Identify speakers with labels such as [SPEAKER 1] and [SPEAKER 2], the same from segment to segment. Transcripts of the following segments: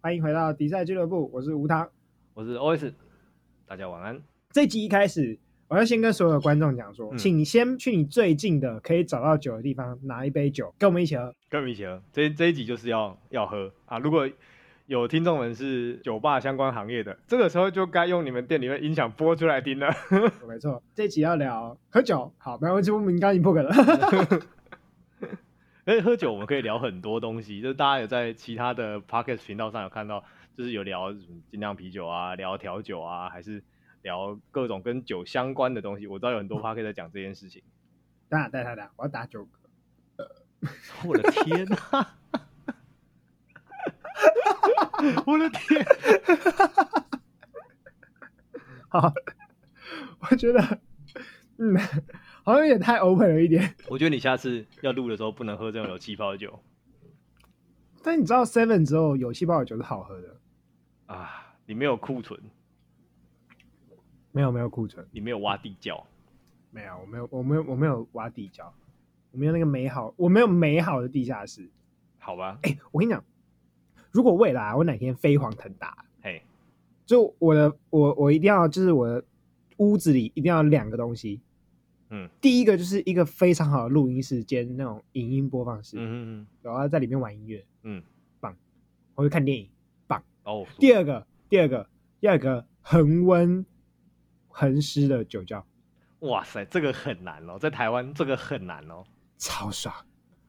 [SPEAKER 1] 欢迎回到迪赛俱乐部，我是吴糖。
[SPEAKER 2] 我是 OS，大家晚安。
[SPEAKER 1] 这集一开始，我要先跟所有的观众讲说，
[SPEAKER 2] 嗯
[SPEAKER 1] 请你先去你最近的可以找到酒的地方拿一杯酒，跟我们一起喝。
[SPEAKER 2] 跟我们一起喝，这这一集就是要要喝啊！如果有听众们是酒吧相关行业的，这个时候就该用你们店里的音响播出来听 了。
[SPEAKER 1] 没错，这集要聊喝酒。好，没问题，我们刚刚已经破梗了。
[SPEAKER 2] 而且喝酒我们可以聊很多东西，就是大家有在其他的 podcast 频道上有看到，就是有聊什么精酿啤酒啊，聊调酒啊，还是聊各种跟酒相关的东西。我知道有 很多 podcast 在讲这件事情。
[SPEAKER 1] 等下，等下，等下，我要打酒嗝。
[SPEAKER 2] 我的天 啊！我的天！啊
[SPEAKER 1] 好， 我觉得，嗯，好像有点太 open 了一点。
[SPEAKER 2] 我觉得你下次要录的时候不能喝这种有气泡的酒。
[SPEAKER 1] 但你知道 Seven 之后有气泡的酒是好喝的，
[SPEAKER 2] 啊，你没有库存，
[SPEAKER 1] 没有没有库存，
[SPEAKER 2] 你没有挖地窖，
[SPEAKER 1] 没有我没有我没有我没有挖地窖，我没有那个美好，我没有美好的地下室。
[SPEAKER 2] 好吧？
[SPEAKER 1] 哎、我跟你讲，如果未来啊我哪天飞黄腾达，
[SPEAKER 2] 嘿，
[SPEAKER 1] 就我的我我一定要就是我的屋子里一定要有两个东西，
[SPEAKER 2] 嗯，
[SPEAKER 1] 第一个就是一个非常好的录音室兼那种影音播放室，
[SPEAKER 2] 嗯嗯
[SPEAKER 1] 然后在里面玩音乐，
[SPEAKER 2] 嗯，
[SPEAKER 1] 我会看电影。
[SPEAKER 2] 哦，
[SPEAKER 1] 第二个，第二个，第二个恒温恒湿的酒窖，
[SPEAKER 2] 哇塞，这个很难哦，在台湾这个很难哦，
[SPEAKER 1] 超爽！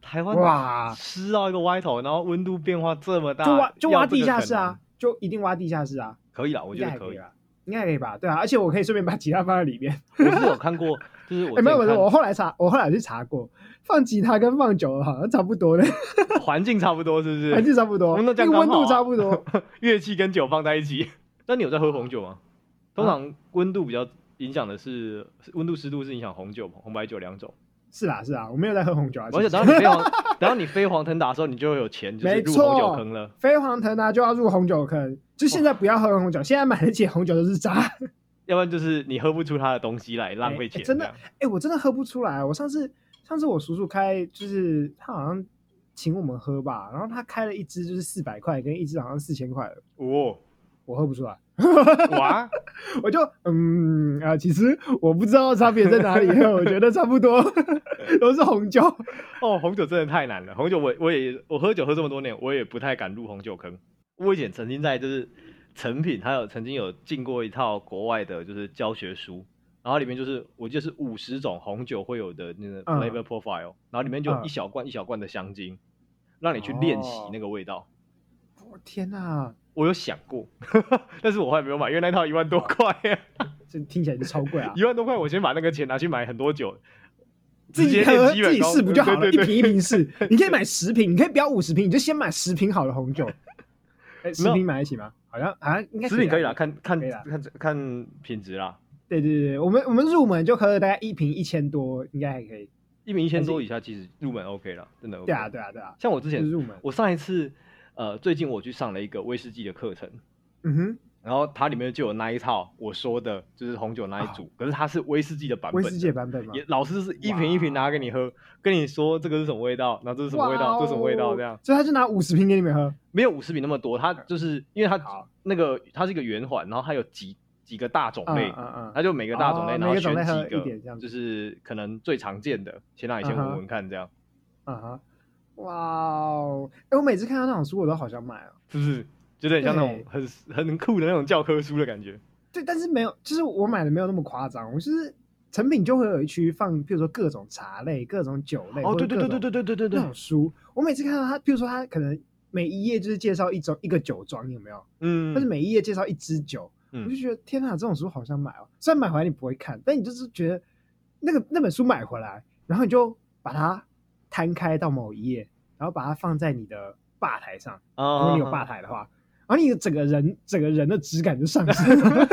[SPEAKER 2] 台湾
[SPEAKER 1] 哇，
[SPEAKER 2] 湿到一个歪头，然后温度变化这么大，
[SPEAKER 1] 就挖就挖
[SPEAKER 2] 啊要这个
[SPEAKER 1] 地下室
[SPEAKER 2] 很
[SPEAKER 1] 啊
[SPEAKER 2] 难，，
[SPEAKER 1] 就一定挖地下室啊，
[SPEAKER 2] 可以啦，我
[SPEAKER 1] 应
[SPEAKER 2] 觉
[SPEAKER 1] 该
[SPEAKER 2] 得
[SPEAKER 1] 还
[SPEAKER 2] 可
[SPEAKER 1] 可以
[SPEAKER 2] 以。
[SPEAKER 1] 吧？应该还可以吧？对啊，而且我可以顺便把吉他放在里面。
[SPEAKER 2] 我是有看过，就是 我
[SPEAKER 1] 哎，没有，没有，我
[SPEAKER 2] 之
[SPEAKER 1] 后来查，我后来去查过，放吉他跟放酒好像差不多的，
[SPEAKER 2] 前看环境差不多，是不
[SPEAKER 1] 环
[SPEAKER 2] 是？
[SPEAKER 1] 境差不多，
[SPEAKER 2] 哦那这
[SPEAKER 1] 那个
[SPEAKER 2] 样刚
[SPEAKER 1] 温
[SPEAKER 2] 好啊
[SPEAKER 1] 度差不多。
[SPEAKER 2] 乐器跟酒放在一起。那你有在喝红酒吗？
[SPEAKER 1] 啊
[SPEAKER 2] 通常温度比较影响的是温度湿度是影响红酒、红白酒两种。
[SPEAKER 1] 是啦，是啦，我没有在喝红酒啊。
[SPEAKER 2] 而且
[SPEAKER 1] 其
[SPEAKER 2] 等
[SPEAKER 1] 实
[SPEAKER 2] 到你飞黄，等到你飞黄腾达的时候，你就会有钱，就是
[SPEAKER 1] 没
[SPEAKER 2] 入红酒
[SPEAKER 1] 错
[SPEAKER 2] 坑了。
[SPEAKER 1] 飞黄腾达就要入红酒坑，就现在不要喝红酒，现在买得起红酒都是渣。
[SPEAKER 2] 要不然就是你喝不出它的东西来，浪费钱、
[SPEAKER 1] 哎真的
[SPEAKER 2] 这样
[SPEAKER 1] 哎、我真的喝不出来。我上次上次我叔叔开，就是他好像请我们喝吧，然后他开了一支就是四百块，跟一支好像四千块的，
[SPEAKER 2] 哦，
[SPEAKER 1] 我喝不出来。
[SPEAKER 2] 哇，
[SPEAKER 1] 我就嗯啊，其实我不知道差别在哪里， 我觉得差不多 都是红酒。
[SPEAKER 2] 哦，红酒真的太难了。红酒我我也我喝酒喝这么多年，我也不太敢入红酒坑。我以前曾经在就是成品，还有曾经有进过一套国外的就是教学书，然后里面就是我记得是五十种红酒会有的那个
[SPEAKER 1] 嗯
[SPEAKER 2] flavor profile，、然后里面就有
[SPEAKER 1] 嗯
[SPEAKER 2] 一小罐一小罐的香精，让你去练习
[SPEAKER 1] 哦
[SPEAKER 2] 那个味道。
[SPEAKER 1] 我、哦天哪，
[SPEAKER 2] 我有想过， 但是我后来没有买，因为那套一万多块、
[SPEAKER 1] 这听起来就超贵啊！
[SPEAKER 2] 一万多块，我先把那个钱拿去买很多酒，
[SPEAKER 1] 自己
[SPEAKER 2] 直接练
[SPEAKER 1] 喝
[SPEAKER 2] 基
[SPEAKER 1] 自己
[SPEAKER 2] 本功
[SPEAKER 1] 试不就好了？
[SPEAKER 2] 对
[SPEAKER 1] 一
[SPEAKER 2] 对
[SPEAKER 1] 瓶
[SPEAKER 2] 对
[SPEAKER 1] 一瓶试，你可以买十瓶，你可以不要五十瓶，你就先买十瓶好的红酒。哎、十
[SPEAKER 2] 没有
[SPEAKER 1] 瓶买得起吗？好像好像应该
[SPEAKER 2] 食品可以啦，看看
[SPEAKER 1] 可以啦
[SPEAKER 2] 看看品质啦，
[SPEAKER 1] 对对对，我们我们入门就喝了大概一瓶一千多，应该还可以。
[SPEAKER 2] 一瓶一千多以下其实入门 OK 了，真的 OK。
[SPEAKER 1] 对啊对啊对啊，
[SPEAKER 2] 像我之
[SPEAKER 1] 就是
[SPEAKER 2] 前，
[SPEAKER 1] 入门。
[SPEAKER 2] 我上一次呃，最近我去上了一个威士忌的课程，
[SPEAKER 1] 嗯哼，
[SPEAKER 2] 然后它里面就有那一套我说的，就是红酒那一组，可是它是威士忌的版
[SPEAKER 1] 哦威
[SPEAKER 2] 本的，
[SPEAKER 1] 士忌的版本吗？
[SPEAKER 2] 也老师是一瓶一瓶拿给你喝，跟你说这个是什么味道，然后这是什么味道，这是什么味
[SPEAKER 1] 哇
[SPEAKER 2] 道
[SPEAKER 1] 哦
[SPEAKER 2] 这样。
[SPEAKER 1] 所以他就拿五十瓶给你们喝。
[SPEAKER 2] 没有五十米那么多，它就是因为它
[SPEAKER 1] 嗯好
[SPEAKER 2] 那个它是一个圆环，然后它有几几个大种
[SPEAKER 1] 嗯
[SPEAKER 2] 类，
[SPEAKER 1] 嗯
[SPEAKER 2] 它就每个大种类，
[SPEAKER 1] 哦
[SPEAKER 2] 然后
[SPEAKER 1] 每个种类
[SPEAKER 2] 选
[SPEAKER 1] 喝
[SPEAKER 2] 几
[SPEAKER 1] 一点这样
[SPEAKER 2] 个，
[SPEAKER 1] 子
[SPEAKER 2] 就是可能最常见的，先让你先
[SPEAKER 1] 嗯哼
[SPEAKER 2] 闻闻看，这样
[SPEAKER 1] 嗯啊哇哦！哎，我每次看到那种书，我都好想买哦。
[SPEAKER 2] 是不是？觉得很像那
[SPEAKER 1] 对
[SPEAKER 2] 种很很酷的那种教科书的感觉。
[SPEAKER 1] 对，但是没有，就是我买的没有那么夸张，我就是成品就会有一区放，譬如说各种茶类、各种酒类，
[SPEAKER 2] 哦，
[SPEAKER 1] 或者
[SPEAKER 2] 对对
[SPEAKER 1] 各种
[SPEAKER 2] 对对对对对对
[SPEAKER 1] 那
[SPEAKER 2] 对
[SPEAKER 1] 种，书，我每次看到它，譬如说它可能每一页就是介绍一种一个酒庄，有没有？但是
[SPEAKER 2] 嗯，
[SPEAKER 1] 每一页介绍一支酒，
[SPEAKER 2] 嗯
[SPEAKER 1] 我就觉得天哪，这种书好想买哦。虽然买回来你不会看，但你就是觉得那个那本书买回来，然后你就把它摊开到某一页，然后把它放在你的吧台上，如果
[SPEAKER 2] 哦
[SPEAKER 1] 你有吧台的话，然后你整个人整个人的质感就上升了，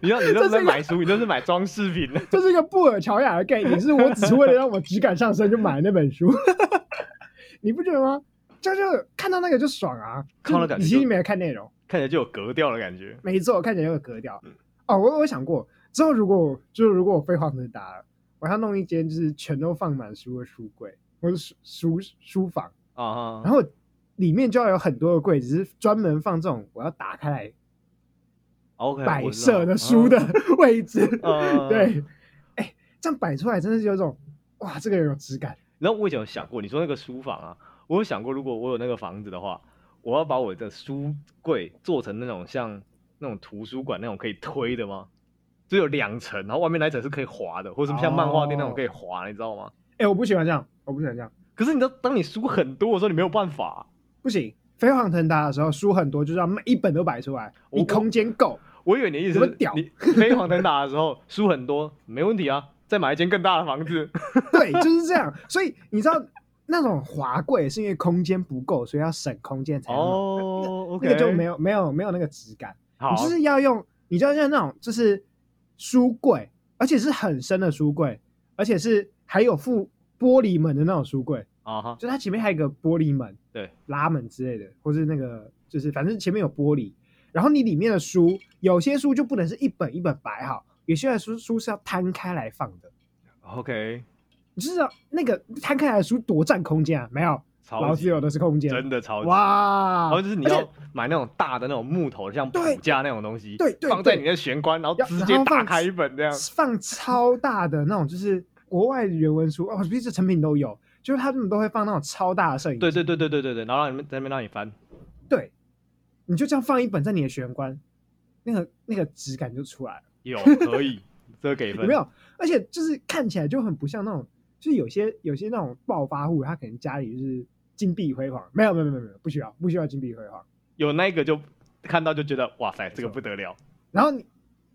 [SPEAKER 2] 你要你
[SPEAKER 1] 这
[SPEAKER 2] 都
[SPEAKER 1] 是
[SPEAKER 2] 是在
[SPEAKER 1] 一个
[SPEAKER 2] 买书，你都是买装饰品的。
[SPEAKER 1] 这是一个布尔乔亚的概念，是我只是为了让我质感上升就买那本书， 你不觉得吗？就是看到那个就爽啊，
[SPEAKER 2] 看到那感觉
[SPEAKER 1] 你心里
[SPEAKER 2] 就
[SPEAKER 1] 没有看内容。
[SPEAKER 2] 看起来就有格调的感觉。
[SPEAKER 1] 没错，看起来有格调
[SPEAKER 2] 嗯。
[SPEAKER 1] 哦，我我想过，之后如果就是如果我飞黄腾达了，我要弄一间就是全都放满书的书柜，或者书书书房，
[SPEAKER 2] 啊
[SPEAKER 1] 然
[SPEAKER 2] 后
[SPEAKER 1] 后里面就要有很多的柜子，是专门放这种我要打开来
[SPEAKER 2] OK，
[SPEAKER 1] 摆
[SPEAKER 2] 哎我知道
[SPEAKER 1] 设的书的 位置。
[SPEAKER 2] 嗯
[SPEAKER 1] 对，哎、这样摆出来真的是有一种哇，这个人有质感。
[SPEAKER 2] 然后我以前有想过，你说那个书房啊，我有想过，如果我有那个房子的话，我要把我的书柜做成那种像那种图书馆那种可以推的吗？就有两层，然后外面那一层是可以滑的，或者是像漫画店那种可以滑，你知道吗？
[SPEAKER 1] 哎、我不喜欢这样，我不喜欢这样，
[SPEAKER 2] 可是你知道，当你书很多的时候，你没有办法、啊
[SPEAKER 1] 不行。飞黄腾达的时候，书很多，就是要每一本都摆出来，
[SPEAKER 2] 我
[SPEAKER 1] 你空间够。
[SPEAKER 2] 我以为你的意思
[SPEAKER 1] 我
[SPEAKER 2] 是
[SPEAKER 1] 们屌，
[SPEAKER 2] 你飞黄腾达的时候书很多，没问题啊，再买一间更大 的房子。
[SPEAKER 1] 对，就是这样。所以你知道那种华贵是因为空间不够，所以要省空间才能买
[SPEAKER 2] 哦，OK，
[SPEAKER 1] 那个就没有没有没有那个质感。
[SPEAKER 2] 好
[SPEAKER 1] 你，就是要用，你就要用那种就是书柜，而且是很深的书柜，而且是还有附玻璃门的那种书柜，
[SPEAKER 2] 啊哈，
[SPEAKER 1] 就它前面还有一个玻璃门，
[SPEAKER 2] 对，
[SPEAKER 1] 拉门之类的，或是那个就是反正前面有玻璃，然后你里面的书，有些书就不能是一本一本摆好，有些书书是要摊开来放的。
[SPEAKER 2] ，OK，
[SPEAKER 1] 你知道那个摊开来的书多占空间啊？没有，
[SPEAKER 2] 超
[SPEAKER 1] 老子
[SPEAKER 2] 级
[SPEAKER 1] 有的是空间。
[SPEAKER 2] 真的超级
[SPEAKER 1] 哇！
[SPEAKER 2] 然后就是你
[SPEAKER 1] 而且
[SPEAKER 2] 要买那种大的那种木头的，像
[SPEAKER 1] 对
[SPEAKER 2] 骨架那种东西，
[SPEAKER 1] 对对
[SPEAKER 2] 放在
[SPEAKER 1] 对
[SPEAKER 2] 你的玄关，然后
[SPEAKER 1] 要
[SPEAKER 2] 直
[SPEAKER 1] 然
[SPEAKER 2] 接
[SPEAKER 1] 后
[SPEAKER 2] 打
[SPEAKER 1] 放
[SPEAKER 2] 开一本这样。
[SPEAKER 1] 放超大的那种，就是国外原文书哦，毕竟成品都有，就是他们都会放那种超大的摄影机。
[SPEAKER 2] 对对对对对对对，然后让你们在那边让你翻。
[SPEAKER 1] 对你就这样放一本在你的玄关，那个那个质感就出来了，
[SPEAKER 2] 有可以，这个给
[SPEAKER 1] 有
[SPEAKER 2] 分。
[SPEAKER 1] 没有？而且就是看起来就很不像那种，就是有些有些那种暴发户，他可能家里就是金碧辉煌，没有没有没有没有，不需要不需要金碧辉煌。
[SPEAKER 2] 有那个就看到就觉得哇塞，这个
[SPEAKER 1] 错
[SPEAKER 2] 不得了，
[SPEAKER 1] 然后你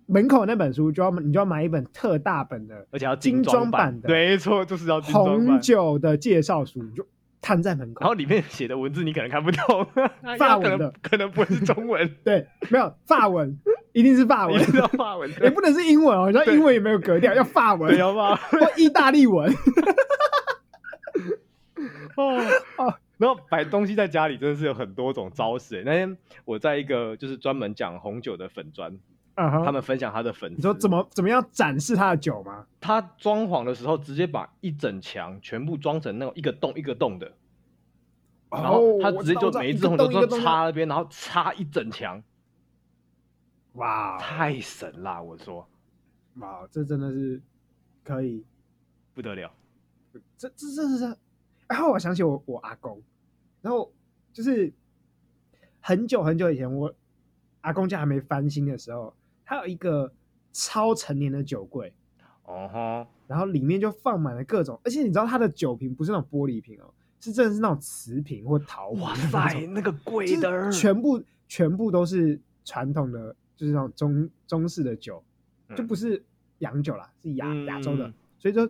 [SPEAKER 1] 门口那本书就要你就要买一本特大本的
[SPEAKER 2] 而且要
[SPEAKER 1] 精
[SPEAKER 2] 装
[SPEAKER 1] 装版的
[SPEAKER 2] 没错，就是要精装
[SPEAKER 1] 红
[SPEAKER 2] 版。
[SPEAKER 1] 酒的介绍书，你就摊在门口
[SPEAKER 2] 然。后里面写的文字你可能看不懂，因 为
[SPEAKER 1] 法
[SPEAKER 2] 它
[SPEAKER 1] 文
[SPEAKER 2] 可能
[SPEAKER 1] 的
[SPEAKER 2] 可能不会是中文，
[SPEAKER 1] 对，没有法文，一定是法
[SPEAKER 2] 你
[SPEAKER 1] 文，
[SPEAKER 2] 知道法文
[SPEAKER 1] 也
[SPEAKER 2] 对
[SPEAKER 1] 不能是英文哦，像
[SPEAKER 2] 对
[SPEAKER 1] 英文也没有格调，要法文
[SPEAKER 2] 对，哦要吧？
[SPEAKER 1] 或意大利文。
[SPEAKER 2] 哦
[SPEAKER 1] 哦
[SPEAKER 2] 然后摆东西在家里真的是有很多种招式欸。那天我在一个就是专门讲红酒的粉砖，
[SPEAKER 1] 啊
[SPEAKER 2] 他
[SPEAKER 1] 哈，
[SPEAKER 2] 们分享他的粉丝，
[SPEAKER 1] 你说怎么怎么样展示他的酒吗？
[SPEAKER 2] 他装潢的时候直接把一整墙全部装成那种一个洞一个洞的，然后他
[SPEAKER 1] 哦我知
[SPEAKER 2] 直接
[SPEAKER 1] 道
[SPEAKER 2] 就
[SPEAKER 1] 我知道
[SPEAKER 2] 每
[SPEAKER 1] 一
[SPEAKER 2] 一
[SPEAKER 1] 个
[SPEAKER 2] 只红酒
[SPEAKER 1] 洞一
[SPEAKER 2] 都
[SPEAKER 1] 个洞啊
[SPEAKER 2] 插那边，然后插一整墙，
[SPEAKER 1] 哇
[SPEAKER 2] 太神啦！我说
[SPEAKER 1] 哇，这真的是可以，
[SPEAKER 2] 不得了，
[SPEAKER 1] 这这这这这。然后我想起我我阿公，然后就是很久很久以前，我阿公家还没翻新的时候，他有一个超成年的酒柜，
[SPEAKER 2] 哦吼，
[SPEAKER 1] 然后里面就放满了各种，而且你知道它的酒瓶不是那种玻璃瓶哦，是真的是那种瓷瓶或陶瓶，
[SPEAKER 2] 哇塞，，那个贵的
[SPEAKER 1] 就是全部全部都是传统的，就是那种中中式的酒，
[SPEAKER 2] 嗯
[SPEAKER 1] 就不是洋酒啦，是亚
[SPEAKER 2] 嗯
[SPEAKER 1] 亚洲的，所以就，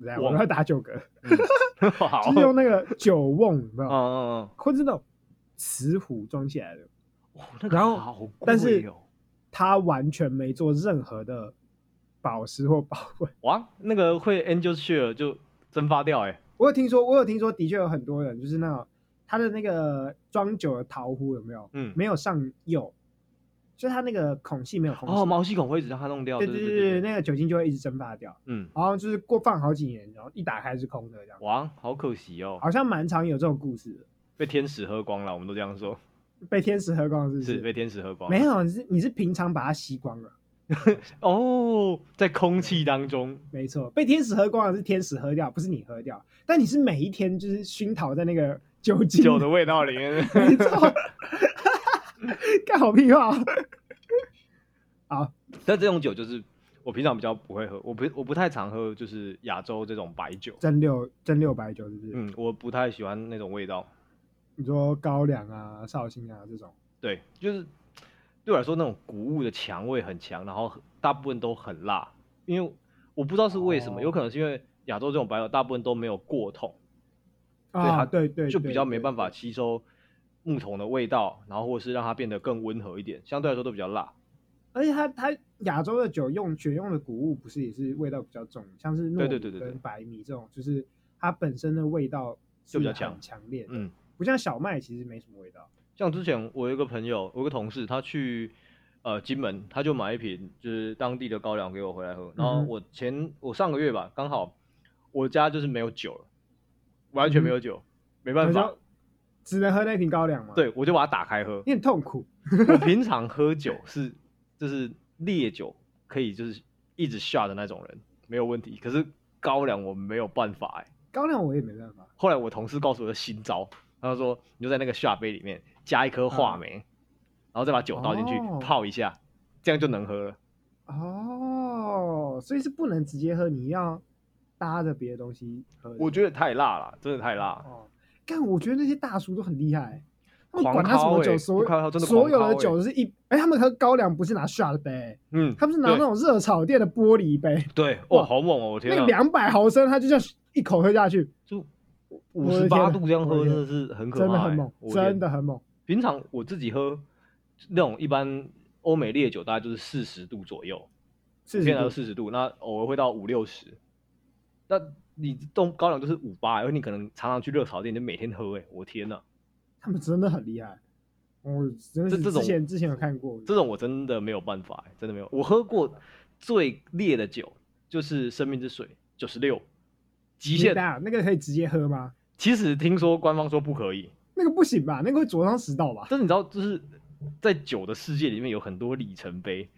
[SPEAKER 1] 来我
[SPEAKER 2] 哇
[SPEAKER 1] 们要打酒嗝，
[SPEAKER 2] 嗯好，
[SPEAKER 1] 就是用那个酒瓮，你知道
[SPEAKER 2] 嗯
[SPEAKER 1] 吗？
[SPEAKER 2] 嗯
[SPEAKER 1] 或者是那种瓷壶装起来的，
[SPEAKER 2] 嗯，哇，那个
[SPEAKER 1] 然后
[SPEAKER 2] 好贵
[SPEAKER 1] 但是
[SPEAKER 2] 哦
[SPEAKER 1] 它完全没做任何的保湿或保温。
[SPEAKER 2] 哇，那个会 angel share 就蒸发掉哎，
[SPEAKER 1] 我有听说，我有听说，的确有很多人就是那种他的那个装酒的陶壶有没有
[SPEAKER 2] 嗯，
[SPEAKER 1] 没有上釉，就是他那个孔隙没有空隙，
[SPEAKER 2] 哦，毛细孔会一直让它弄掉，
[SPEAKER 1] 对
[SPEAKER 2] 对
[SPEAKER 1] 对
[SPEAKER 2] 对
[SPEAKER 1] 对对，那个酒精就会一直蒸发掉，
[SPEAKER 2] 嗯，
[SPEAKER 1] 然后就是过放好几年，然后一打开是空的这样，
[SPEAKER 2] 哇，好可惜哦，
[SPEAKER 1] 好像蛮常有这种故事的，
[SPEAKER 2] 被天使喝光了，我们都这样说，
[SPEAKER 1] 被天使喝光是不
[SPEAKER 2] 是
[SPEAKER 1] 是？
[SPEAKER 2] 被天使喝光，
[SPEAKER 1] 没有，你是你是平常把它吸光了，
[SPEAKER 2] 哦，在空气当中，
[SPEAKER 1] 没错，被天使喝光了是天使喝掉，不是你喝掉，但你是每一天就是熏陶在那个酒精
[SPEAKER 2] 酒的味道里面。
[SPEAKER 1] 没错， 干好屁话。哦
[SPEAKER 2] 但这种酒就是我平常比较不会喝，我不我不太常喝，就是亚洲这种白酒。
[SPEAKER 1] 蒸馏蒸馏白酒是不是？
[SPEAKER 2] 嗯，我不太喜欢那种味道。
[SPEAKER 1] 你说高粱啊、绍兴啊这种，
[SPEAKER 2] 对，就是对我来说那种谷物的强味很强，然后很大部分都很辣，因为我不知道是为什么，
[SPEAKER 1] 哦
[SPEAKER 2] 有可能是因为亚洲这种白酒大部分都没有过桶，
[SPEAKER 1] 啊，
[SPEAKER 2] 它
[SPEAKER 1] 对对，
[SPEAKER 2] 就比较没办
[SPEAKER 1] 法。
[SPEAKER 2] 法吸收木桶的味道，然后或是让它变得更温和一点，相对来说都比较辣。
[SPEAKER 1] 而且它它亚洲的酒用选用的谷物不是也是味道比较重，像是糯
[SPEAKER 2] 对对对
[SPEAKER 1] 米
[SPEAKER 2] 对对
[SPEAKER 1] 跟白米这种，就是它本身的味道
[SPEAKER 2] 就比较
[SPEAKER 1] 是
[SPEAKER 2] 强
[SPEAKER 1] 很强烈的，
[SPEAKER 2] 嗯，
[SPEAKER 1] 不像小麦其实没什么味道。
[SPEAKER 2] 像之前我有一个朋友，我有一个同事，他去呃金门，他就买一瓶就是当地的高粱给我回来喝。然后
[SPEAKER 1] 嗯哼
[SPEAKER 2] 我前我上个月吧，
[SPEAKER 1] 嗯
[SPEAKER 2] 刚好我家就是没有酒了，完全没有酒，没办
[SPEAKER 1] 那
[SPEAKER 2] 法
[SPEAKER 1] 就，只能喝那瓶高粱吗？，
[SPEAKER 2] 对我就把它打开喝。
[SPEAKER 1] 你很痛苦。
[SPEAKER 2] 我平常喝酒是就是烈酒可以就是一直下的那种人，没有问题。可是高粱我没有办法哎、
[SPEAKER 1] 高粱我也没办法，
[SPEAKER 2] 后来我同事告诉我的新招，他说你就在那个下杯里面加一颗话梅，然后再把酒倒进去、
[SPEAKER 1] 哦
[SPEAKER 2] 泡一下，这样就能喝了。
[SPEAKER 1] 哦，所以是不能直接喝，你要搭着别的东西喝。
[SPEAKER 2] 我觉得太辣了，真的太辣了。
[SPEAKER 1] 哦，但我觉得那些大叔都很厉害、欸他们
[SPEAKER 2] 狂
[SPEAKER 1] 管他什
[SPEAKER 2] 敲
[SPEAKER 1] 么
[SPEAKER 2] 欸
[SPEAKER 1] 酒，所
[SPEAKER 2] 不夸张真的
[SPEAKER 1] 所
[SPEAKER 2] 狂
[SPEAKER 1] 有的
[SPEAKER 2] 敲欸
[SPEAKER 1] 酒是一，哎、他们喝高粱不是拿 shot 杯、
[SPEAKER 2] 嗯，
[SPEAKER 1] 他们是拿那种热炒店的玻璃杯，
[SPEAKER 2] 对，哦，
[SPEAKER 1] 哇
[SPEAKER 2] 好猛哦！我天
[SPEAKER 1] 那个
[SPEAKER 2] 啊，
[SPEAKER 1] 两百毫升，他就这样一口喝下去，
[SPEAKER 2] 就
[SPEAKER 1] 我
[SPEAKER 2] 五
[SPEAKER 1] 的
[SPEAKER 2] 十
[SPEAKER 1] 天
[SPEAKER 2] 八
[SPEAKER 1] 啊
[SPEAKER 2] 度这样
[SPEAKER 1] 我
[SPEAKER 2] 喝
[SPEAKER 1] 的
[SPEAKER 2] 真
[SPEAKER 1] 天
[SPEAKER 2] 的是很可
[SPEAKER 1] 真的
[SPEAKER 2] 怕、欸，
[SPEAKER 1] 很猛，
[SPEAKER 2] 我天
[SPEAKER 1] 真的很猛。
[SPEAKER 2] 平常我自己喝那种一般欧美烈酒，大概就是四十度左右，
[SPEAKER 1] 是
[SPEAKER 2] 现在都四十度，那偶尔会到五六十。那你动高粱就是五八，而你可能常常去热炒店，你就每天喝、欸，哎，我天呐，
[SPEAKER 1] 他们真的很厉害，我真的
[SPEAKER 2] 这
[SPEAKER 1] 是
[SPEAKER 2] 这
[SPEAKER 1] 之
[SPEAKER 2] 种
[SPEAKER 1] 前之前有看过，
[SPEAKER 2] 这种我真的没有办法、欸，真的没有。我喝过最烈的酒就是生命之水九十六，极限。
[SPEAKER 1] 啊，那个可以直接喝吗？
[SPEAKER 2] 其实听说官方说不可以，
[SPEAKER 1] 那个不行吧？那个会灼伤食道吧？
[SPEAKER 2] 但是你知道，就是在酒的世界里面有很多里程碑，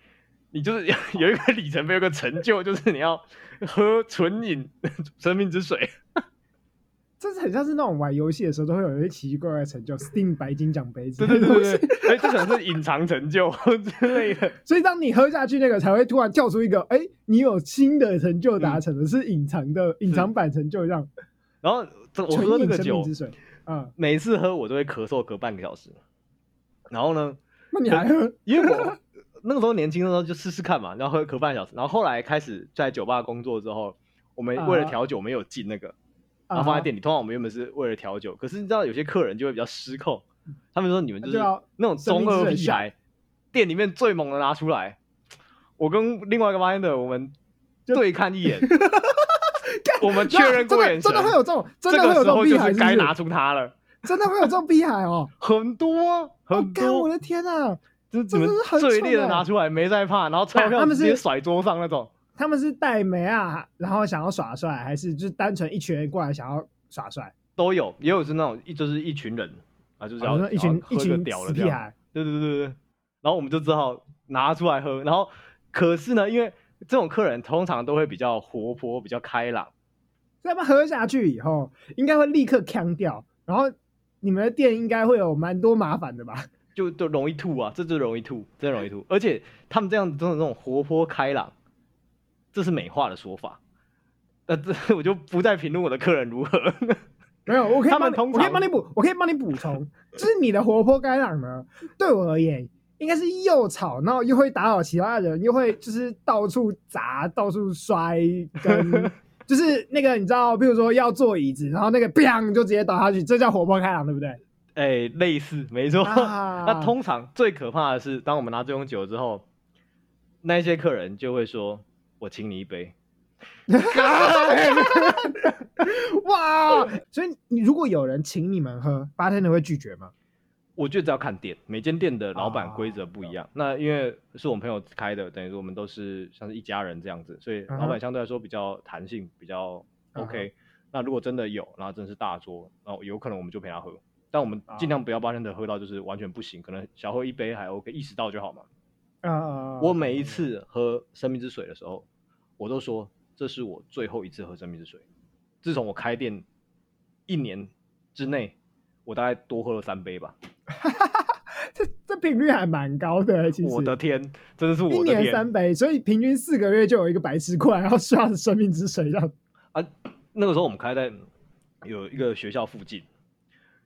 [SPEAKER 2] 你就是 有一个里程碑，有个成就，就是你要喝纯饮生命之水。
[SPEAKER 1] 这是很像是那种玩游戏的时候都会有一些奇奇怪怪的成就，Steam 白金奖杯之
[SPEAKER 2] 对
[SPEAKER 1] 类
[SPEAKER 2] 对
[SPEAKER 1] 的
[SPEAKER 2] 对
[SPEAKER 1] 东西。
[SPEAKER 2] 对对，哎，这可能是隐藏成就 之类的。
[SPEAKER 1] 所以当你喝下去那个，才会突然跳出一个，哎、你有新的成就达成了，
[SPEAKER 2] 嗯
[SPEAKER 1] 是隐藏的隐藏版成就，让
[SPEAKER 2] 然后这我
[SPEAKER 1] 纯
[SPEAKER 2] 喝那
[SPEAKER 1] 饮
[SPEAKER 2] 个
[SPEAKER 1] 生命
[SPEAKER 2] 酒，
[SPEAKER 1] 之水。嗯，
[SPEAKER 2] 每次喝我都会咳嗽咳半个小时。然后呢，
[SPEAKER 1] 那你还 喝？
[SPEAKER 2] 因 为我那个时候年轻的时候就试试看嘛，然后喝咳半小时。然后后来开始在酒吧工作之后，我们为了
[SPEAKER 1] 啊
[SPEAKER 2] 调酒，我们有进那个然后放
[SPEAKER 1] 嗯
[SPEAKER 2] 在店里。通常我们原本是为了调酒，可是你知道有些客人就会比较失控，
[SPEAKER 1] 嗯
[SPEAKER 2] 他们说你们就是
[SPEAKER 1] 对啊
[SPEAKER 2] 那种中
[SPEAKER 1] 生命之
[SPEAKER 2] 二
[SPEAKER 1] 水
[SPEAKER 2] 屁孩，店里面最猛的拿出来。我跟另外一个 bartender 我们对看一 眼，我们 确认过眼
[SPEAKER 1] 真的，
[SPEAKER 2] 神
[SPEAKER 1] 真的会有这种，真
[SPEAKER 2] 这
[SPEAKER 1] 的会有
[SPEAKER 2] 个
[SPEAKER 1] 这
[SPEAKER 2] 时
[SPEAKER 1] 种
[SPEAKER 2] 候
[SPEAKER 1] 屁
[SPEAKER 2] 就
[SPEAKER 1] 孩，
[SPEAKER 2] 是
[SPEAKER 1] 是不
[SPEAKER 2] 该
[SPEAKER 1] 是
[SPEAKER 2] 拿出它了，
[SPEAKER 1] 真的会有这种屁孩 哦！
[SPEAKER 2] 很多啊
[SPEAKER 1] 我
[SPEAKER 2] 很
[SPEAKER 1] 哦干、我
[SPEAKER 2] 多，
[SPEAKER 1] 的天啊！
[SPEAKER 2] 就是
[SPEAKER 1] 这
[SPEAKER 2] 你们
[SPEAKER 1] 真是很
[SPEAKER 2] 最
[SPEAKER 1] 蠢
[SPEAKER 2] 烈的
[SPEAKER 1] 欸哎
[SPEAKER 2] 拿出来没在怕，然后钞
[SPEAKER 1] 他
[SPEAKER 2] 票
[SPEAKER 1] 们
[SPEAKER 2] 直
[SPEAKER 1] 是
[SPEAKER 2] 接甩桌上那种。
[SPEAKER 1] 他们是戴美啊，然后想要耍帅，还是就是单纯一群人过来想要耍帅？
[SPEAKER 2] 都有，也有是那种一就是一群人啊，就是要、
[SPEAKER 1] 哦就是一群
[SPEAKER 2] 要喝
[SPEAKER 1] 一
[SPEAKER 2] 个
[SPEAKER 1] 群
[SPEAKER 2] 屌
[SPEAKER 1] 死
[SPEAKER 2] 了这
[SPEAKER 1] 屁
[SPEAKER 2] 样。
[SPEAKER 1] 孩，
[SPEAKER 2] 对对对对对，然后我们就只好拿出来喝。然后可是呢，因为这种客人通常都会比较活泼、比较开朗，
[SPEAKER 1] 所以他们喝下去以后，应该会立刻呛掉，然后你们的店应该会有蛮多麻烦的吧？
[SPEAKER 2] 就就容易吐啊，这就容易吐，真的容易吐。而且他们这样子真的那种活泼开朗，这是美化的说法。呃，这我就不再评论我的客人如何。
[SPEAKER 1] 没有，我可以
[SPEAKER 2] 他
[SPEAKER 1] 帮
[SPEAKER 2] 们
[SPEAKER 1] 你，
[SPEAKER 2] 通
[SPEAKER 1] 我可以
[SPEAKER 2] 常
[SPEAKER 1] 帮你补，我可以帮你补 充，就是你的活泼开朗呢，对我而言。应该是又吵闹，又会打扰其他人，又会就是到处砸、到处摔，跟 就是那个你知道，比如说要坐椅子，然后那个砰就直接倒下去，这叫活泼开朗，对不对？
[SPEAKER 2] 哎，类似，没错。
[SPEAKER 1] 啊
[SPEAKER 2] 那通常最可怕的是，当我们拿这种酒之后，那一些客人就会说：“我请你一杯。
[SPEAKER 1] 哇！所以你如果有人请你们喝，八天的会拒绝吗？”
[SPEAKER 2] 我觉得只要看店，每间店的老板
[SPEAKER 1] 啊
[SPEAKER 2] 规则不一样。那因为是我们朋友开的，等于说我们都是像是一家人这样子，所以
[SPEAKER 1] 嗯哼
[SPEAKER 2] 老板相对来说比较弹性，比较
[SPEAKER 1] 嗯哼
[SPEAKER 2] OK。那如果真的有，然后真的是大桌，然后有可能我们就陪他喝，但我们
[SPEAKER 1] 啊
[SPEAKER 2] 尽量不要把人的喝到就是完全不行，可能小喝一杯还 OK，意识到就好嘛。
[SPEAKER 1] 呃，
[SPEAKER 2] 我每一次喝生命之水的时候，我都说这是我最后一次喝生命之水。自从我开店一年之内，我大概多喝了三杯吧。
[SPEAKER 1] 这这频率还蛮高的， 其实
[SPEAKER 2] 我的天，真的是
[SPEAKER 1] 一
[SPEAKER 2] 我的
[SPEAKER 1] 年
[SPEAKER 2] 天
[SPEAKER 1] 三杯，所以平均四个月就有一个白痴过来，然后需要生命之水这样。
[SPEAKER 2] 啊！那个时候我们开在有一个学校附近，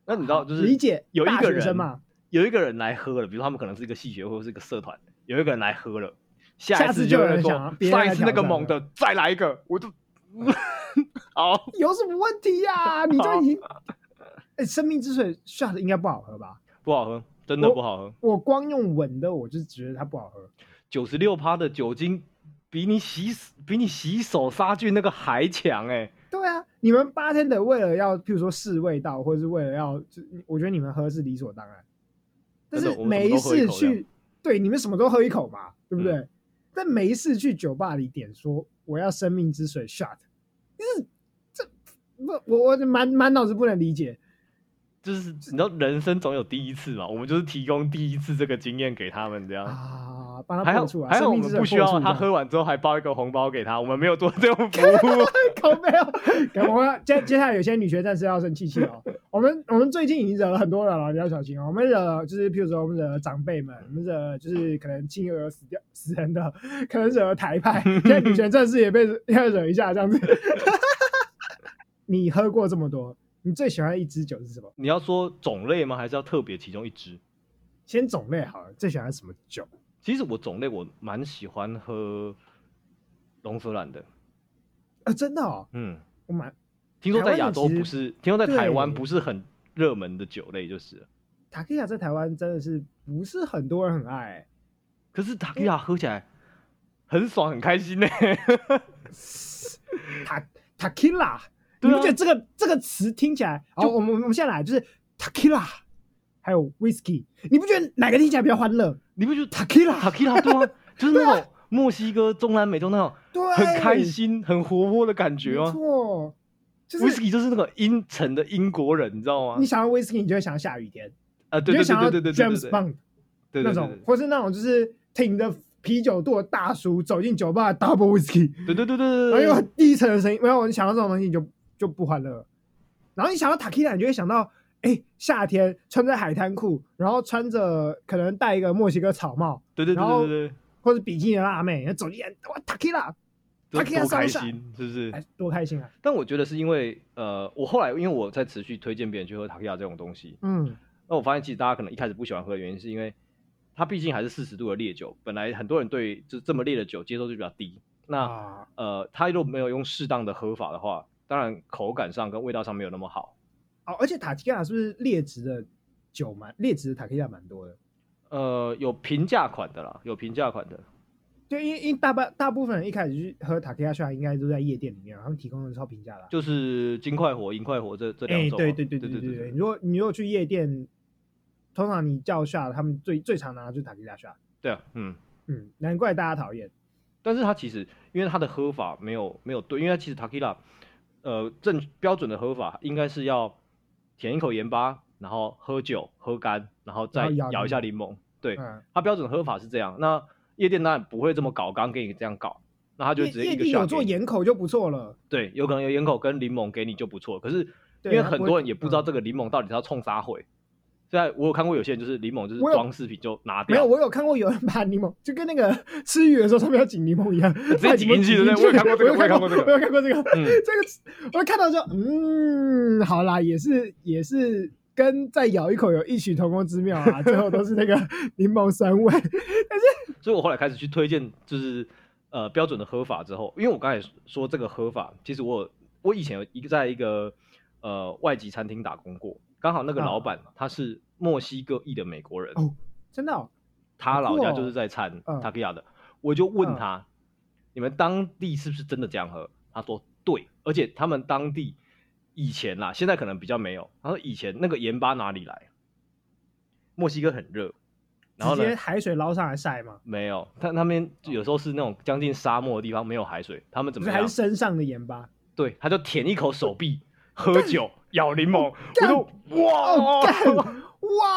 [SPEAKER 2] 那你知道就是
[SPEAKER 1] 理解
[SPEAKER 2] 嗯有一
[SPEAKER 1] 大
[SPEAKER 2] 个
[SPEAKER 1] 学生
[SPEAKER 2] 人
[SPEAKER 1] 嘛，
[SPEAKER 2] 有一个人来喝了，比如他们可能是一个系学会或是一个社团，有一个人来喝了，
[SPEAKER 1] 下
[SPEAKER 2] 一
[SPEAKER 1] 次
[SPEAKER 2] 次
[SPEAKER 1] 就有
[SPEAKER 2] 有
[SPEAKER 1] 人
[SPEAKER 2] 人
[SPEAKER 1] 想要
[SPEAKER 2] 说
[SPEAKER 1] 别人
[SPEAKER 2] 上
[SPEAKER 1] 来
[SPEAKER 2] 一次那
[SPEAKER 1] 挑
[SPEAKER 2] 个
[SPEAKER 1] 战
[SPEAKER 2] 猛的再来一个，我就好。
[SPEAKER 1] 有什么问题 呀、你就已经，哎，生命之水 shot 应该不好喝吧？
[SPEAKER 2] 不好喝，真的
[SPEAKER 1] 我
[SPEAKER 2] 不好喝。
[SPEAKER 1] 我光用闻的，我就觉得它不好喝。
[SPEAKER 2] 九十六趴的酒精比你洗比你洗手杀菌那个还强哎、
[SPEAKER 1] 对啊，你们八天的为了要，譬如说试味道，或者是为了要，就我觉得你们喝是理所当然。但
[SPEAKER 2] 真
[SPEAKER 1] 是
[SPEAKER 2] 的我们
[SPEAKER 1] 没
[SPEAKER 2] 什么都喝一
[SPEAKER 1] 事
[SPEAKER 2] 口这
[SPEAKER 1] 去
[SPEAKER 2] 样，
[SPEAKER 1] 对，你们什么都喝一口嘛，对不对？
[SPEAKER 2] 嗯
[SPEAKER 1] 但没事去酒吧里点说我要生命之水 shot，就是这不，我我满满脑子不能理解。
[SPEAKER 2] 就是你知道人生总有第一次嘛，我们就是提供第一次这个经验给他们这样。
[SPEAKER 1] 啊，帮他
[SPEAKER 2] 还好
[SPEAKER 1] 破处啊，
[SPEAKER 2] 还好
[SPEAKER 1] 生
[SPEAKER 2] 我
[SPEAKER 1] 命之
[SPEAKER 2] 们
[SPEAKER 1] 水
[SPEAKER 2] 不需要他喝
[SPEAKER 1] 破
[SPEAKER 2] 完之后还包一个红包给他，我 们没有做这种服务。
[SPEAKER 1] 处这样，口没有。赶快我要 接接下来有些女学战士要生气气哦。 我们我们最近已经惹了很多人了，你要小心哦。我们惹了就是譬如说我们惹了长辈们，我们惹了就是可能亲友有死掉死人的， 可能惹了台派，现在女权战士也被 惹要惹一下这样子。 你喝过这么多，你最喜欢的一支酒是什么？
[SPEAKER 2] 你要说种类吗？还是要特别其中一支？
[SPEAKER 1] 先种类好了，最喜欢什么酒？
[SPEAKER 2] 其实我种类我蛮喜欢喝龙舌兰的，
[SPEAKER 1] 啊，真的哦，
[SPEAKER 2] 嗯，
[SPEAKER 1] 我蛮
[SPEAKER 2] 听说
[SPEAKER 1] 台
[SPEAKER 2] 在
[SPEAKER 1] 湾
[SPEAKER 2] 亚
[SPEAKER 1] 的
[SPEAKER 2] 洲
[SPEAKER 1] 其
[SPEAKER 2] 不
[SPEAKER 1] 实
[SPEAKER 2] 是，听说在台湾
[SPEAKER 1] 对
[SPEAKER 2] 不是很热门的酒类就是了。
[SPEAKER 1] 塔克亚在台湾真的是不是很多人很爱、
[SPEAKER 2] 可是塔 q 亚喝起来很爽，很开心呢、
[SPEAKER 1] 塔塔 q 拉，你
[SPEAKER 2] 对啊
[SPEAKER 1] 不觉得这个这个词听起来？好，我们我们现在来就是塔 q 拉，还有 whisky，你不觉得哪个听起来比较欢乐？
[SPEAKER 2] 你不觉得
[SPEAKER 1] 塔 q
[SPEAKER 2] 塔
[SPEAKER 1] 拉，
[SPEAKER 2] q 拉对啊，就是那种墨西哥、中南美洲那种
[SPEAKER 1] 对，
[SPEAKER 2] 很开，心、很活泼的感觉
[SPEAKER 1] 没
[SPEAKER 2] 吗
[SPEAKER 1] 错，就是
[SPEAKER 2] ？Whisky 就是那个阴沉的英国人，你知道吗
[SPEAKER 1] 你？想要 whisky，你就会想要下雨天，
[SPEAKER 2] 啊，对
[SPEAKER 1] 你就
[SPEAKER 2] 对
[SPEAKER 1] 会想要
[SPEAKER 2] 对对对对对
[SPEAKER 1] James
[SPEAKER 2] 对
[SPEAKER 1] Bond
[SPEAKER 2] 对
[SPEAKER 1] 那
[SPEAKER 2] 对
[SPEAKER 1] 种，或是那种就是挺着啤酒肚的大叔走进酒吧 double whisky。
[SPEAKER 2] 对对对对
[SPEAKER 1] 然后
[SPEAKER 2] 对
[SPEAKER 1] 又
[SPEAKER 2] 对，
[SPEAKER 1] 很低沉的声音，没有你想到这种东西你就就不欢乐了。然后你想到塔 q 拉，你就会想到，哎，夏天穿着海滩裤，然后穿着可能戴一个墨西哥草帽
[SPEAKER 2] 对对对
[SPEAKER 1] 然后
[SPEAKER 2] 对对
[SPEAKER 1] 或者比基尼的辣妹，然后走进来，哇，塔 q 拉，
[SPEAKER 2] 对，
[SPEAKER 1] 塔 q 拉
[SPEAKER 2] 这多开
[SPEAKER 1] 上上，
[SPEAKER 2] 心，是不是？
[SPEAKER 1] 哎，多开心啊！
[SPEAKER 2] 但我觉得是因为，呃，我后来因为我在持续推荐别人去喝塔 q 亚这种东西，
[SPEAKER 1] 嗯，
[SPEAKER 2] 那我发现其实大家可能一开始不喜欢喝的原因，是因为它毕竟还是四十度的烈酒，本来很多人对就这么烈的酒接受度比较低。那
[SPEAKER 1] 啊，
[SPEAKER 2] 呃，它如果没有用适当的喝法的话，当然口感上跟味道上没有那么好。
[SPEAKER 1] 哦，而且塔 q 拉是不是劣质的酒蛮劣质的塔 q 拉蛮多的？
[SPEAKER 2] 呃，有平价款的啦，有平价款的，
[SPEAKER 1] 对，因为因为大半大部分人一开始去喝塔 q 拉，应该都在夜店里面，他们提供的超平价的啊、
[SPEAKER 2] 就是金快活、银快活这这两
[SPEAKER 1] 哎，
[SPEAKER 2] 种啊、
[SPEAKER 1] 对对对
[SPEAKER 2] 对
[SPEAKER 1] 对
[SPEAKER 2] 对
[SPEAKER 1] 对，如果你如果去夜店，通常你叫下，他们最最常拿的就是塔吉拉下，
[SPEAKER 2] 对啊，嗯。
[SPEAKER 1] 嗯，难怪大家讨厌。
[SPEAKER 2] 但是它其实因为它的喝法没有没有对，因为它其实 tequila，呃，正标准的喝法应该是要舔一口盐巴，然后喝酒喝干，然后再
[SPEAKER 1] 然后咬
[SPEAKER 2] 咬一下柠檬。对，
[SPEAKER 1] 嗯，
[SPEAKER 2] 它标准喝法是这样。那夜店当然不会这么搞，刚给你这样搞，那他就
[SPEAKER 1] 夜
[SPEAKER 2] 直接
[SPEAKER 1] 夜
[SPEAKER 2] 一个
[SPEAKER 1] 店有
[SPEAKER 2] 下
[SPEAKER 1] 做
[SPEAKER 2] 给你。
[SPEAKER 1] 盐口就不错了，
[SPEAKER 2] 对，有可能有盐口跟柠檬给你就不错。可是因
[SPEAKER 1] 对
[SPEAKER 2] 为
[SPEAKER 1] 它
[SPEAKER 2] 很
[SPEAKER 1] 不会
[SPEAKER 2] 多人也不知道这
[SPEAKER 1] 嗯
[SPEAKER 2] 个柠檬到底是要冲啥毁。现在我有看过有些人就是柠檬就是
[SPEAKER 1] 我有
[SPEAKER 2] 装饰品就拿
[SPEAKER 1] 没有，
[SPEAKER 2] 掉，
[SPEAKER 1] 我有看过有人把柠檬，就跟那个 吃鱼的时候上面要挤柠檬一样，
[SPEAKER 2] 直接
[SPEAKER 1] 把
[SPEAKER 2] 挤
[SPEAKER 1] 柠檬
[SPEAKER 2] 进去
[SPEAKER 1] 挤
[SPEAKER 2] 对不对我有看过这个
[SPEAKER 1] 我有看过，
[SPEAKER 2] 我
[SPEAKER 1] 我有看过这个，
[SPEAKER 2] 嗯
[SPEAKER 1] 这个我看到就嗯，好啦，也是也是跟再咬一口有异曲同工之妙啊，最后都是那个 柠檬酸味。
[SPEAKER 2] 所以我后来开始去推荐，就是呃标准的喝法之后，因为我刚才说这个喝法，其实我有我以前有一个在一个呃外籍餐厅打工过，刚好那个
[SPEAKER 1] 啊
[SPEAKER 2] 老板、他是墨西哥裔的美国人，
[SPEAKER 1] 哦真的、哦，
[SPEAKER 2] 他老家
[SPEAKER 1] 好酷哦
[SPEAKER 2] 就是在产
[SPEAKER 1] 嗯
[SPEAKER 2] 塔克亚的，我就问
[SPEAKER 1] 嗯
[SPEAKER 2] 他，你们当地是不是真的这样喝？他说对，而且他们当地以前啦，现在可能比较没有，他说以前那个盐巴哪里来？墨西哥很热，然后
[SPEAKER 1] 直
[SPEAKER 2] 呢
[SPEAKER 1] 接？海水捞上来晒嘛，
[SPEAKER 2] 没有，他那边有时候是那种将近沙漠的地方，没有海水，他们怎
[SPEAKER 1] 不
[SPEAKER 2] 么
[SPEAKER 1] 是还
[SPEAKER 2] 样
[SPEAKER 1] 是？身上的盐巴。
[SPEAKER 2] 对，他就舔一口手 臂，喝酒，咬柠檬，我
[SPEAKER 1] 干
[SPEAKER 2] 就
[SPEAKER 1] 哦，干
[SPEAKER 2] 哇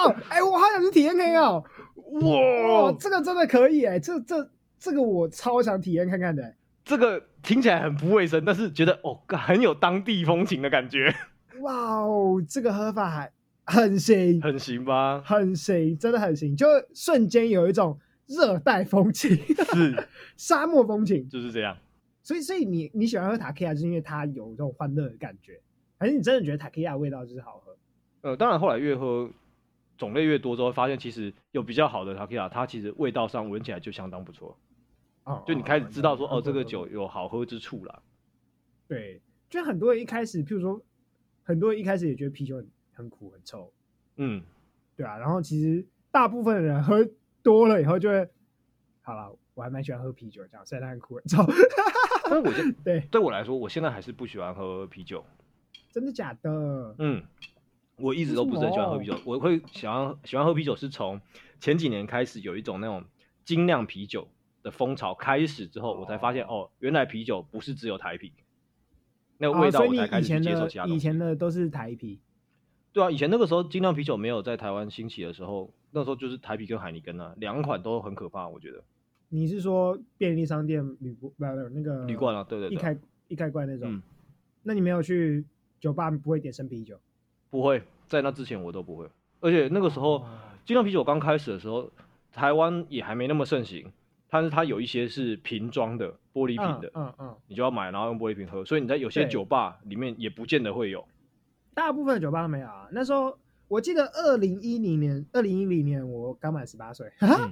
[SPEAKER 1] 哇！哎、我好想去体验看看哦。哇，
[SPEAKER 2] 哇，
[SPEAKER 1] 这个真的可以哎、这这这个我超想体验看看的、
[SPEAKER 2] 这个听起来很不卫生，但是觉得哦，干很有当地风情的感 觉，
[SPEAKER 1] 哇哦，这个喝法还很行，
[SPEAKER 2] 很行吧？
[SPEAKER 1] 很行，真的很行，就瞬间有一种热带风情、
[SPEAKER 2] 是，
[SPEAKER 1] 沙漠风情。
[SPEAKER 2] 就是这样。所
[SPEAKER 1] 所以，所以你你喜欢喝塔克亚，就是因为它有这种欢乐的感觉，还是你真的觉得塔克亚的味道就是好喝？
[SPEAKER 2] 呃，当然后来越喝种类越多之后，发现其实有比较好的塔 q 亚，它其实味道上闻起来就相当不错，
[SPEAKER 1] 哦，
[SPEAKER 2] 就你开始知道说哦，这个
[SPEAKER 1] 酒。
[SPEAKER 2] 酒有好喝之处啦。
[SPEAKER 1] 对，就很多人一开始，譬如说，很多人一开始也觉得啤酒很很苦很臭，
[SPEAKER 2] 嗯，
[SPEAKER 1] 对啊。然后其实大部分的人喝多了以后就会，好了，我还蛮喜欢喝啤酒这样，虽然它很苦很臭。
[SPEAKER 2] 但是我现
[SPEAKER 1] 对，
[SPEAKER 2] 对我来说，我现在还是不喜欢喝啤酒。
[SPEAKER 1] 真的假的？
[SPEAKER 2] 嗯，我一直都不是很喜欢喝啤酒，我会想要喜欢喝啤酒是从前几年开始有一种那种精酿啤酒的风潮开始之后，我才发现哦，原来啤酒不是只有台啤，那个味
[SPEAKER 1] 哦
[SPEAKER 2] 道
[SPEAKER 1] 所以
[SPEAKER 2] 我
[SPEAKER 1] 你
[SPEAKER 2] 才开
[SPEAKER 1] 以
[SPEAKER 2] 始去
[SPEAKER 1] 前
[SPEAKER 2] 接受
[SPEAKER 1] 的
[SPEAKER 2] 其他
[SPEAKER 1] 以
[SPEAKER 2] 东西。
[SPEAKER 1] 前的都是台啤
[SPEAKER 2] 对啊，以前那个时候精酿啤酒没有在台湾兴起的时候，那时候就是台啤跟海尼根啊，两款都很可怕，我
[SPEAKER 1] 嗯
[SPEAKER 2] 觉得
[SPEAKER 1] 你是说便利商店铝不不是那个
[SPEAKER 2] 铝罐啊，对对
[SPEAKER 1] 一
[SPEAKER 2] 对，
[SPEAKER 1] 开一开罐那种？
[SPEAKER 2] 嗯
[SPEAKER 1] 那你没有去酒吧不会点生啤酒？
[SPEAKER 2] 不会，在那之前我都不会，而且那个时候
[SPEAKER 1] 哇
[SPEAKER 2] 精酿啤酒刚开始的时候，台湾也还没那么盛行，但是它有一些是瓶装的玻璃瓶的，
[SPEAKER 1] 嗯嗯嗯，
[SPEAKER 2] 你就要买，然后用玻璃瓶喝，所以你在有些
[SPEAKER 1] 对
[SPEAKER 2] 酒吧里面也不见得会有。
[SPEAKER 1] 大部分的酒吧都没有啊。那时候我记得二零一零年，二零一零年我刚满十八岁，哈哈
[SPEAKER 2] 嗯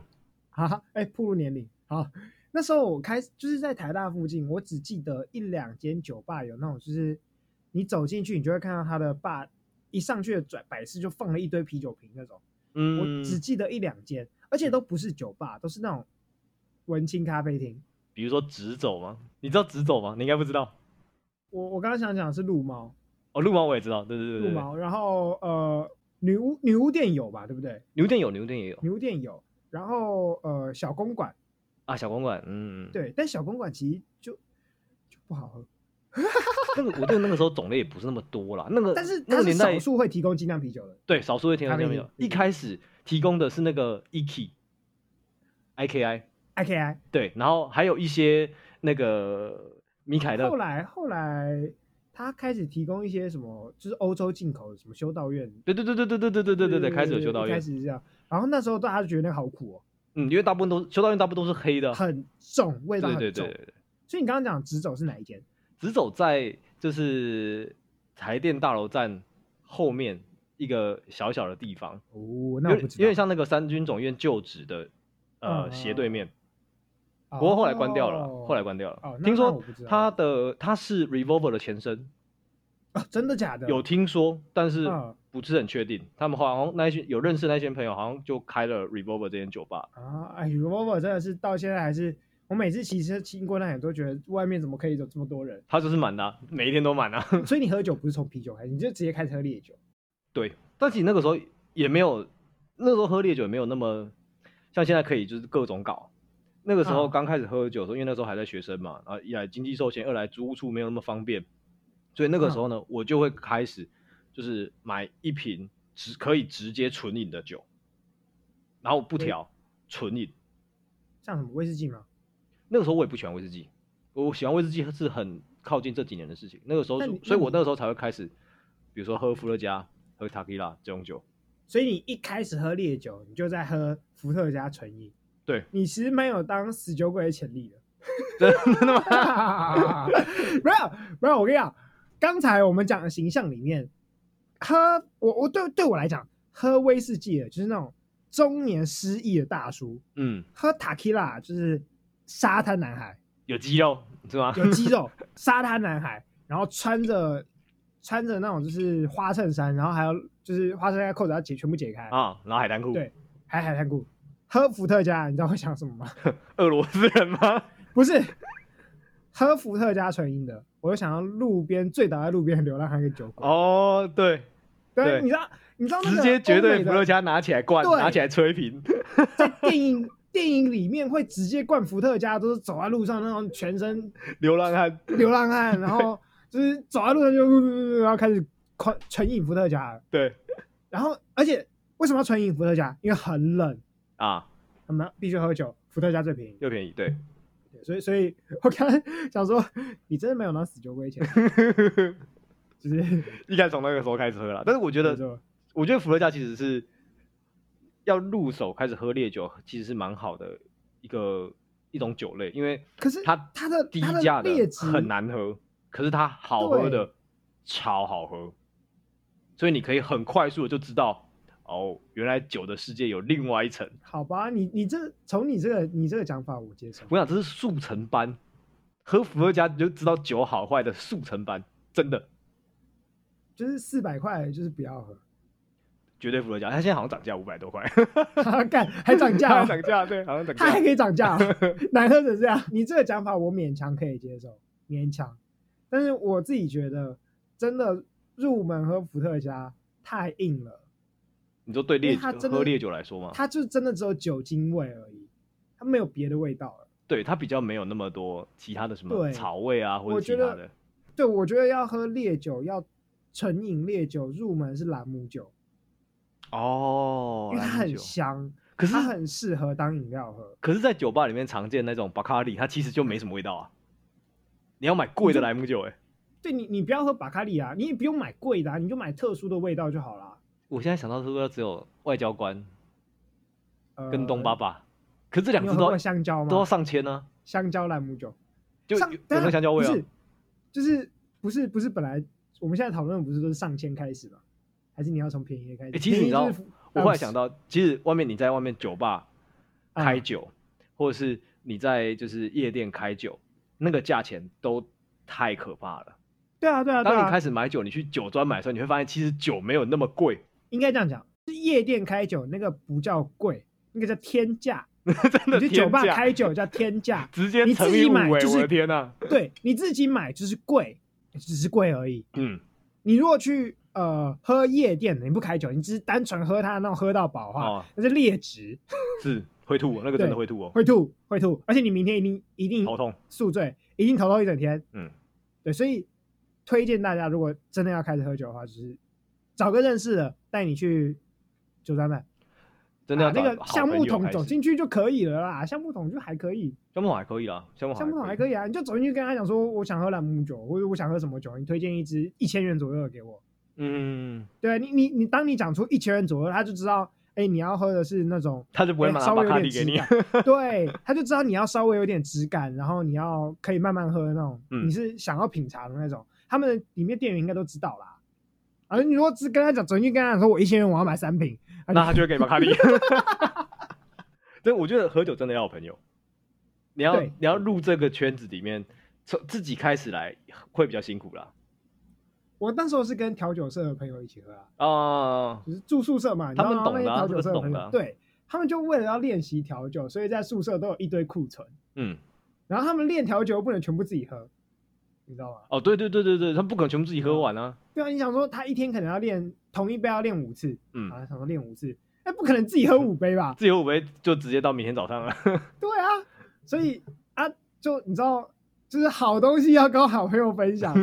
[SPEAKER 1] 哈哈，哎，步入年龄。好，那时候我开始就是在台大附近，我只记得一两间酒吧有那种，就是你走进去，你就会看到他的吧，一上去的转摆饰就放了一堆啤酒瓶那种。
[SPEAKER 2] 嗯
[SPEAKER 1] 我，只记得一两间，而且都不是酒吧，都是那种文青咖啡厅。
[SPEAKER 2] 比如说直走吗？你知道直走吗？你应该不知道。
[SPEAKER 1] 我我刚刚想讲的是鹿猫，
[SPEAKER 2] 哦，鹿毛我也知道，对对对
[SPEAKER 1] 鹿
[SPEAKER 2] 对对。
[SPEAKER 1] 猫，然后呃，女巫女巫店有吧，对不对？
[SPEAKER 2] 牛店有，牛店也有
[SPEAKER 1] 女巫店有，然后呃，小公馆
[SPEAKER 2] 啊，小公馆，嗯，嗯，
[SPEAKER 1] 对，但小公馆其实就就不好喝，
[SPEAKER 2] 那个我记得那个时候种类也不是那么多啦，那个
[SPEAKER 1] 但是它
[SPEAKER 2] 那个
[SPEAKER 1] 是
[SPEAKER 2] 年
[SPEAKER 1] 少
[SPEAKER 2] 代
[SPEAKER 1] 数会提供精酿啤酒的。
[SPEAKER 2] 对少数会听到
[SPEAKER 1] 咖啡
[SPEAKER 2] 这
[SPEAKER 1] 厅
[SPEAKER 2] 没有，一开始提供的是那个 IKI，I K I，
[SPEAKER 1] I K I，
[SPEAKER 2] 对，然后还有一些那个米凯勒
[SPEAKER 1] 后，来后来他开始提供一些什么，就是欧洲进口的什么修道院，
[SPEAKER 2] 对对对对对对对对对对对，开始有修道
[SPEAKER 1] 一开
[SPEAKER 2] 院，
[SPEAKER 1] 始是这样。然后那时候大家就觉得那个好苦哦，
[SPEAKER 2] 嗯，因为大部分都修道院大部分都是黑的啊，
[SPEAKER 1] 很重，味
[SPEAKER 2] 对
[SPEAKER 1] 道很
[SPEAKER 2] 对
[SPEAKER 1] 重。
[SPEAKER 2] 对对对，对
[SPEAKER 1] 所以你刚刚讲直走是哪一间？
[SPEAKER 2] 直走在就是台电大楼站后面一个小小的地方，
[SPEAKER 1] 哦，那我
[SPEAKER 2] 有点
[SPEAKER 1] 不
[SPEAKER 2] 有
[SPEAKER 1] 知
[SPEAKER 2] 点
[SPEAKER 1] 道。
[SPEAKER 2] 像那个三军总院旧址的呃
[SPEAKER 1] 嗯
[SPEAKER 2] 斜对面，
[SPEAKER 1] 不
[SPEAKER 2] 不过后来关掉了，后来关掉了。
[SPEAKER 1] 哦那
[SPEAKER 2] 听
[SPEAKER 1] 那我
[SPEAKER 2] 说
[SPEAKER 1] 不知道
[SPEAKER 2] 它的它是 Revolver 的前身，
[SPEAKER 1] 啊，真的假的？
[SPEAKER 2] 有听说，但是
[SPEAKER 1] 嗯
[SPEAKER 2] 不是很确定。他们好像那一群有认识那些朋友，好像就开了 Revolver 这间酒吧。？
[SPEAKER 1] 啊，哎，Revolver 真的是到现在还是，我每次骑车经过那里都觉得外面怎么可以有这么多人
[SPEAKER 2] 它就是满的啊、每一天都满啊。
[SPEAKER 1] 所以你喝酒不是从啤酒开始，你就直接开始喝烈酒。
[SPEAKER 2] 对，但其实那个时候也没有，那时候喝烈酒也没有那么像现在可以就是各种搞。那个时候
[SPEAKER 1] 嗯
[SPEAKER 2] 刚开始喝酒的时候，因为那时候还在学生嘛，啊，一来经济受限，二来租屋处没有那么方便，所以那个时候呢，我就会开始就是买一瓶只可以直接纯饮的酒，然后不调纯饮。
[SPEAKER 1] 像什么威士忌吗？
[SPEAKER 2] 那个时候我也不喜欢威士忌，我喜欢威士忌是很靠近这几年的事情。那个时候
[SPEAKER 1] 那
[SPEAKER 2] 是
[SPEAKER 1] 你，
[SPEAKER 2] 所以
[SPEAKER 1] 那
[SPEAKER 2] 我
[SPEAKER 1] 你
[SPEAKER 2] 那个时候才会开始，比如说喝伏特加、喝塔 q 拉这 种酒。
[SPEAKER 1] 所以你一开始喝烈酒，你就在喝伏特加纯饮。
[SPEAKER 2] 对，
[SPEAKER 1] 你其实蛮有当死酒鬼的潜力的。
[SPEAKER 2] 真的吗？
[SPEAKER 1] 没有没有，我跟你讲，刚才我们讲的形象里面，喝我我对对我来讲，喝威士忌的就是那种中年失意的大叔，
[SPEAKER 2] 嗯，
[SPEAKER 1] 喝塔 q 拉就是沙滩男孩，
[SPEAKER 2] 有肌肉是 吗？
[SPEAKER 1] 有肌肉沙滩男孩，然后穿着穿着那种就是花衬衫，然后还要就是花衬衫扣子要解全部解开，
[SPEAKER 2] 啊，然后海滩裤，
[SPEAKER 1] 对还海滩裤。喝伏特加，你知道会想什么吗？
[SPEAKER 2] 俄罗斯人吗？
[SPEAKER 1] 不是喝伏特加纯饮的，我就想到路边醉倒在路边的流浪汉跟酒鬼。
[SPEAKER 2] 哦，对，对
[SPEAKER 1] 对，你知道，你知道那
[SPEAKER 2] 直
[SPEAKER 1] 个
[SPEAKER 2] 接绝对伏
[SPEAKER 1] 不
[SPEAKER 2] 特加拿起来灌，
[SPEAKER 1] 对
[SPEAKER 2] 拿起来吹瓶，
[SPEAKER 1] 在电影 电影里面会直接灌伏特加，都是走在路上那种全身
[SPEAKER 2] 流浪汉。
[SPEAKER 1] 流浪汉，然后就是走在路上就呜呜呜然后开始狂纯饮伏特加了。
[SPEAKER 2] 对
[SPEAKER 1] 然后，而且为什么要纯饮伏特加？因为很冷，
[SPEAKER 2] 啊，
[SPEAKER 1] 他们必须喝酒，伏特加最便宜。
[SPEAKER 2] 又便宜，对，
[SPEAKER 1] 对所以，所以我刚才想说，你真的没有拿死酒鬼 钱，就是
[SPEAKER 2] 一开始从那个时候开始喝了，但是我觉
[SPEAKER 1] 觉
[SPEAKER 2] 得我觉得伏特加其实是要入手开始喝烈酒，其实是蛮好的一个一种酒类，因为
[SPEAKER 1] 可是
[SPEAKER 2] 它
[SPEAKER 1] 它的
[SPEAKER 2] 低
[SPEAKER 1] 它的
[SPEAKER 2] 价的
[SPEAKER 1] 劣质
[SPEAKER 2] 很难喝，可是它好喝的超好喝，所以你可以很快速的就知道哦，原来酒的世界有另外一层。
[SPEAKER 1] 好吧，你你这从你这个你这个讲法我接受。
[SPEAKER 2] 我想这是速成班，喝伏特加你就知道酒好坏的速成班，真的
[SPEAKER 1] 就是四百块，就是不 要喝。
[SPEAKER 2] 绝对伏特加，它现在好像涨价五百多块，
[SPEAKER 1] 干还涨价
[SPEAKER 2] 它
[SPEAKER 1] 哦、
[SPEAKER 2] 涨价对，好像涨
[SPEAKER 1] 它还
[SPEAKER 2] 价。
[SPEAKER 1] 可以涨价哦、 难喝成这样。你这个讲法我勉强可以接受，勉强。但是我自己觉得，真的入门喝伏特加太硬了，
[SPEAKER 2] 你说对
[SPEAKER 1] 因
[SPEAKER 2] 烈
[SPEAKER 1] 为它
[SPEAKER 2] 酒
[SPEAKER 1] 真的
[SPEAKER 2] 喝烈酒来说吗？
[SPEAKER 1] 它就真的只有酒精味而已，它没有别的味道了。
[SPEAKER 2] 对，它比较没有那么多其他的什么
[SPEAKER 1] 对
[SPEAKER 2] 草味啊，或者
[SPEAKER 1] 我
[SPEAKER 2] 其
[SPEAKER 1] 觉
[SPEAKER 2] 他
[SPEAKER 1] 得
[SPEAKER 2] 的。
[SPEAKER 1] 对，我觉得要喝烈酒要纯饮烈酒入门是朗姆酒，
[SPEAKER 2] 哦，
[SPEAKER 1] 因为它
[SPEAKER 2] 兰姆
[SPEAKER 1] 很
[SPEAKER 2] 酒。
[SPEAKER 1] 香，
[SPEAKER 2] 可是
[SPEAKER 1] 它很适合当饮料喝。
[SPEAKER 2] 可是，在酒吧里面常见那种巴卡利，它其实就没什么味道啊。你要买贵的莱姆酒、欸，哎，
[SPEAKER 1] 对你，你不要喝巴卡利啊，你也不用买贵的、啊，你就买特殊的味道就好啦。
[SPEAKER 2] 我现在想到是不是只有外交官
[SPEAKER 1] 呃，
[SPEAKER 2] 跟东巴爸？可是这两
[SPEAKER 1] 你
[SPEAKER 2] 只
[SPEAKER 1] 有喝
[SPEAKER 2] 都
[SPEAKER 1] 过
[SPEAKER 2] 要
[SPEAKER 1] 香蕉吗？
[SPEAKER 2] 都要上千呢、
[SPEAKER 1] 香蕉兰姆酒，
[SPEAKER 2] 就有
[SPEAKER 1] 上
[SPEAKER 2] 有
[SPEAKER 1] 等
[SPEAKER 2] 那
[SPEAKER 1] 下
[SPEAKER 2] 个香蕉味啊
[SPEAKER 1] 不。是，就是不是不是本来我们现在讨论的不是都是上千开始吗？还是你要从便宜的开始？
[SPEAKER 2] 欸其实你知道
[SPEAKER 1] 便宜就是
[SPEAKER 2] 我后来想到，其实外面你在外面酒吧
[SPEAKER 1] 嗯
[SPEAKER 2] 开酒，或者是你在就是夜店开酒，那个价钱都太可怕了。
[SPEAKER 1] 对啊对啊对
[SPEAKER 2] 当你开
[SPEAKER 1] 啊，
[SPEAKER 2] 始买酒，你去酒庄买的时候，你会发现其实酒没有那么贵，
[SPEAKER 1] 应该这样讲，是夜店开酒那个不叫贵，那个叫天价。
[SPEAKER 2] 真的
[SPEAKER 1] 你去酒吧
[SPEAKER 2] 天价，
[SPEAKER 1] 开酒叫天价
[SPEAKER 2] 直接
[SPEAKER 1] 你
[SPEAKER 2] 乘
[SPEAKER 1] 自己
[SPEAKER 2] 以五、
[SPEAKER 1] 买
[SPEAKER 2] 欸，
[SPEAKER 1] 就是
[SPEAKER 2] 我的天呐、啊！
[SPEAKER 1] 对，你自己买就是贵，只是贵而已。
[SPEAKER 2] 嗯，
[SPEAKER 1] 你如果去呃喝夜店的，你不开酒，你只是单纯喝它那种喝到饱的话，
[SPEAKER 2] 哦
[SPEAKER 1] 那是劣质，
[SPEAKER 2] 是会吐哦，那个真的会吐哦，
[SPEAKER 1] 会嗯吐会吐，而且你明天一定一定
[SPEAKER 2] 头痛。
[SPEAKER 1] 宿醉，一定头痛一整天。
[SPEAKER 2] 嗯，
[SPEAKER 1] 对，所以推荐大家，如果真的要开始喝酒的话，就是找个认识的带你去酒庄买，
[SPEAKER 2] 真的要
[SPEAKER 1] 啊那
[SPEAKER 2] 找
[SPEAKER 1] 个
[SPEAKER 2] 好
[SPEAKER 1] 橡木
[SPEAKER 2] 朋友
[SPEAKER 1] 桶
[SPEAKER 2] 开
[SPEAKER 1] 走
[SPEAKER 2] 始
[SPEAKER 1] 进去就可以了啦，橡木桶就还可以，
[SPEAKER 2] 橡木桶还可以啦，橡木桶
[SPEAKER 1] 橡木桶还可
[SPEAKER 2] 以。
[SPEAKER 1] 以啊，你就走进去跟他讲说，我想喝朗姆酒，或者我想喝什么酒，你推荐一支一千元左右的给我。
[SPEAKER 2] 嗯，
[SPEAKER 1] 对啊你你你，当你讲出一千元左右，他就知道，哎，你要喝的是那种
[SPEAKER 2] 他就不会
[SPEAKER 1] 哎
[SPEAKER 2] 马
[SPEAKER 1] 稍
[SPEAKER 2] 上把
[SPEAKER 1] 微有
[SPEAKER 2] 卡
[SPEAKER 1] 点
[SPEAKER 2] 递给
[SPEAKER 1] 质
[SPEAKER 2] 你。
[SPEAKER 1] 感，对，他就知道你要稍微有点质感，然后你要可以慢慢喝的那种，
[SPEAKER 2] 嗯
[SPEAKER 1] 你是想要品茶的那种，他们的里面店员应该都知道啦。啊，你如果只跟他讲，走进去跟他讲说，我一千元我要买三瓶，他就
[SPEAKER 2] 那他就会给马 卡利。对，我觉得喝酒真的要有朋友，你要
[SPEAKER 1] 对
[SPEAKER 2] 你要入这个圈子里面，从自己开始来会比较辛苦啦。
[SPEAKER 1] 我那时候是跟调酒社的朋友一起喝啊，
[SPEAKER 2] 啊、
[SPEAKER 1] 就是住宿舍嘛，你知
[SPEAKER 2] 他们
[SPEAKER 1] 道吗
[SPEAKER 2] 懂的啊
[SPEAKER 1] 那些调酒社的朋
[SPEAKER 2] 这个是懂的啊
[SPEAKER 1] 友，对他们就为了要练习调酒，所以在宿舍都有一堆库存，
[SPEAKER 2] 嗯，
[SPEAKER 1] 然后他们练调酒又不能全部自己喝，你知道吗？
[SPEAKER 2] 哦，对对对对对，他不可能全部自己喝完啊。
[SPEAKER 1] 对啊，你想说他一天可能要练同一杯要练五次，
[SPEAKER 2] 嗯，
[SPEAKER 1] 啊，想说练五次，哎，不可能自己喝五杯吧？
[SPEAKER 2] 自己喝五杯就直接到明天早上了。
[SPEAKER 1] 对啊，所以啊，就你知道，就是好东西要跟好朋友分 享。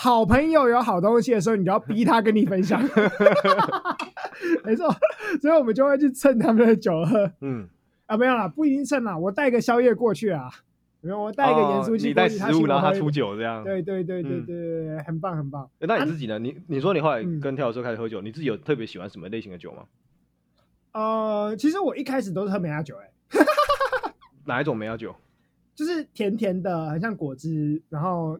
[SPEAKER 1] 好朋友有好东西的时候，你就要逼他跟你分 享。 没错，所以我们就会去蹭他们的酒喝
[SPEAKER 2] 嗯，
[SPEAKER 1] 啊，没有啦，不一定蹭啦，我带个宵夜过去啊，有没有？我带一个盐
[SPEAKER 2] 哦
[SPEAKER 1] 酥鸡
[SPEAKER 2] 你
[SPEAKER 1] 过
[SPEAKER 2] 带
[SPEAKER 1] 去，
[SPEAKER 2] 食
[SPEAKER 1] 请
[SPEAKER 2] 物，
[SPEAKER 1] 我
[SPEAKER 2] 然后
[SPEAKER 1] 喝
[SPEAKER 2] 他
[SPEAKER 1] 一
[SPEAKER 2] 出
[SPEAKER 1] 杯。
[SPEAKER 2] 酒这样。
[SPEAKER 1] 对对对对
[SPEAKER 2] 嗯
[SPEAKER 1] 对对，很棒很棒。
[SPEAKER 2] 欸那你自己呢？你你说你后来
[SPEAKER 1] 嗯
[SPEAKER 2] 跟跳的时候开始喝酒，你自己有特别喜欢什么类型的酒吗？
[SPEAKER 1] 呃，其实我一开始都是喝梅亚酒、欸，哎，
[SPEAKER 2] 哪一种梅亚酒？
[SPEAKER 1] 就是甜甜的，很像果汁，然后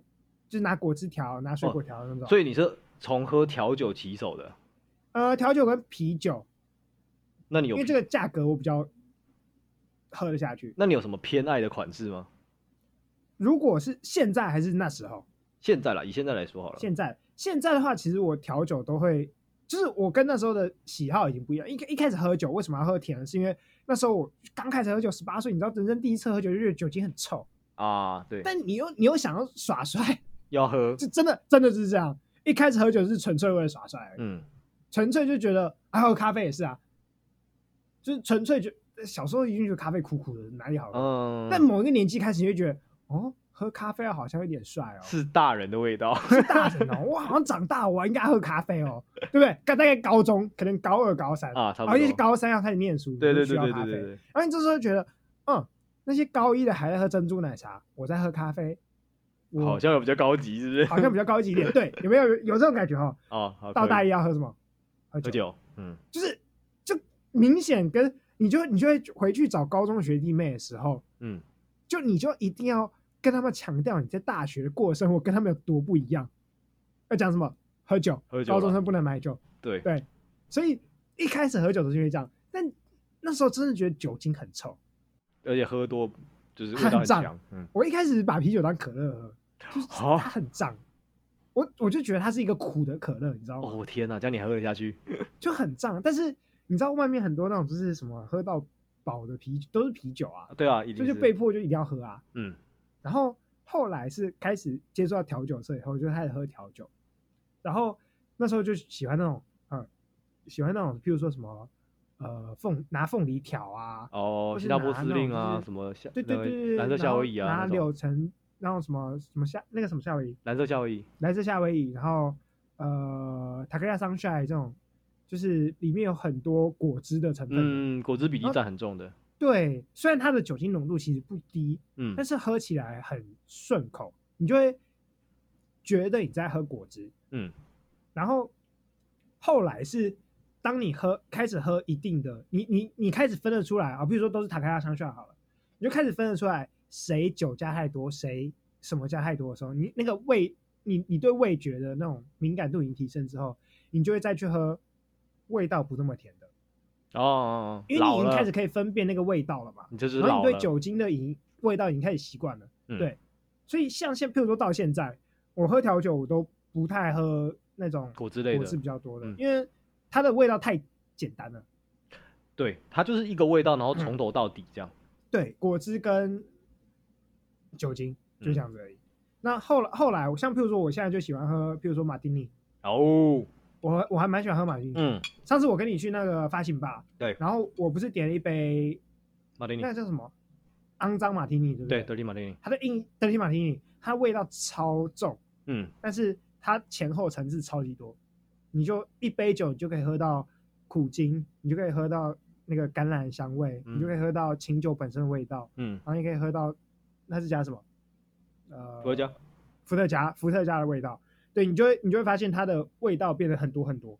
[SPEAKER 1] 就是拿果汁调，拿水果调的那种。
[SPEAKER 2] 哦所以你是从喝调酒起手的，
[SPEAKER 1] 呃，调酒跟啤酒，
[SPEAKER 2] 那你
[SPEAKER 1] 因
[SPEAKER 2] 有
[SPEAKER 1] 为这个价格我比较喝得下去。
[SPEAKER 2] 那你有什么偏爱的款式吗？
[SPEAKER 1] 如果是现在还是那时候，
[SPEAKER 2] 现在啦，以现在来说好了，
[SPEAKER 1] 现在现在的话，其实我调酒都会，就是我跟那时候的喜好已经不一样。一开一开始喝酒为什么要喝甜？是因为那时候我刚开始喝酒，十八岁，你知道人生第一次喝酒就觉得酒精很臭，
[SPEAKER 2] 啊，对，
[SPEAKER 1] 但你又你又想要耍帅，
[SPEAKER 2] 要喝，
[SPEAKER 1] 就真的真的就是这样。一开始喝酒是纯粹为了耍帅而已。
[SPEAKER 2] 嗯，
[SPEAKER 1] 纯粹就觉得，还有咖啡也是啊，就是纯粹就小时候一定觉得咖啡苦苦的，哪里好喝？
[SPEAKER 2] 嗯，
[SPEAKER 1] 但某一个年纪开始，你就觉得，哦，喝咖啡好像有点帅哦，
[SPEAKER 2] 是大人的味 道，
[SPEAKER 1] 是大人哦，我好像长大，我应该喝咖啡哦，对不对？大概高中，可能高二、高三，
[SPEAKER 2] 啊，差不
[SPEAKER 1] 而哦且是
[SPEAKER 2] 多，
[SPEAKER 1] 高三要开始念书，
[SPEAKER 2] 对对
[SPEAKER 1] 就需
[SPEAKER 2] 对
[SPEAKER 1] 要
[SPEAKER 2] 对
[SPEAKER 1] 咖
[SPEAKER 2] 对
[SPEAKER 1] 啡
[SPEAKER 2] 对。对，
[SPEAKER 1] 然后你这时候觉得，嗯，那些高一的还在喝珍珠奶茶，我在喝咖啊啡，我
[SPEAKER 2] 好像有比较高级，是不是？
[SPEAKER 1] 好像比较高级一点，对，有没有有这种感觉哈、哦？
[SPEAKER 2] 哦， 好，
[SPEAKER 1] 到
[SPEAKER 2] 可以
[SPEAKER 1] 大一要喝什么？喝
[SPEAKER 2] 喝酒，嗯，
[SPEAKER 1] 就是就明显跟你就你就会回去找高中学弟妹的时候，
[SPEAKER 2] 嗯，
[SPEAKER 1] 就你就一定要跟他们强调你在大学过的生活跟他们有多不一样。要讲什么？喝酒，
[SPEAKER 2] 喝酒啦
[SPEAKER 1] 高
[SPEAKER 2] 啊
[SPEAKER 1] 中生不能买酒，
[SPEAKER 2] 对，
[SPEAKER 1] 对，所以一开始喝酒都是因为这样，但那时候真的觉得酒精很臭。
[SPEAKER 2] 而且喝多就是味道很
[SPEAKER 1] 很胀
[SPEAKER 2] 强，嗯，
[SPEAKER 1] 我一开始把啤酒当可乐喝，就是
[SPEAKER 2] 好
[SPEAKER 1] 它很胀，我我就觉得它是一个苦的可乐，你知道吗？
[SPEAKER 2] 哦天哪，这样你还喝得下去？
[SPEAKER 1] 就很胀。但是你知道外面很多那种就是什么喝到饱的啤酒都是啤酒啊，
[SPEAKER 2] 对啊，一
[SPEAKER 1] 所
[SPEAKER 2] 定
[SPEAKER 1] 以就是被迫就一定要喝啊。
[SPEAKER 2] 嗯，
[SPEAKER 1] 然后后来是开始接触到调酒社以后，就开始喝调酒，然后那时候就喜欢那种呃，喜欢那种，譬如说什么呃凤拿凤梨条啊，
[SPEAKER 2] 哦，
[SPEAKER 1] 或是
[SPEAKER 2] 新加坡
[SPEAKER 1] 拿
[SPEAKER 2] 司
[SPEAKER 1] 那种
[SPEAKER 2] 令
[SPEAKER 1] 就
[SPEAKER 2] 啊，
[SPEAKER 1] 是
[SPEAKER 2] 什么夏，
[SPEAKER 1] 对对
[SPEAKER 2] 那
[SPEAKER 1] 对
[SPEAKER 2] 个
[SPEAKER 1] 对对，
[SPEAKER 2] 蓝色夏
[SPEAKER 1] 然后
[SPEAKER 2] 威夷啊，
[SPEAKER 1] 拿
[SPEAKER 2] 那种
[SPEAKER 1] 柳橙，然后什么什么夏那个什么夏威夷，
[SPEAKER 2] 蓝色夏威夷，
[SPEAKER 1] 蓝色夏威夷，然后呃塔克亚 sunshine 这种，就是里面有很多果汁的成分。
[SPEAKER 2] 嗯，果汁比例占很重的，
[SPEAKER 1] 对，虽然它的酒精浓度其实不低，
[SPEAKER 2] 嗯
[SPEAKER 1] 但是喝起来很顺口，你就会觉得你在喝果汁。
[SPEAKER 2] 嗯，
[SPEAKER 1] 然后后来是当你喝开始喝一定的，你你你开始分得出来啊，比如说都是塔克拉商圈好了，你就开始分得出来谁酒加太多，谁什么加太多的时候，你那个味，你你对味觉的那种敏感度已经提升之后，你就会再去喝味道不那么甜的，
[SPEAKER 2] 哦哦，哦
[SPEAKER 1] 因为你已
[SPEAKER 2] 老
[SPEAKER 1] 经
[SPEAKER 2] 了
[SPEAKER 1] 开始可以分辨那个味道了嘛。
[SPEAKER 2] 你就是
[SPEAKER 1] 然后你
[SPEAKER 2] 老了
[SPEAKER 1] 对，酒精的饮味道已经开始习惯了，
[SPEAKER 2] 嗯
[SPEAKER 1] 对，所以像现，譬如说到现在，我喝调酒我都不太喝那种
[SPEAKER 2] 果汁类
[SPEAKER 1] 果
[SPEAKER 2] 的
[SPEAKER 1] 汁，比较多的
[SPEAKER 2] 嗯，
[SPEAKER 1] 因为它的味道太简单了。
[SPEAKER 2] 对，它就是一个味道，然后
[SPEAKER 1] 嗯
[SPEAKER 2] 从头到底这样。
[SPEAKER 1] 对，果汁跟酒精就
[SPEAKER 2] 嗯
[SPEAKER 1] 这样子而已。那后来后来，像譬如说，我现在就喜欢喝，譬如说马丁尼，
[SPEAKER 2] 哦，
[SPEAKER 1] 我我还蛮喜欢喝马丁尼。
[SPEAKER 2] 嗯，
[SPEAKER 1] 上次我跟你去那个发行吧，
[SPEAKER 2] 对
[SPEAKER 1] 然后我不是点了一杯
[SPEAKER 2] 马丁尼
[SPEAKER 1] 那，个叫什么肮脏马丁尼，对不
[SPEAKER 2] 对，
[SPEAKER 1] 对
[SPEAKER 2] 德利马丁尼，
[SPEAKER 1] 它的硬德西马丁尼，它味道超重，
[SPEAKER 2] 嗯，
[SPEAKER 1] 但是它前后层次超级多，你就一杯酒你就可以喝到苦精，你就可以喝到那个橄榄香味，
[SPEAKER 2] 嗯
[SPEAKER 1] 你就可以喝到清酒本身的味道，
[SPEAKER 2] 嗯，
[SPEAKER 1] 然后你可以喝到那是加什么？呃，
[SPEAKER 2] 伏特加，
[SPEAKER 1] 伏特加，伏特加的味道。对你就会你就会发现它的味道变得很多很多，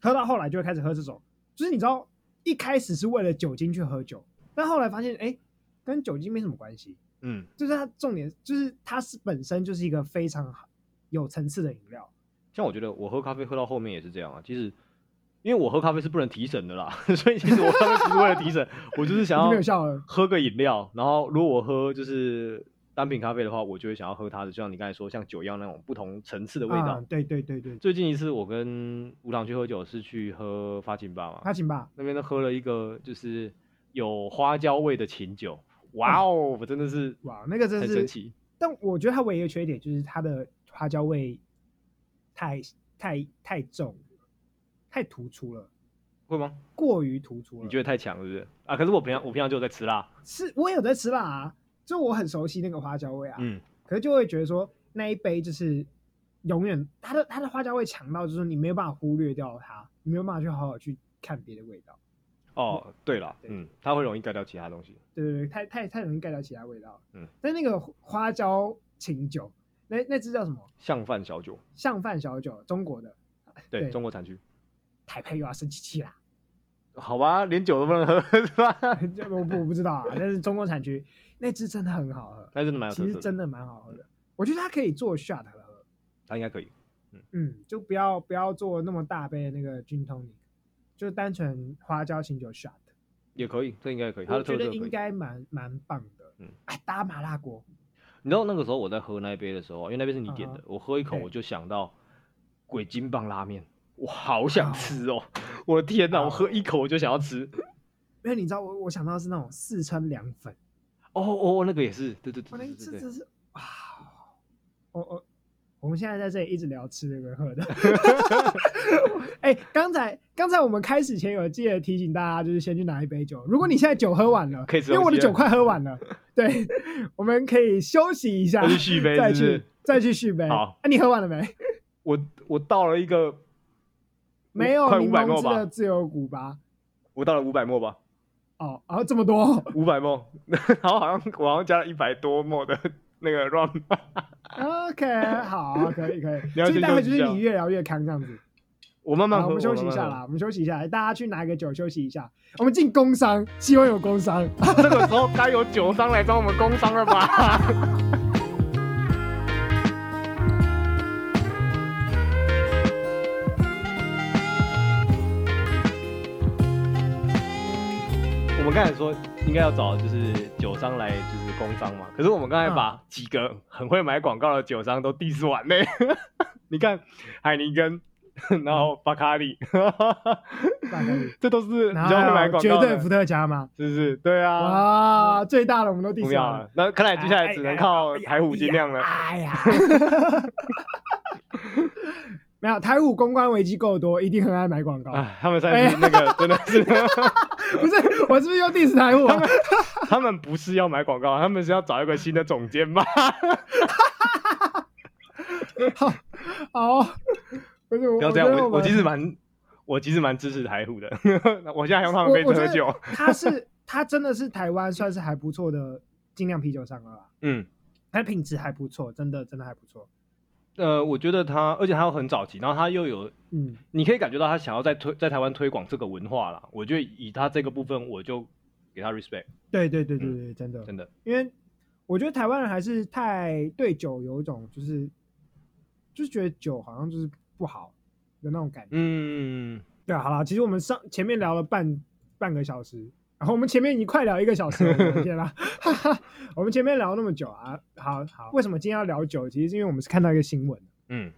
[SPEAKER 1] 喝到后来就会开始喝这种，就是你知道一开始是为了酒精去喝酒，但后来发现哎、诶跟酒精没什么关系，
[SPEAKER 2] 嗯，
[SPEAKER 1] 就是它重点就是它是本身就是一个非常好有层次的饮料。
[SPEAKER 2] 像我觉得我喝咖啡喝到后面也是这样啊，其实。因为我喝咖啡是不能提神的啦， 所以其实我喝咖啡不是为了提神，我就是 想
[SPEAKER 1] 已经
[SPEAKER 2] 要
[SPEAKER 1] 没有效了
[SPEAKER 2] 喝个饮料，然后如果我喝就是单品咖啡的话，我就会想要喝它的，就像你刚才说像酒一样那种不同层次的味道。
[SPEAKER 1] 啊，对对对对，
[SPEAKER 2] 最近一次我跟吴糖去喝酒是去喝发情吧嘛，
[SPEAKER 1] 阿请吧，
[SPEAKER 2] 那边都喝了一个就是有花椒味的琴酒，哇哦，我真的是
[SPEAKER 1] 嗯哇，那个真
[SPEAKER 2] 很
[SPEAKER 1] 是
[SPEAKER 2] 神奇。
[SPEAKER 1] 但我觉得它唯一的缺点就是它的花椒味太太太重，太突出了，
[SPEAKER 2] 会吗？
[SPEAKER 1] 过于突出了。
[SPEAKER 2] 你觉得太强是不是啊？可是我平常我平常就有在吃辣，
[SPEAKER 1] 是？我有在吃辣、啊，就我很熟悉那个花椒味啊，
[SPEAKER 2] 嗯，
[SPEAKER 1] 可是就会觉得说那一杯就是永远它的它的花椒味强到，就是你没有办法忽略掉它，你没有办法去好好去看别的味道。
[SPEAKER 2] 哦，对了，
[SPEAKER 1] 对
[SPEAKER 2] 嗯，它会容易盖掉其他东西，
[SPEAKER 1] 对对对，太太太容易盖掉其他味道了。
[SPEAKER 2] 嗯，
[SPEAKER 1] 但那个花椒琴酒，那那支叫什么？
[SPEAKER 2] 像饭小酒，
[SPEAKER 1] 象饭小酒，中国的
[SPEAKER 2] 对
[SPEAKER 1] 对
[SPEAKER 2] 中国产区，
[SPEAKER 1] 台配又要生气气啦。
[SPEAKER 2] 好吧，连酒都不能喝是吧？
[SPEAKER 1] 这我不我不知道啊，但是中国产区那支真的很好 喝，
[SPEAKER 2] 那真的蛮有
[SPEAKER 1] 其
[SPEAKER 2] 特
[SPEAKER 1] 实
[SPEAKER 2] 色的，
[SPEAKER 1] 真的蛮好喝的。我觉得它可以做 shot 来喝，
[SPEAKER 2] 它应该可以。
[SPEAKER 1] 嗯，就不要不要做那么大杯的那个 gin tonic，就单纯花椒清酒 shot，
[SPEAKER 2] 也可以，这应该也可以，它
[SPEAKER 1] 我
[SPEAKER 2] 的特
[SPEAKER 1] 觉
[SPEAKER 2] 色
[SPEAKER 1] 得
[SPEAKER 2] 可以
[SPEAKER 1] 应。该蛮蛮棒的。
[SPEAKER 2] 嗯
[SPEAKER 1] 嗯，哎，搭麻辣锅，
[SPEAKER 2] 你知道那个时候我在喝那一杯的时候啊，因为那杯是你点的
[SPEAKER 1] 嗯哼
[SPEAKER 2] 我喝一口
[SPEAKER 1] 对
[SPEAKER 2] 我就想到鬼金棒拉面，我好想吃哦！我的天哪，
[SPEAKER 1] 哦
[SPEAKER 2] 我喝一口我就想要吃。
[SPEAKER 1] 因为你知道我我想到是那种四川凉粉，
[SPEAKER 2] 哦哦，那个也是，对对对
[SPEAKER 1] 我那
[SPEAKER 2] 对
[SPEAKER 1] 个
[SPEAKER 2] 对
[SPEAKER 1] 这
[SPEAKER 2] 对
[SPEAKER 1] 真是哇，我我哦我们现在在这里一直聊吃的跟喝 的。哎、刚才刚才我们开始前有记得提醒大家，就是先去拿一杯酒。如果你现在酒喝完了，
[SPEAKER 2] 可以吃
[SPEAKER 1] 因为我的
[SPEAKER 2] 东西了
[SPEAKER 1] 酒快喝完了，对，我们可以休息一下
[SPEAKER 2] 那，就续杯
[SPEAKER 1] 再
[SPEAKER 2] 是不是
[SPEAKER 1] 去再去续杯。
[SPEAKER 2] 好
[SPEAKER 1] 啊，你喝完了没？
[SPEAKER 2] 我我倒了一个，
[SPEAKER 1] 没有
[SPEAKER 2] 快
[SPEAKER 1] 柠檬
[SPEAKER 2] 500 ml
[SPEAKER 1] 汁
[SPEAKER 2] 吧
[SPEAKER 1] 的自由古巴。
[SPEAKER 2] 我倒了五百沫吧，
[SPEAKER 1] 哦，然、后这么多，
[SPEAKER 2] 五百沫， 然后好像我好像加了一百多沫的那个 rum，
[SPEAKER 1] OK，好，可以可以，
[SPEAKER 2] 你要
[SPEAKER 1] 所以
[SPEAKER 2] 先
[SPEAKER 1] 待会
[SPEAKER 2] 休
[SPEAKER 1] 就
[SPEAKER 2] 息一
[SPEAKER 1] 是
[SPEAKER 2] 下
[SPEAKER 1] 你越聊越康这样子。
[SPEAKER 2] 我慢慢
[SPEAKER 1] 好，我
[SPEAKER 2] 喝，
[SPEAKER 1] 们休息一下
[SPEAKER 2] 慢慢
[SPEAKER 1] 啦，我们休息一下，大家去拿个酒休息一下。我们进工商，希望有工 商。
[SPEAKER 2] 喝。这个时候该有酒商来找我们工商了吧？ 我们刚才说应该要找就是酒商来就是工商嘛，可是我们刚才把几个很会买广告的酒商都 diss 完嘞。 你看海尼根， 然后嗯巴卡利，
[SPEAKER 1] 大概是
[SPEAKER 2] 这都是比
[SPEAKER 1] 然
[SPEAKER 2] 较会买
[SPEAKER 1] 后
[SPEAKER 2] 广
[SPEAKER 1] 绝
[SPEAKER 2] 告
[SPEAKER 1] 对
[SPEAKER 2] 的，
[SPEAKER 1] 伏特加嘛，
[SPEAKER 2] 是不是？对啊，
[SPEAKER 1] 哇，最大的我们都第
[SPEAKER 2] 不
[SPEAKER 1] 四
[SPEAKER 2] 妙了。那看来接下来只能靠台虎精酿了。
[SPEAKER 1] 哎呀， 没有台虎公关危机够多，一定很爱买广告。
[SPEAKER 2] 啊，他们算是那个真的是，
[SPEAKER 1] 不是，我是不是又 diss 台虎啊？
[SPEAKER 2] 他们不是要买广告，他们是要找一个新的总监吧？
[SPEAKER 1] 好好，哦不是我
[SPEAKER 2] 不要这样，
[SPEAKER 1] 我觉得
[SPEAKER 2] 我
[SPEAKER 1] 我
[SPEAKER 2] 我其
[SPEAKER 1] 们
[SPEAKER 2] 实蛮我其实蛮支持台虎的，我现在还用他们
[SPEAKER 1] 我
[SPEAKER 2] 杯
[SPEAKER 1] 我
[SPEAKER 2] 子
[SPEAKER 1] 觉
[SPEAKER 2] 喝
[SPEAKER 1] 得
[SPEAKER 2] 酒。
[SPEAKER 1] 他是他真的是台湾算是还不错的精酿啤酒商了啦，
[SPEAKER 2] 嗯，
[SPEAKER 1] 它品质还不错，真的真的还不错。
[SPEAKER 2] 呃，我觉得他，而且他又很早期，然后他又有，
[SPEAKER 1] 嗯，
[SPEAKER 2] 你可以感觉到他想要在推在台湾推广这个文化啦。我觉得以他这个部分，我就给他 respect，
[SPEAKER 1] 对对对对对，真的，
[SPEAKER 2] 真的。
[SPEAKER 1] 因为我觉得台湾人还是太对酒有一种就是就是觉得酒好像就是不好的那种感觉。
[SPEAKER 2] 嗯，
[SPEAKER 1] 对啊，好啦，其实我们上前面聊了半半个小时，然后我们前面已经快聊一个小时了，我的天啦，啊哈哈，我们前面聊那么久啊，好好，为什么今天要聊酒？其实是因为我们是看到一个新闻，
[SPEAKER 2] 嗯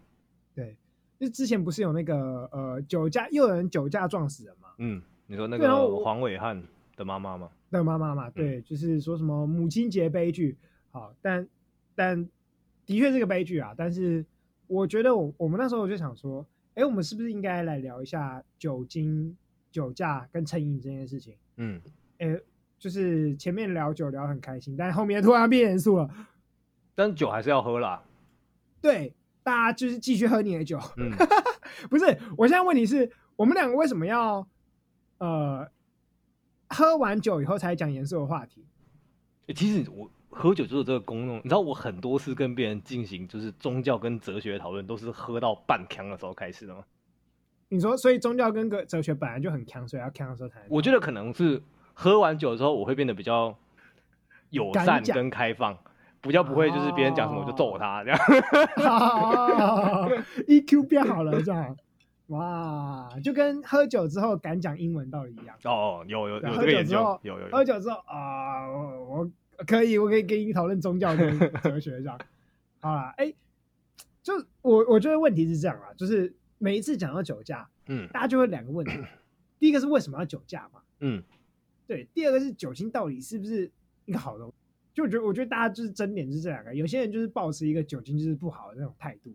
[SPEAKER 1] 就之前不是有那个呃酒驾，又有人酒驾撞死人嘛？
[SPEAKER 2] 嗯，你说那
[SPEAKER 1] 对然后
[SPEAKER 2] 个
[SPEAKER 1] 我
[SPEAKER 2] 黄伟汉的妈妈吗？
[SPEAKER 1] 那个妈妈嘛，对，就是说什么母亲节悲剧，好，但但的确是个悲剧啊。但是我觉得我我们那时候我就想说，哎，我们是不是应该来聊一下酒精、酒驾跟成瘾这件事情？
[SPEAKER 2] 嗯，
[SPEAKER 1] 诶，就是前面聊酒聊得很开心，但后面突然变严肃了。
[SPEAKER 2] 但酒还是要喝啦。
[SPEAKER 1] 对，大家就是继续喝你的酒。
[SPEAKER 2] 嗯
[SPEAKER 1] 不是，我现在问题是我们两个为什么要呃喝完酒以后才讲严肃的话题？
[SPEAKER 2] 欸其实我喝酒就是有这个功用，你知道我很多次跟别人进行就是宗教跟哲学的讨论，都是喝到半腔的时候开始的吗？
[SPEAKER 1] 你说，所以宗教跟个哲学本来就很强，所以要强的时候才能
[SPEAKER 2] 我觉得可能是喝完酒之后，我会变得比较友善
[SPEAKER 1] 敢讲
[SPEAKER 2] 跟开放，比较不会就是别人讲什么我就揍他这样。
[SPEAKER 1] EQ 变好了，这样哇，就跟喝酒之后敢讲英文道理一样。
[SPEAKER 2] 哦，有有有
[SPEAKER 1] 然后
[SPEAKER 2] 这个研
[SPEAKER 1] 酒之
[SPEAKER 2] 究
[SPEAKER 1] 后，
[SPEAKER 2] 有有
[SPEAKER 1] 喝
[SPEAKER 2] 有。
[SPEAKER 1] 酒之后啊、我我可以，我可以跟你讨论宗教跟哲学这样。好啦，哎、就我我觉得问题是这样啊，就是每一次讲到酒驾，
[SPEAKER 2] 嗯
[SPEAKER 1] 大家就会两个问题，第一个是为什么要酒驾嘛？
[SPEAKER 2] 嗯，
[SPEAKER 1] 对，第二个是酒精到底是不是一个好东西？就我觉得，我觉得大家就是争点是这两个，有些人就是抱持一个酒精就是不好的那种态度，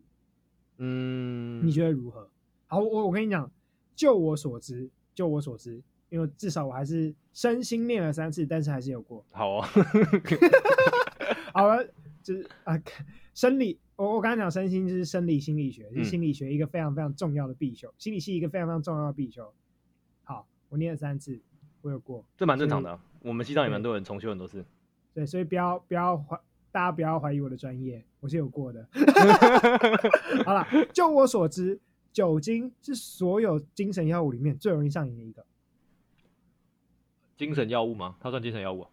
[SPEAKER 2] 嗯，
[SPEAKER 1] 你觉得如何？好，我我跟你讲，就我所知，就我所知，因为至少我还是身心练了三次，但是还是有过。
[SPEAKER 2] 好哦，
[SPEAKER 1] 好了，就是啊，生理，我我刚才讲身心就是生理心理学，
[SPEAKER 2] 嗯
[SPEAKER 1] 是心理学一个非常非常重要的必修，心理系一个非常非常重要的必修。好，我念了三次，我有过，
[SPEAKER 2] 这蛮正常的
[SPEAKER 1] 嗯
[SPEAKER 2] 啊、我们西藏也蛮多人重修很多次。
[SPEAKER 1] 对，所以不要不要怀，大家不要怀疑我的专业，我是有过的。 好了，就我所知，酒精是所有精神药物里面最容易上瘾的一个，
[SPEAKER 2] 精神药物吗？它算精神药物啊、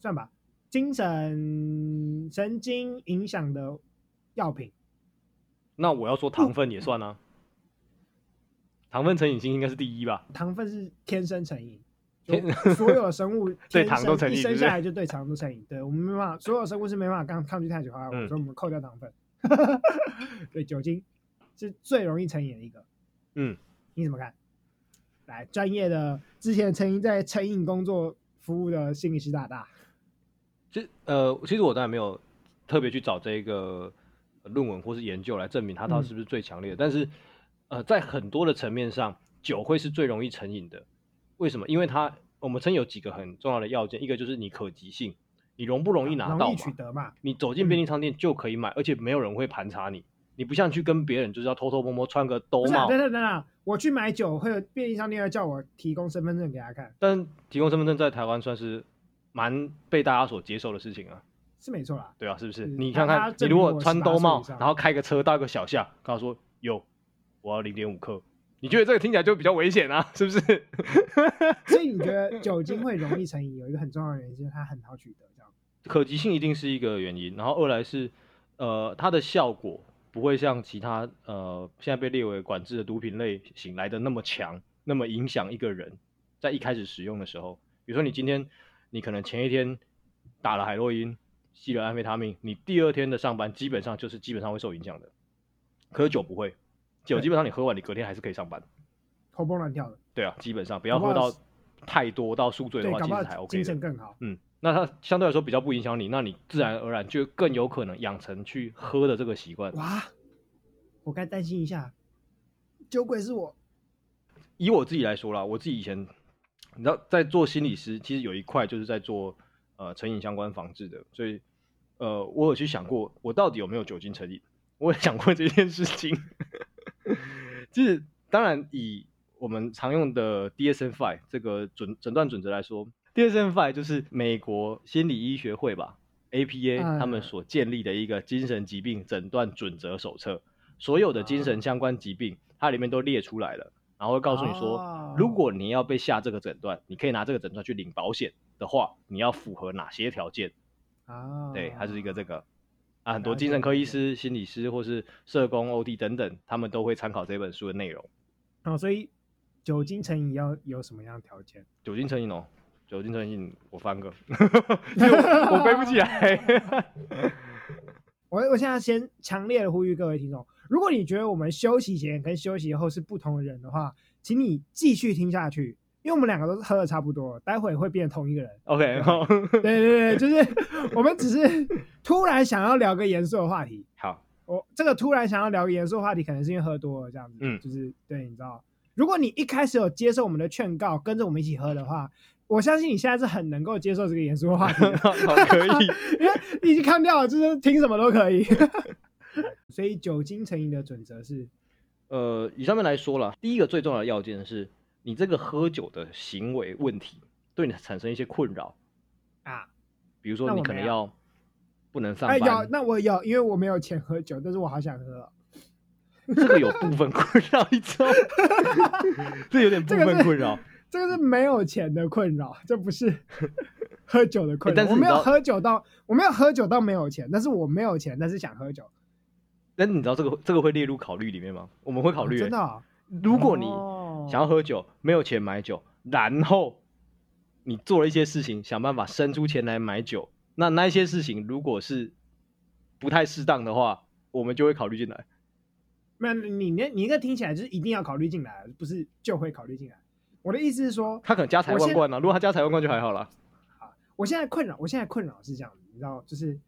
[SPEAKER 1] 算吧，精神神经影响的药品。
[SPEAKER 2] 那我要说糖分也算啊。糖分成瘾性应该是第一吧？
[SPEAKER 1] 糖分是天生成瘾，就
[SPEAKER 2] 天
[SPEAKER 1] 所有的生物
[SPEAKER 2] 对
[SPEAKER 1] 天
[SPEAKER 2] 糖都
[SPEAKER 1] 生
[SPEAKER 2] 成
[SPEAKER 1] 一
[SPEAKER 2] 瘾
[SPEAKER 1] 生
[SPEAKER 2] 是不是
[SPEAKER 1] 下来就对糖都成瘾。对我们没办法，所有生物是没办法抗抗拒碳水化合物，
[SPEAKER 2] 嗯
[SPEAKER 1] 所以我们扣掉糖分。 对，酒精是最容易成瘾的一个。
[SPEAKER 2] 嗯，
[SPEAKER 1] 你怎么看？来，专业的之前曾经在成瘾工作服务的心理师大大，
[SPEAKER 2] 其实呃，其实我当然没有特别去找这个呃论文或是研究来证明它到
[SPEAKER 1] 嗯
[SPEAKER 2] 底是不是最强烈的，但是呃，在很多的层面上，酒会是最容易成瘾的。为什么？因为它我们称有几个很重要的要件，一个就是你可及性，你容不容易拿
[SPEAKER 1] 容易嗯
[SPEAKER 2] 到嘛？
[SPEAKER 1] 取得嘛。
[SPEAKER 2] 你走进便利商店就可以买，而且没有人会盘查你。你不像去跟别人，就是要偷偷摸摸穿个兜
[SPEAKER 1] 不是、啊，
[SPEAKER 2] 帽
[SPEAKER 1] 等，等等等，我去买酒，会有便利商店要叫我提供身份证给他看，
[SPEAKER 2] 但提供身份证在台湾算是蛮被大家所接受的事情啊。
[SPEAKER 1] 是没错啦。
[SPEAKER 2] 对啊，是不是？
[SPEAKER 1] 嗯
[SPEAKER 2] 你
[SPEAKER 1] 他
[SPEAKER 2] 看
[SPEAKER 1] 他
[SPEAKER 2] 看，你
[SPEAKER 1] 证
[SPEAKER 2] 如
[SPEAKER 1] 明
[SPEAKER 2] 果
[SPEAKER 1] 我
[SPEAKER 2] 穿
[SPEAKER 1] 18
[SPEAKER 2] 兜
[SPEAKER 1] 岁
[SPEAKER 2] 帽
[SPEAKER 1] 以，上
[SPEAKER 2] 然后开个车到一个小巷，跟他说有，我要零点五克，你觉得这个听起来就比较危险啊，是不是？
[SPEAKER 1] 所以你觉得酒精会容易成瘾，有一个很重要的原因是它很好取得，这样。
[SPEAKER 2] 可及性一定是一个原因，然后二来是，呃，它的效果不会像其他呃现在被列为管制的毒品类型来的那么强，那么影响一个人在一开始使用的时候。比如说你今天你可能前一天打了海洛因，吸了安非他命，你第二天的上班基本上就是基本上会受影响的。可是酒不会，酒
[SPEAKER 1] 对
[SPEAKER 2] 基本上你喝完你隔天还是可以上班。
[SPEAKER 1] 活蹦乱跳的，
[SPEAKER 2] 对啊，基本上不要
[SPEAKER 1] 搞不
[SPEAKER 2] 喝
[SPEAKER 1] 好
[SPEAKER 2] 到
[SPEAKER 1] 是
[SPEAKER 2] 太多到宿醉的
[SPEAKER 1] 对，
[SPEAKER 2] 话，
[SPEAKER 1] 搞
[SPEAKER 2] 其
[SPEAKER 1] 不
[SPEAKER 2] 实
[SPEAKER 1] 好
[SPEAKER 2] 还 OK
[SPEAKER 1] 精
[SPEAKER 2] 的。
[SPEAKER 1] 神更好。
[SPEAKER 2] 嗯，那它相对来说比较不影响你，那你自然而然就更有可能养成去喝的这个习惯。
[SPEAKER 1] 哇，我该担心一下，酒鬼是我。
[SPEAKER 2] 以我自己来说啦，我自己以前你知道在做心理师，其实有一块就是在做呃成瘾相关防治的，所以呃我有去想过我到底有没有酒精成瘾，我也想过这件事情。 就是当然以我们常用的 DSM-5 这个准诊断准则来说，DSM-5 就是美国心理医学会吧 APA
[SPEAKER 1] 嗯
[SPEAKER 2] 他们所建立的一个精神疾病诊断准则手册，所有的精神相关疾病它里面都列出来了，然后会告诉你说，
[SPEAKER 1] 哦
[SPEAKER 2] 如果你要被下这个诊断，你可以拿这个诊断去领保险的话，你要符合哪些条件？
[SPEAKER 1] 啊，
[SPEAKER 2] 对，它是一个这个啊，很
[SPEAKER 1] 了
[SPEAKER 2] 多精
[SPEAKER 1] 解
[SPEAKER 2] 神科
[SPEAKER 1] 了
[SPEAKER 2] 医
[SPEAKER 1] 解
[SPEAKER 2] 师、心理师或是社工、OT 等等，他们都会参考这本书的内容。
[SPEAKER 1] 哦，所以酒精成瘾要有什么样的条件？
[SPEAKER 2] 酒精成瘾哦，酒精成瘾，我翻个， 因为我我背不起来。
[SPEAKER 1] 我我现在先强烈的呼吁各位听众，如果你觉得我们休息前跟休息后是不同的人的话，请你继续听下去，因为我们两个都是喝的差不多，待会会变同一个人。
[SPEAKER 2] OK，好，
[SPEAKER 1] 对 对对，就是我们只是突然想要聊个严肃的话题。
[SPEAKER 2] 好，
[SPEAKER 1] 我这个突然想要聊个严肃的话题，可能是因为喝多了这样子。
[SPEAKER 2] 嗯
[SPEAKER 1] 就是对，你知道，如果你一开始有接受我们的劝告，跟着我们一起喝的话，我相信你现在是很能够接受这个严肃的话题 的。
[SPEAKER 2] 好，可以。
[SPEAKER 1] 因为你已经看掉了，就是听什么都可以。 所以酒精成瘾的准则是
[SPEAKER 2] 呃，以上面来说啦，第一个最重要的要件是你这个喝酒的行为问题对你产生一些困扰，
[SPEAKER 1] 啊，
[SPEAKER 2] 比如说
[SPEAKER 1] 那
[SPEAKER 2] 你
[SPEAKER 1] 我
[SPEAKER 2] 可
[SPEAKER 1] 没
[SPEAKER 2] 能
[SPEAKER 1] 有
[SPEAKER 2] 要不能上
[SPEAKER 1] 哎有，
[SPEAKER 2] 班，
[SPEAKER 1] 那我有，因为我没有钱喝酒，但是我好想喝哦。
[SPEAKER 2] 这个有部分困扰，你知道吗？ 这有点部
[SPEAKER 1] 这个
[SPEAKER 2] 分
[SPEAKER 1] 是
[SPEAKER 2] 困扰。
[SPEAKER 1] 这个是没有钱的困扰，这不 是喝酒的困
[SPEAKER 2] 哎
[SPEAKER 1] 扰。
[SPEAKER 2] 但是
[SPEAKER 1] 我
[SPEAKER 2] 你
[SPEAKER 1] 没有
[SPEAKER 2] 知道
[SPEAKER 1] 喝酒到，我没有喝酒到没有钱，但是我没有钱，但是想喝酒。
[SPEAKER 2] 但是你知道这个这个会列入考虑里面吗？我们会考虑、欸
[SPEAKER 1] 真的哦、
[SPEAKER 2] 如果你
[SPEAKER 1] 哦
[SPEAKER 2] 想要喝酒，没有钱买酒，然后你做了一些事情，想办法生出钱来买酒，那那一些事情如果是不太适当的话，我们就会考虑进来。
[SPEAKER 1] 没有你那你那个听起来就是一定要考虑进来，不是就会考虑进来。我的意思是说，
[SPEAKER 2] 他可能家财
[SPEAKER 1] 我
[SPEAKER 2] 万
[SPEAKER 1] 现
[SPEAKER 2] 贯啊，如果他家财万贯就还好啦。
[SPEAKER 1] 我现在困扰，我现在困扰是这样，你知道，就是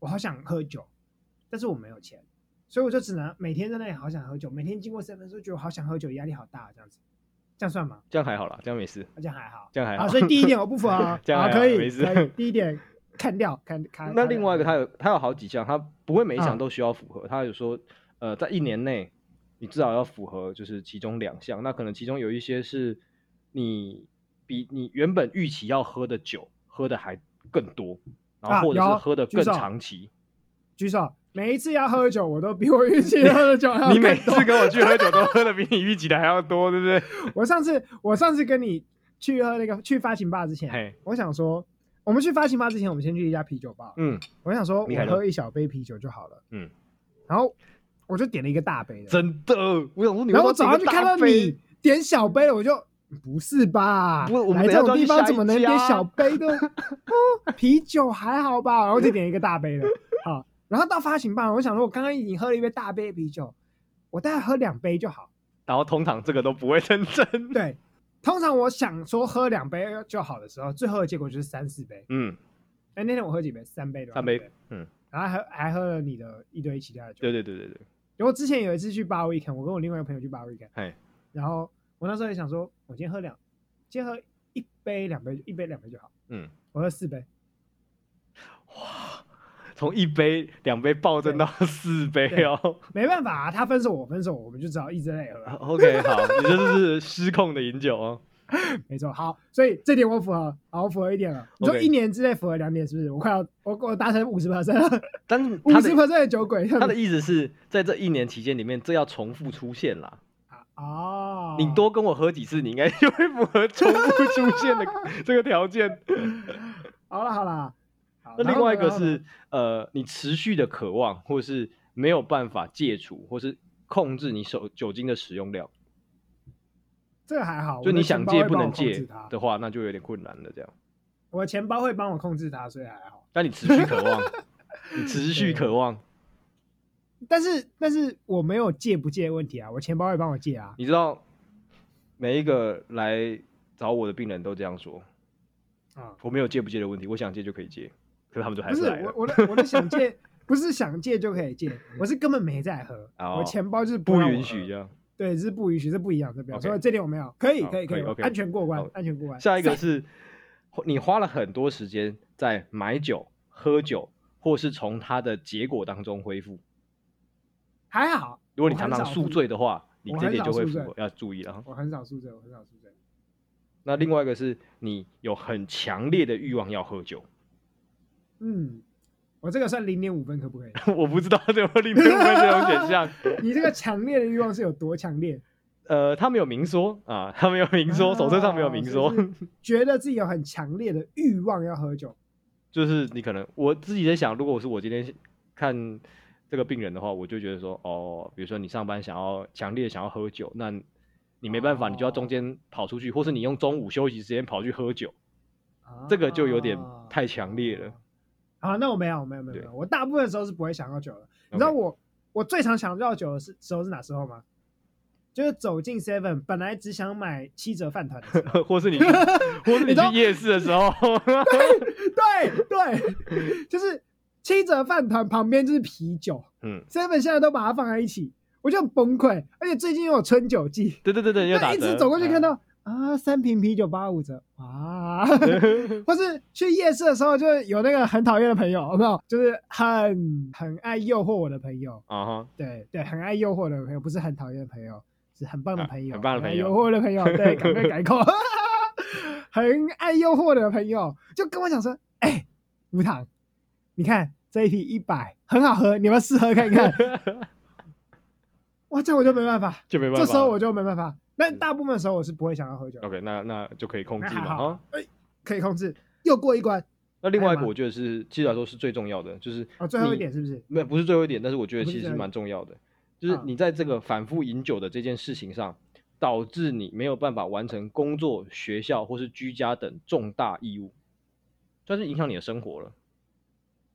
[SPEAKER 1] 我好想喝酒，但是我没有钱，所以我就只能每天在那里好想喝酒，每天经过 seven 时候觉得我好想喝酒，压力好大，这样子，这样算吗？
[SPEAKER 2] 这样还好啦，这样没事，
[SPEAKER 1] 好像还好。
[SPEAKER 2] 这样还好。，
[SPEAKER 1] 啊，所以第一点我不符合哦
[SPEAKER 2] 这样
[SPEAKER 1] 好，
[SPEAKER 2] 还好
[SPEAKER 1] 可以，
[SPEAKER 2] 没事
[SPEAKER 1] 可以。第一点看掉，看看。
[SPEAKER 2] 那另外一个，他有他有好几项，他不会每一项
[SPEAKER 1] 嗯
[SPEAKER 2] 都需要符合。他有说，呃，在一年内你至少要符合就是其中两项。那可能其中有一些是你比你原本预期要喝的酒喝的还更多，然
[SPEAKER 1] 啊
[SPEAKER 2] 后或者是
[SPEAKER 1] 有
[SPEAKER 2] 喝的
[SPEAKER 1] 举
[SPEAKER 2] 更
[SPEAKER 1] 手
[SPEAKER 2] 长期。
[SPEAKER 1] 举手。每一次要喝酒，我都比我预期喝的 酒还要
[SPEAKER 2] 你每
[SPEAKER 1] 更多
[SPEAKER 2] 次跟我去喝酒都喝的比你预期的还要多，对不对？
[SPEAKER 1] 我上次我上次跟你去喝那个去发情吧之前，
[SPEAKER 2] 嘿，
[SPEAKER 1] 我想说，我们去发情吧之前，我们先去一家啤酒吧，
[SPEAKER 2] 嗯，
[SPEAKER 1] 我想说
[SPEAKER 2] 你
[SPEAKER 1] 我
[SPEAKER 2] 还
[SPEAKER 1] 喝一小杯啤酒就好了，
[SPEAKER 2] 嗯，
[SPEAKER 1] 然后我就点了一个大杯的，
[SPEAKER 2] 真的，我想说你为什么
[SPEAKER 1] 然后我早上
[SPEAKER 2] 点
[SPEAKER 1] 就
[SPEAKER 2] 个
[SPEAKER 1] 看
[SPEAKER 2] 大
[SPEAKER 1] 到
[SPEAKER 2] 杯
[SPEAKER 1] 你点小杯了，我就。不是吧？
[SPEAKER 2] 不我们
[SPEAKER 1] 来
[SPEAKER 2] 等一下
[SPEAKER 1] 这种地
[SPEAKER 2] 就要去下
[SPEAKER 1] 方
[SPEAKER 2] 一
[SPEAKER 1] 怎么能点
[SPEAKER 2] 家
[SPEAKER 1] 小杯的？ 哦，啤酒还好吧，然后就点一个大 杯的。好，然后到发行吧，我想说，我刚刚已经喝了一杯大杯啤酒，我大概喝两杯就好。
[SPEAKER 2] 然后通常这个都不会认真。
[SPEAKER 1] 对，通常我想说喝两杯就好的时候，最后的结果就是三四杯。
[SPEAKER 2] 嗯，
[SPEAKER 1] 哎，那天我喝几杯？三杯的，
[SPEAKER 2] 三杯，嗯，
[SPEAKER 1] 然后还喝还喝了你的一堆其他的酒。
[SPEAKER 2] 对对对对对，
[SPEAKER 1] 然后之前有一次去 Bar Weekend，我跟我另外一个朋友去 Bar Weekend，
[SPEAKER 2] 嘿，
[SPEAKER 1] 然后我那时候也想说，我今天喝两，今天喝一杯两杯，一杯两杯就好。
[SPEAKER 2] 嗯。
[SPEAKER 1] 我喝四杯，
[SPEAKER 2] 从一杯、两杯暴增到四杯
[SPEAKER 1] 对
[SPEAKER 2] 哦。
[SPEAKER 1] 没办法、啊，他分手我分手，我们就只好一直在那里喝啊、
[SPEAKER 2] OK，好，你这就是失控的饮酒 哦。
[SPEAKER 1] 没错，好，所以这点我符合，好，我符合一点了。你说
[SPEAKER 2] OK
[SPEAKER 1] 一年之内符合两点是不是？我快要我我达成五十 percent 了，
[SPEAKER 2] 但是
[SPEAKER 1] 五
[SPEAKER 2] 他
[SPEAKER 1] 十
[SPEAKER 2] 的
[SPEAKER 1] percent 的酒鬼。
[SPEAKER 2] 他的意思是在这一年期间里面，这要重复出现啦。
[SPEAKER 1] 啊 哦，
[SPEAKER 2] 你多跟我喝几次，你应该就会符合重复出现的 这个条 件。
[SPEAKER 1] 好了好了。好
[SPEAKER 2] 那
[SPEAKER 1] 然
[SPEAKER 2] 另
[SPEAKER 1] 后
[SPEAKER 2] 外一
[SPEAKER 1] 呢
[SPEAKER 2] 个
[SPEAKER 1] 然后呢
[SPEAKER 2] 是呃，你持续的渴望，或是没有办法戒除，或是控制你手酒精的使用量，哦
[SPEAKER 1] 这个还好，
[SPEAKER 2] 就
[SPEAKER 1] 我的
[SPEAKER 2] 你
[SPEAKER 1] 钱
[SPEAKER 2] 想
[SPEAKER 1] 包
[SPEAKER 2] 戒
[SPEAKER 1] 会
[SPEAKER 2] 不
[SPEAKER 1] 帮我
[SPEAKER 2] 能
[SPEAKER 1] 控
[SPEAKER 2] 戒
[SPEAKER 1] 制它
[SPEAKER 2] 的话，那就有点困难了。这样，
[SPEAKER 1] 我的钱包会帮我控制它，所以还好。
[SPEAKER 2] 但你持续渴 望，你持续
[SPEAKER 1] 对
[SPEAKER 2] 渴望，
[SPEAKER 1] 但是但是我没有戒不戒的问题啊，我钱包会帮我戒啊。
[SPEAKER 2] 你知道，每一个来找我的病人都这样说，
[SPEAKER 1] 啊、
[SPEAKER 2] 我没有戒不戒的问题，我想戒就可以戒，可是他们就还
[SPEAKER 1] 不是
[SPEAKER 2] 来了嗯
[SPEAKER 1] 我。我的我的想戒不是想戒就可以戒，我是根本没在喝，
[SPEAKER 2] 哦
[SPEAKER 1] 我钱包就是
[SPEAKER 2] 不
[SPEAKER 1] 让我
[SPEAKER 2] 允许
[SPEAKER 1] 喝
[SPEAKER 2] 这样。
[SPEAKER 1] 对，这是不允许，这不一样，这不一样。
[SPEAKER 2] OK
[SPEAKER 1] 所以这点我没有，可以
[SPEAKER 2] 好
[SPEAKER 1] 可以
[SPEAKER 2] 可以
[SPEAKER 1] 以，我
[SPEAKER 2] OK
[SPEAKER 1] 安全过关
[SPEAKER 2] 好，
[SPEAKER 1] 安全过关。
[SPEAKER 2] 下一个是，你花了很多时间在买酒、喝酒，或是从它的结果当中恢复。
[SPEAKER 1] 还好，
[SPEAKER 2] 如果你
[SPEAKER 1] 我
[SPEAKER 2] 常
[SPEAKER 1] 很
[SPEAKER 2] 常
[SPEAKER 1] 少
[SPEAKER 2] 宿
[SPEAKER 1] 宿
[SPEAKER 2] 醉的话，你
[SPEAKER 1] 我
[SPEAKER 2] 这
[SPEAKER 1] 很
[SPEAKER 2] 点
[SPEAKER 1] 少
[SPEAKER 2] 就会
[SPEAKER 1] 宿
[SPEAKER 2] 符
[SPEAKER 1] 醉
[SPEAKER 2] 合要注意了哈。
[SPEAKER 1] 我很少宿醉，我很少宿醉。
[SPEAKER 2] 那另外一个是你有很强烈的欲望要喝酒，
[SPEAKER 1] 嗯，我这个算零点五分，可不可以？
[SPEAKER 2] 我不知道有没有里面有没有这种选 项。
[SPEAKER 1] 你这个强烈的欲望是有多强烈？
[SPEAKER 2] 呃，他没有明说啊，他没有 明说，手册上没有明说
[SPEAKER 1] 啊，就是觉得自己有很强烈的欲望要喝酒。
[SPEAKER 2] 就是你可能我自己在想，如果我是我今天看这个病人的话，我就觉得说，哦，比如说你上班想要强烈地想要喝酒，那你没办法，你就要
[SPEAKER 1] 哦
[SPEAKER 2] 中间跑出去，或是你用中午休息时间跑去喝酒， 这个就有点
[SPEAKER 1] 啊
[SPEAKER 2] 太强烈了。
[SPEAKER 1] 啊，那我没有，我没有，没有，
[SPEAKER 2] 对
[SPEAKER 1] 没有。我大部分时候是不会想到酒的。你知道
[SPEAKER 2] OK
[SPEAKER 1] 我我最常想到酒的是时候是哪时候吗？就是走进 Seven，本来只想买七折饭团的时候
[SPEAKER 2] 或是你去，或是
[SPEAKER 1] 你
[SPEAKER 2] 你
[SPEAKER 1] 知道
[SPEAKER 2] 去夜市的 时候，
[SPEAKER 1] 对对，就是七折饭团旁边就是啤酒
[SPEAKER 2] 嗯，
[SPEAKER 1] ，Seven 现在都把它放在一起，我就很崩溃。而且最近又有春酒季，
[SPEAKER 2] 对对对对，又打
[SPEAKER 1] 就一直
[SPEAKER 2] 折，
[SPEAKER 1] 走过去看
[SPEAKER 2] 嗯
[SPEAKER 1] 到、啊，三瓶啤酒八五折， 哇！或是去夜市的时候，就有那个很讨厌的朋友，有没有？就是很很爱诱惑我的朋友，
[SPEAKER 2] 啊哈，
[SPEAKER 1] 对对，很爱诱惑的朋友，不是很讨厌的朋友，是很棒的朋友，
[SPEAKER 2] 啊很棒的
[SPEAKER 1] 很爱
[SPEAKER 2] 朋友
[SPEAKER 1] 诱惑的朋友， 对，赶快改口，很爱诱惑的朋友，就跟我讲说，哎、无糖，你看这一瓶一百，很好喝，你们试喝看 看。哇，这样我就没办法，
[SPEAKER 2] 就没办法嗯哦
[SPEAKER 1] 这
[SPEAKER 2] 了。
[SPEAKER 1] 时候我就没办法。但大部分时候我是不会想要喝酒的，
[SPEAKER 2] OK，那那就可以控
[SPEAKER 1] 那
[SPEAKER 2] 制
[SPEAKER 1] 还
[SPEAKER 2] 嘛
[SPEAKER 1] 好
[SPEAKER 2] 哈。，
[SPEAKER 1] 哎、可以控制，又过一关。
[SPEAKER 2] 那另外一
[SPEAKER 1] 还有
[SPEAKER 2] 个
[SPEAKER 1] 吗
[SPEAKER 2] 我觉得是，其实来说是最重要的，就是
[SPEAKER 1] 哦，最后一
[SPEAKER 2] 你
[SPEAKER 1] 点是不是？
[SPEAKER 2] 没有不是最后一点，但是我觉得
[SPEAKER 1] 不
[SPEAKER 2] 其
[SPEAKER 1] 是
[SPEAKER 2] 实
[SPEAKER 1] 最后一
[SPEAKER 2] 蛮重要的，就是
[SPEAKER 1] 嗯
[SPEAKER 2] 你在这个反复饮酒的这件事情上，导致你没有办法完成工作、学校或是居家等重大义务，算是影响你的生活了。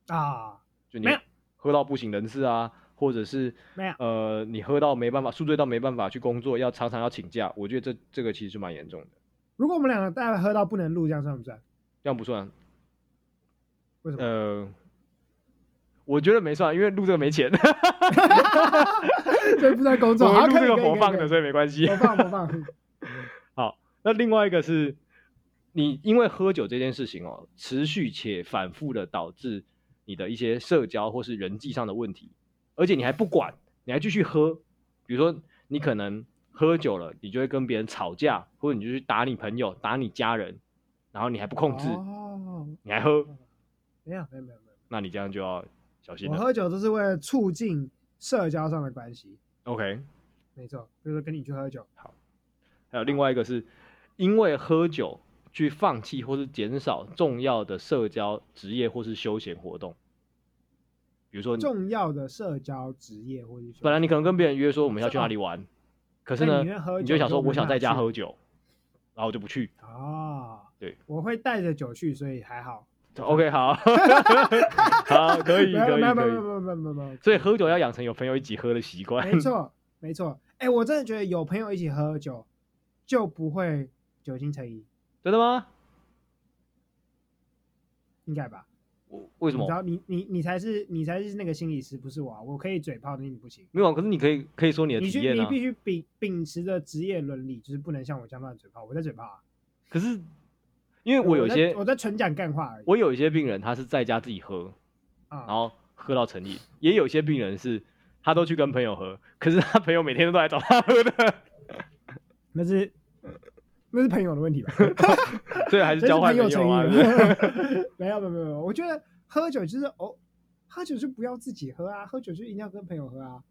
[SPEAKER 1] 啊，
[SPEAKER 2] 就你
[SPEAKER 1] 没有
[SPEAKER 2] 喝到不省人事啊，或者是
[SPEAKER 1] 没有
[SPEAKER 2] 呃，你喝到没办法，宿醉到没办法去工作，要常常要请假，我觉得这这个其实是蛮严重的。
[SPEAKER 1] 如果我们两个大家喝到不能录，这样算不 算？
[SPEAKER 2] 这样不算，
[SPEAKER 1] 为什么？
[SPEAKER 2] 呃，我觉得没算，因为录这个没钱，
[SPEAKER 1] 所以不算工作，
[SPEAKER 2] 我
[SPEAKER 1] 好，
[SPEAKER 2] 们录
[SPEAKER 1] 啊可以
[SPEAKER 2] 这个
[SPEAKER 1] 可以
[SPEAKER 2] 活
[SPEAKER 1] 可以
[SPEAKER 2] 放
[SPEAKER 1] 可
[SPEAKER 2] 的，
[SPEAKER 1] 以
[SPEAKER 2] 所以没关系。
[SPEAKER 1] 活放活放。
[SPEAKER 2] 那另外一个是，你因为喝酒这件事情哦，持续且反复的导致你的一些社交或是人际上的问题，而且你还不管，你还继续喝。比如说，你可能喝酒了，你就会跟别人吵架，或者你就去打你朋友、打你家人，然后你还不 控制，
[SPEAKER 1] 哦，
[SPEAKER 2] 你还喝，
[SPEAKER 1] 没有没有没有没有，
[SPEAKER 2] 那你这样就要小心
[SPEAKER 1] 我
[SPEAKER 2] 了。
[SPEAKER 1] 喝酒都是为了促进社交上的关系，
[SPEAKER 2] OK，
[SPEAKER 1] 没错，比如说跟你去喝酒，
[SPEAKER 2] 还有另外一个是，因为喝酒去放弃或是减少重要的社交、职业或是休闲活动。比如说你，
[SPEAKER 1] 重要的社交职业或者是
[SPEAKER 2] 本来你可能跟别人约说我们要去哪里玩，可是呢
[SPEAKER 1] 那你因为喝，酒
[SPEAKER 2] 你就想说
[SPEAKER 1] 就没
[SPEAKER 2] 我想在家
[SPEAKER 1] 办法去
[SPEAKER 2] 喝酒，然后我就不 去。
[SPEAKER 1] 哦，
[SPEAKER 2] 对，
[SPEAKER 1] 我会带着酒去，所以还好。
[SPEAKER 2] OK，好， 好，可以，
[SPEAKER 1] 没有
[SPEAKER 2] 可以，
[SPEAKER 1] 没有没
[SPEAKER 2] 可
[SPEAKER 1] 有没
[SPEAKER 2] 以。
[SPEAKER 1] 有没有没有没有，
[SPEAKER 2] 所以喝酒要养成有朋友一起喝的习惯。
[SPEAKER 1] 没错，没错。哎、我真的觉得有朋友一起喝酒，就不会酒精成瘾，
[SPEAKER 2] 真的吗？
[SPEAKER 1] 应该吧？
[SPEAKER 2] 我为什
[SPEAKER 1] 你
[SPEAKER 2] 么
[SPEAKER 1] 知？道，你你你才是你才是那个心理师，不是我、啊。我可以嘴炮的，你不行。
[SPEAKER 2] 没有，啊可是你可以可以说你的
[SPEAKER 1] 你
[SPEAKER 2] 体
[SPEAKER 1] 去，
[SPEAKER 2] 验
[SPEAKER 1] 你
[SPEAKER 2] 啊。
[SPEAKER 1] 必须秉秉持着职业伦理，就是不能像我这样乱嘴炮。我在嘴炮啊，
[SPEAKER 2] 可是因为我有
[SPEAKER 1] 在
[SPEAKER 2] 些
[SPEAKER 1] 我在纯讲干话而已
[SPEAKER 2] 我有一些病人他是在家自己喝，然
[SPEAKER 1] 啊。
[SPEAKER 2] 后喝到成瘾。也有些病人是他都去跟朋友喝，可是他朋友每天都来找他喝的，
[SPEAKER 1] 那是那是朋友的问题吧？
[SPEAKER 2] 所以 还是交换
[SPEAKER 1] 真
[SPEAKER 2] 朋
[SPEAKER 1] 是朋
[SPEAKER 2] 友啊。
[SPEAKER 1] 友
[SPEAKER 2] 对不对
[SPEAKER 1] 成瘾了 没有没有没有没有，我觉得喝酒就是哦，喝酒就不要自己喝啊，喝酒就一定要跟朋友喝啊。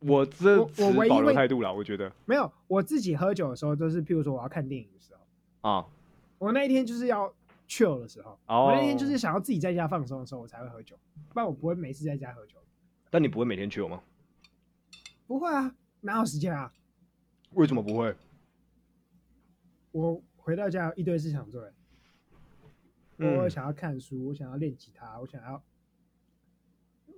[SPEAKER 2] 我这
[SPEAKER 1] 我
[SPEAKER 2] 持
[SPEAKER 1] 我唯一
[SPEAKER 2] 保留
[SPEAKER 1] 会
[SPEAKER 2] 态度啦，我觉得
[SPEAKER 1] 没有，我自己喝酒的时候，就是譬如说我要看电影的时候，
[SPEAKER 2] 啊，
[SPEAKER 1] 我那一天就是要 chill 的时候，
[SPEAKER 2] 哦
[SPEAKER 1] 我那天就是想要自己在家放松的时候，我才会喝酒，不然我不会每次在家喝酒。
[SPEAKER 2] 但你不会每天去吗？
[SPEAKER 1] 不会啊，哪有时间啊？
[SPEAKER 2] 为什么不会？
[SPEAKER 1] 我回到家有一堆事想做、欸，
[SPEAKER 2] 嗯
[SPEAKER 1] 我想要看书，我想要练吉他，我想要，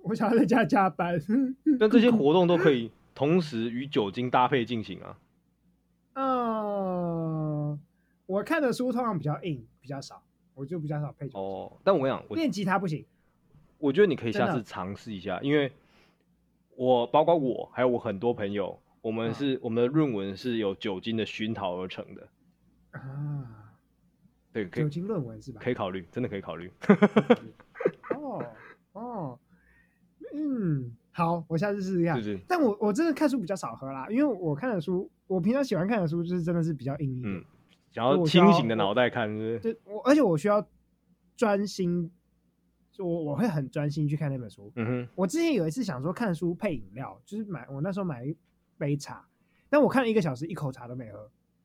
[SPEAKER 1] 我想要在家加班。
[SPEAKER 2] 但这些活动都可以同时与酒精搭配进行啊。
[SPEAKER 1] 嗯，我看的书通常比较硬，比较少，我就比较少配酒。
[SPEAKER 2] 哦，但我跟你讲，我
[SPEAKER 1] 练吉他不行，
[SPEAKER 2] 我觉得你可以下
[SPEAKER 1] 真
[SPEAKER 2] 次
[SPEAKER 1] 的
[SPEAKER 2] 尝试一下，因为我包括我还有我很多朋友，我们
[SPEAKER 1] 嗯
[SPEAKER 2] 是、我们的论文是由酒精的熏陶而成的。
[SPEAKER 1] 啊，
[SPEAKER 2] 对，可
[SPEAKER 1] 酒
[SPEAKER 2] 以
[SPEAKER 1] 精论文是吧？
[SPEAKER 2] 可以 考虑，真的可以考虑。
[SPEAKER 1] 哦哦，嗯，好，我下次试试看
[SPEAKER 2] 是。不是？
[SPEAKER 1] 但我我真的看书比较少喝啦，因为我看的书，我平常喜欢看的书就是真的是比较硬一点。
[SPEAKER 2] 嗯想要清醒的脑袋看，是不是？
[SPEAKER 1] 对我，而且我需要专心，就我我会很专心去看那本书。
[SPEAKER 2] 嗯哼，
[SPEAKER 1] 我之前有一次想说看书配饮料，就是买我那时候买一杯茶，但我看了一个小时，一口茶都没喝。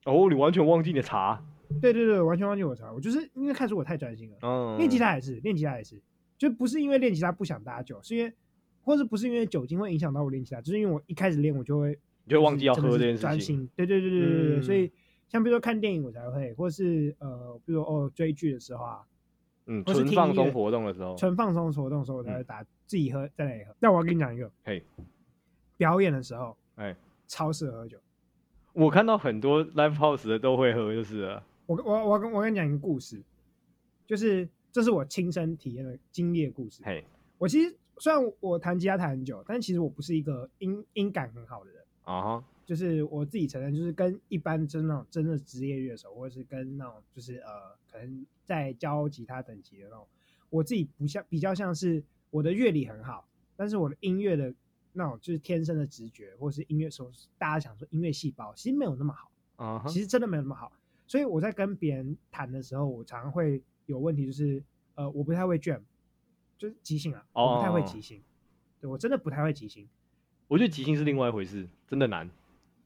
[SPEAKER 2] 哦，你完全忘记你的茶，
[SPEAKER 1] 对对对，完全忘记我茶，我就是因为看书我太专心了。
[SPEAKER 2] 嗯，
[SPEAKER 1] 练吉他也是，练吉他也是，就不是因为练吉他不想搭酒，是因为或者不是因为酒精会影响到我练吉他，就是因为我一开始练我就会
[SPEAKER 2] 你就会忘记要喝
[SPEAKER 1] 就
[SPEAKER 2] 这件
[SPEAKER 1] 是真的是专
[SPEAKER 2] 事情。
[SPEAKER 1] 心，对对对对对对对，
[SPEAKER 2] 嗯
[SPEAKER 1] 所以像比如说看电影我才会，或是呃，比如说哦追剧的时候啊，
[SPEAKER 2] 嗯，
[SPEAKER 1] 或是
[SPEAKER 2] 纯
[SPEAKER 1] 听
[SPEAKER 2] 放
[SPEAKER 1] 音
[SPEAKER 2] 松
[SPEAKER 1] 乐
[SPEAKER 2] 活动的时候，
[SPEAKER 1] 纯放松活动的时候，我
[SPEAKER 2] 嗯
[SPEAKER 1] 才会打、自己喝在那里喝。但我要跟你讲一个，
[SPEAKER 2] 嘿，
[SPEAKER 1] 表演的时候，
[SPEAKER 2] 哎，
[SPEAKER 1] 超适合喝酒。
[SPEAKER 2] 我看到很多 live house 的都会喝，就是了
[SPEAKER 1] 我跟我我跟我跟你讲一个故事，就是这是我亲身体验的经历的故事。
[SPEAKER 2] 嘿
[SPEAKER 1] 我其实虽然我弹吉他弹很久，但其实我不是一个音音感很好的人，
[SPEAKER 2] 啊哈，
[SPEAKER 1] 就是我自己承认，就是跟一般真那种真的职业乐手，或者是跟那种就是呃，可能在教吉他等级的那种，我自己不像比较像是我的乐理很好，但是我的音乐的那种就是天生的直觉，或是音乐手，大家想说音乐细胞其实没有那么好。
[SPEAKER 2] 啊哈
[SPEAKER 1] 其，实真的没有那么好。所以我在跟别人谈的时候，我常常会有问题，就是呃，我不太会卷，就是即兴啊，我不太会
[SPEAKER 2] 哦
[SPEAKER 1] 即兴，对我真的不太会即兴。
[SPEAKER 2] 我觉得即兴是另外一回事，真的难。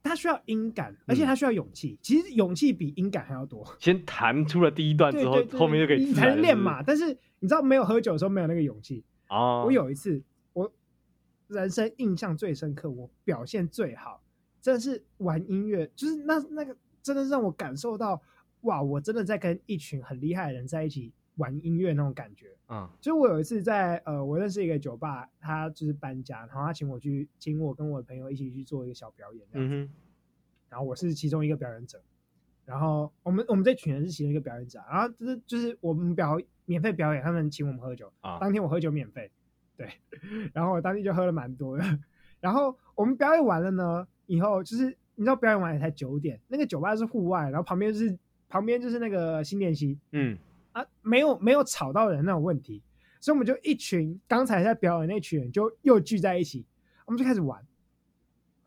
[SPEAKER 1] 它需要音感，
[SPEAKER 2] 嗯
[SPEAKER 1] 而且它需要勇气。其实勇气比音感还要多。
[SPEAKER 2] 先弹出了第一段
[SPEAKER 1] 对
[SPEAKER 2] 之
[SPEAKER 1] 对
[SPEAKER 2] 后，
[SPEAKER 1] 对，
[SPEAKER 2] 后面就可以
[SPEAKER 1] 你
[SPEAKER 2] 自
[SPEAKER 1] 才能
[SPEAKER 2] 然了
[SPEAKER 1] 练
[SPEAKER 2] 是不是
[SPEAKER 1] 嘛。但是你知道，没有喝酒的时候没有那个勇气。
[SPEAKER 2] 啊，
[SPEAKER 1] 我有一次，我人生印象最深刻，我表现最好，真的是玩音乐，就是那那个真的让我感受到，哇，我真的在跟一群很厉害的人在一起玩音乐那种感觉。
[SPEAKER 2] 嗯
[SPEAKER 1] 就是我有一次在呃，我认识一个酒吧，他就是搬家，然后他请我去，请我跟我的朋友一起去做一个小表演这样
[SPEAKER 2] 嗯
[SPEAKER 1] 子，
[SPEAKER 2] 哼，
[SPEAKER 1] 然后我是其中一个表演者，然后我们我们这群人是其中一个表演者，啊然后就是就是我们表免费表演，他们请我们喝酒，
[SPEAKER 2] 啊
[SPEAKER 1] 当天我喝酒免费，对，然后我当天就喝了蛮多的。然后我们表演完了呢，以后就是你知道表演完也才九点，那个酒吧是户外，然后旁边就是旁边就是那个新练习
[SPEAKER 2] 嗯，
[SPEAKER 1] 啊，没有没有吵到人那种问题，所以我们就一群刚才在表演那群人就又聚在一起，我们就开始玩，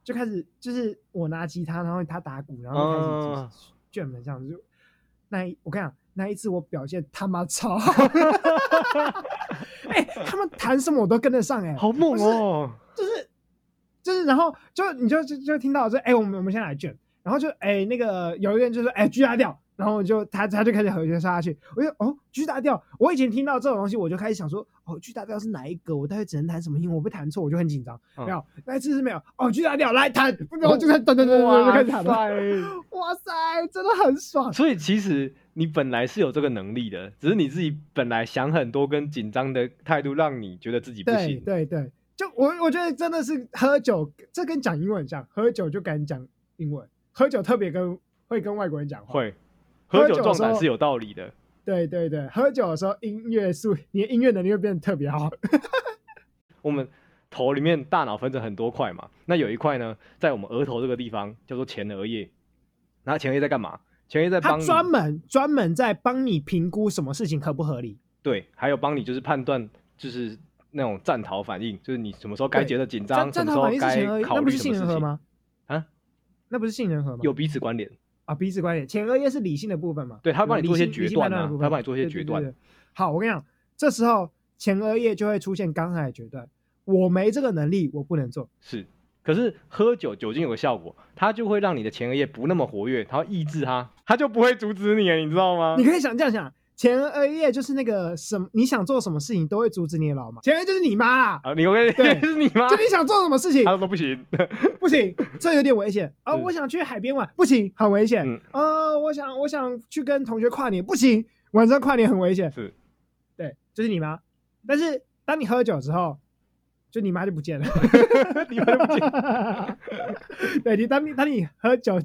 [SPEAKER 1] 就开始就是我拿吉他，然后他打鼓，然后就开始
[SPEAKER 2] 啊
[SPEAKER 1] 就是卷门这样子。就那一我跟你讲，那一次我表现他妈超好，哎、他们弹什么我都跟得上哎、
[SPEAKER 2] 好猛哦，
[SPEAKER 1] 就是就是，然后就你就就就听到说，哎、我们我们先来卷，然后就哎、那个有一个人就说，哎、g 大调，然后我就他他就开始和弦杀下去，我就哦 G 大调，我以前听到这种东西，我就开始想说，哦 G 大调是哪一个？我大概只能弹什么音？我被弹错，我就很紧张。
[SPEAKER 2] 嗯哦
[SPEAKER 1] 没有，那一次是没有，哦 G 大调来弹，然后就开始噔噔噔噔噔就开始弹了，
[SPEAKER 2] 塞！
[SPEAKER 1] 哇塞，真的很爽。
[SPEAKER 2] 所以其实你本来是有这个能力的，只是你自己本来想很多跟紧张的态度，让你觉得自己不
[SPEAKER 1] 对
[SPEAKER 2] 行。
[SPEAKER 1] 对对，就我我觉得真的是喝酒，这跟讲英文很像，喝酒就敢讲英文，喝酒特别跟会跟外国人讲话。
[SPEAKER 2] 会
[SPEAKER 1] 喝
[SPEAKER 2] 喝
[SPEAKER 1] 酒
[SPEAKER 2] 酒
[SPEAKER 1] 的
[SPEAKER 2] 壮
[SPEAKER 1] 时
[SPEAKER 2] 胆
[SPEAKER 1] 候
[SPEAKER 2] 是有道理的。
[SPEAKER 1] 对对对，喝酒的时候音乐素，你的音乐能力会变得特别好。
[SPEAKER 2] 我们头里面大脑分成很多块嘛，那有一块呢，在我们额头这个地方叫做前额叶。那前额叶在干嘛？前额 叶在
[SPEAKER 1] 他
[SPEAKER 2] 帮
[SPEAKER 1] 专
[SPEAKER 2] 你
[SPEAKER 1] 门专门在帮你评估什么事情合不合理。
[SPEAKER 2] 对，还有帮你就是判断就是那种战逃反应，就是你什么时候该
[SPEAKER 1] 对
[SPEAKER 2] 觉得紧张，
[SPEAKER 1] 站
[SPEAKER 2] 什
[SPEAKER 1] 站他
[SPEAKER 2] 么时候
[SPEAKER 1] 反应是前额
[SPEAKER 2] 该
[SPEAKER 1] 叶，
[SPEAKER 2] 考
[SPEAKER 1] 那不
[SPEAKER 2] 虑
[SPEAKER 1] 是
[SPEAKER 2] 什
[SPEAKER 1] 杏
[SPEAKER 2] 么
[SPEAKER 1] 仁
[SPEAKER 2] 事
[SPEAKER 1] 核
[SPEAKER 2] 情。
[SPEAKER 1] 吗？
[SPEAKER 2] 啊，
[SPEAKER 1] 那不是杏仁核吗？
[SPEAKER 2] 有彼此关联，
[SPEAKER 1] 啊，彼此关联，前额叶是理性的部分嘛？
[SPEAKER 2] 对他帮你
[SPEAKER 1] 理
[SPEAKER 2] 做一些
[SPEAKER 1] 性
[SPEAKER 2] 决
[SPEAKER 1] 理性判
[SPEAKER 2] 断啊
[SPEAKER 1] 的部分
[SPEAKER 2] 他帮你做一些决断
[SPEAKER 1] 对对对对好，我跟你讲，这时候前额叶就会出现刚才的决断，我没这个能力，我不能做。
[SPEAKER 2] 是。可是喝酒酒精有个效果，它就会让你的前额叶不那么活跃，它会抑制它，它就不会阻止你了，你知道吗
[SPEAKER 1] 你？可以想这样想，前额叶就是那个什么，你想做什么事情都会阻止你的老妈，前额叶就是你妈啦。
[SPEAKER 2] 啊，你我跟你
[SPEAKER 1] 对
[SPEAKER 2] 是你吗
[SPEAKER 1] 就？你想做什么事情
[SPEAKER 2] 他说不行，
[SPEAKER 1] 不行，这有点危险啊！
[SPEAKER 2] 嗯
[SPEAKER 1] 我想去海边玩，不行，很危险。
[SPEAKER 2] 嗯
[SPEAKER 1] 呃，我想我想去跟同学跨年，不行，晚上跨年很危险。
[SPEAKER 2] 是，
[SPEAKER 1] 对，就是你妈。但是当你喝酒之后，就你妈就不见了。
[SPEAKER 2] 你们不行。
[SPEAKER 1] 对你，当你当你喝酒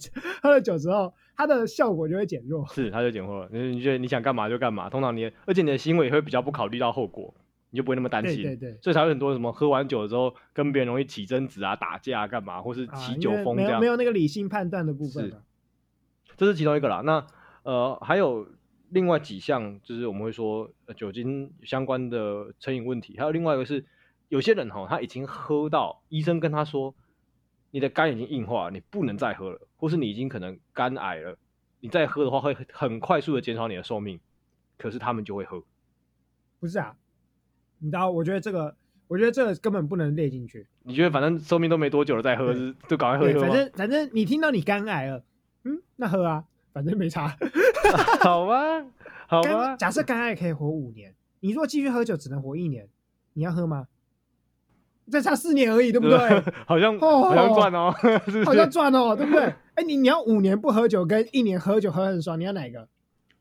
[SPEAKER 1] 喝了酒之后，它的效果就会减弱。
[SPEAKER 2] 是，他就捡货了。你你觉得你想干嘛就干嘛，通常你而且你的行为也会比较不考虑到后果，你就不会那么担
[SPEAKER 1] 对
[SPEAKER 2] 心，
[SPEAKER 1] 对对。
[SPEAKER 2] 所以才会很多什么喝完酒之后跟别人容易起争执啊、打架啊、干嘛，或是
[SPEAKER 1] 啊
[SPEAKER 2] 起
[SPEAKER 1] 因
[SPEAKER 2] 酒
[SPEAKER 1] 为
[SPEAKER 2] 疯
[SPEAKER 1] 没
[SPEAKER 2] 这
[SPEAKER 1] 有
[SPEAKER 2] 样。
[SPEAKER 1] 没有那个理性判断的部分
[SPEAKER 2] 是
[SPEAKER 1] 了。
[SPEAKER 2] 这是其中一个啦。那呃，还有另外几项，就是我们会说、呃酒精相关的成瘾问题，还有另外一个是有些人哈、他已经喝到医生跟他说，你的肝已经硬化了，你不能再喝了，或是你已经可能肝癌了，你再喝的话会很快速的减少你的寿命，可是他们就会喝。
[SPEAKER 1] 不是啊，你知道，我觉得这个，我觉得这个根本不能列进去。
[SPEAKER 2] 你觉得反正寿命都没多久了，再喝
[SPEAKER 1] 对
[SPEAKER 2] 是就赶快喝一
[SPEAKER 1] 对，
[SPEAKER 2] 喝
[SPEAKER 1] 反
[SPEAKER 2] 吗？
[SPEAKER 1] 正反正你听到你肝癌了，嗯，那喝啊，反正没差。
[SPEAKER 2] 好吧，好吧
[SPEAKER 1] 肝，假设肝癌可以活五年，你如果继续喝酒只能活一年，你要喝吗？再差四年而已，对不对？
[SPEAKER 2] 好像
[SPEAKER 1] 哦
[SPEAKER 2] 好像赚哦， 是不是？
[SPEAKER 1] 好像赚哦，对不 对？哎，你你要五年不喝酒跟一年喝酒喝很爽，你要哪个？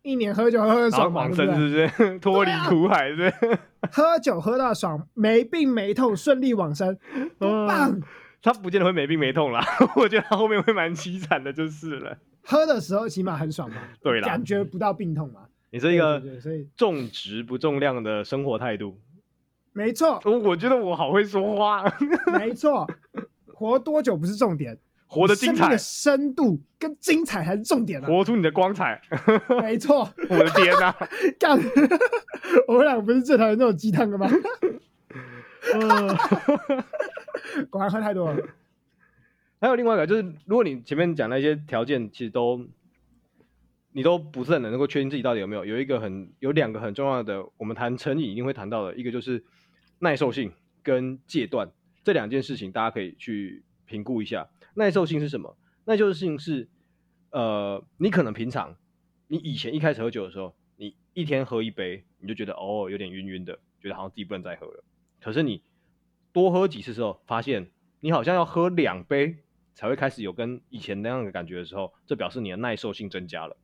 [SPEAKER 1] 一年喝酒喝很
[SPEAKER 2] 然后
[SPEAKER 1] 爽嘛，
[SPEAKER 2] 往
[SPEAKER 1] 对不
[SPEAKER 2] 生
[SPEAKER 1] 对？
[SPEAKER 2] 是 不是？脱离
[SPEAKER 1] 对啊
[SPEAKER 2] 苦海是不是？
[SPEAKER 1] 喝酒喝到爽，没病没痛，顺利往 生，
[SPEAKER 2] 啊
[SPEAKER 1] 多棒！
[SPEAKER 2] 他不见得会没病没痛啦， 我觉得他后面会蛮凄惨的，就是了。
[SPEAKER 1] 喝的时候起码很爽嘛，
[SPEAKER 2] 对啦
[SPEAKER 1] 感觉不到病痛嘛。
[SPEAKER 2] 你是一个
[SPEAKER 1] 对对对所以
[SPEAKER 2] 重质不重量的生活态度，
[SPEAKER 1] 没错，
[SPEAKER 2] 我我觉得我好会说话，
[SPEAKER 1] 没错，活多久不是重点，
[SPEAKER 2] 活得精
[SPEAKER 1] 生命
[SPEAKER 2] 彩
[SPEAKER 1] 的，深度跟精彩才是重点啊！
[SPEAKER 2] 活出你的光彩。
[SPEAKER 1] 没错，
[SPEAKER 2] 我的天哪、
[SPEAKER 1] 干， 我们俩不是最讨厌这种鸡汤的吗？
[SPEAKER 2] 嗯
[SPEAKER 1] 果然喝太多了。
[SPEAKER 2] 还有另外一个就是，如果你前面讲那些条件，其实都你都不是很能够确定自己到底有没有。有一个很有两个很重要的，我们谈成瘾一定会谈到的，一个就是耐受性跟戒断这两件事情，大家可以去评估一下。耐受性是什么？耐受性是呃，你可能平常你以前一开始喝酒的时候，你一天喝一杯，你就觉得哦有点晕晕的，觉得好像自己不能再喝了。可是你多喝几次之后，发现你好像要喝两杯才会开始有跟以前那样的感觉的时候，这表示你的耐受性增加了。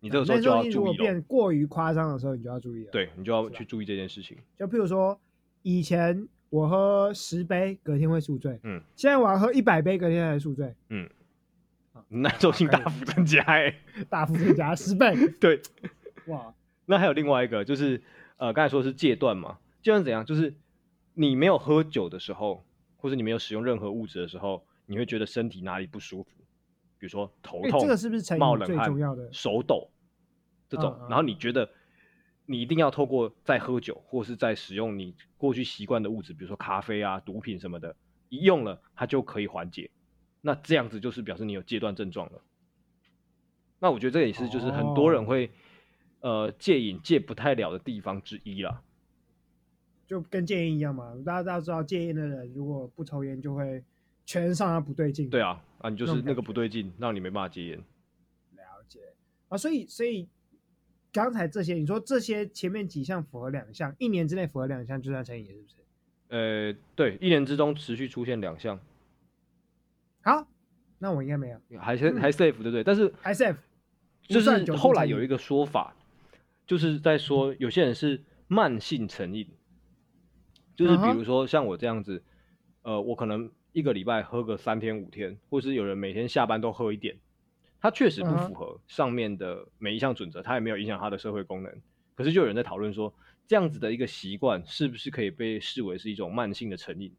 [SPEAKER 2] 你这个时候
[SPEAKER 1] 那
[SPEAKER 2] 就
[SPEAKER 1] 时
[SPEAKER 2] 要
[SPEAKER 1] 候你如
[SPEAKER 2] 注
[SPEAKER 1] 果
[SPEAKER 2] 意了
[SPEAKER 1] 变，过于夸张的时候，你就要注意了。，
[SPEAKER 2] 对你就要
[SPEAKER 1] 是啊吧
[SPEAKER 2] 去注意这件事情。
[SPEAKER 1] 就譬如说，以前我喝十杯，隔天会宿醉。
[SPEAKER 2] 嗯，
[SPEAKER 1] 现在我要喝一百杯，隔天才宿醉，
[SPEAKER 2] 你耐受性
[SPEAKER 1] 可
[SPEAKER 2] 大
[SPEAKER 1] 以
[SPEAKER 2] 幅增加、欸，
[SPEAKER 1] 大幅增 加十倍。
[SPEAKER 2] 对，
[SPEAKER 1] 哇，
[SPEAKER 2] 那还有另外一个就是，呃，刚才说的是戒断嘛，戒断怎样？就是你没有喝酒的时候，或者你没有使用任何物质的时候，你会觉得身体哪里不舒服，比如说头
[SPEAKER 1] 哎
[SPEAKER 2] 痛，
[SPEAKER 1] 这个是不是成瘾
[SPEAKER 2] 冒冷
[SPEAKER 1] 最
[SPEAKER 2] 汗
[SPEAKER 1] 重要的
[SPEAKER 2] 手抖这种？
[SPEAKER 1] 嗯嗯
[SPEAKER 2] 然后你觉得你一定要透过在喝酒或是在使用你过去习惯的物质，比如说咖啡啊、毒品什么的，一用了它就可以缓解。那这样子就是表示你有戒断症状了。那我觉得这也是就是很多人
[SPEAKER 1] 哦
[SPEAKER 2] 会、呃戒瘾戒不太了的地方之一啦。
[SPEAKER 1] 就跟戒烟一样嘛。大家大家知道，戒烟的人如果不抽烟，就会全身上下不对劲。
[SPEAKER 2] 对啊，啊你就
[SPEAKER 1] 那
[SPEAKER 2] 是
[SPEAKER 1] 种
[SPEAKER 2] 那个
[SPEAKER 1] 感
[SPEAKER 2] 不对劲，让你没办法戒烟。
[SPEAKER 1] 了解啊，所以所以刚才这些，你说这些前面几项符合两项，一年之内符合两项就算成瘾，是不是？
[SPEAKER 2] 呃，对，一年之中持续出现两项，
[SPEAKER 1] 好，那我应该没有，
[SPEAKER 2] 还是还 safe 对不对？但是
[SPEAKER 1] 还是 F
[SPEAKER 2] 就
[SPEAKER 1] 不算
[SPEAKER 2] 是
[SPEAKER 1] 酒精
[SPEAKER 2] 后来
[SPEAKER 1] 成瘾
[SPEAKER 2] 有一个说法，就是在说有些人是慢性成瘾，就是
[SPEAKER 1] 嗯
[SPEAKER 2] 比
[SPEAKER 1] 哼
[SPEAKER 2] 如说像我这样子，呃，我可能一个礼拜喝个三天五天，或是有人每天下班都喝一点，他确实不
[SPEAKER 1] 嗯哼
[SPEAKER 2] 符合上面的每一项准则，他也没有影响他的社会功能。可是就有人在讨论说，这样子的一个习惯是不是可以被视为是一种慢性的成瘾？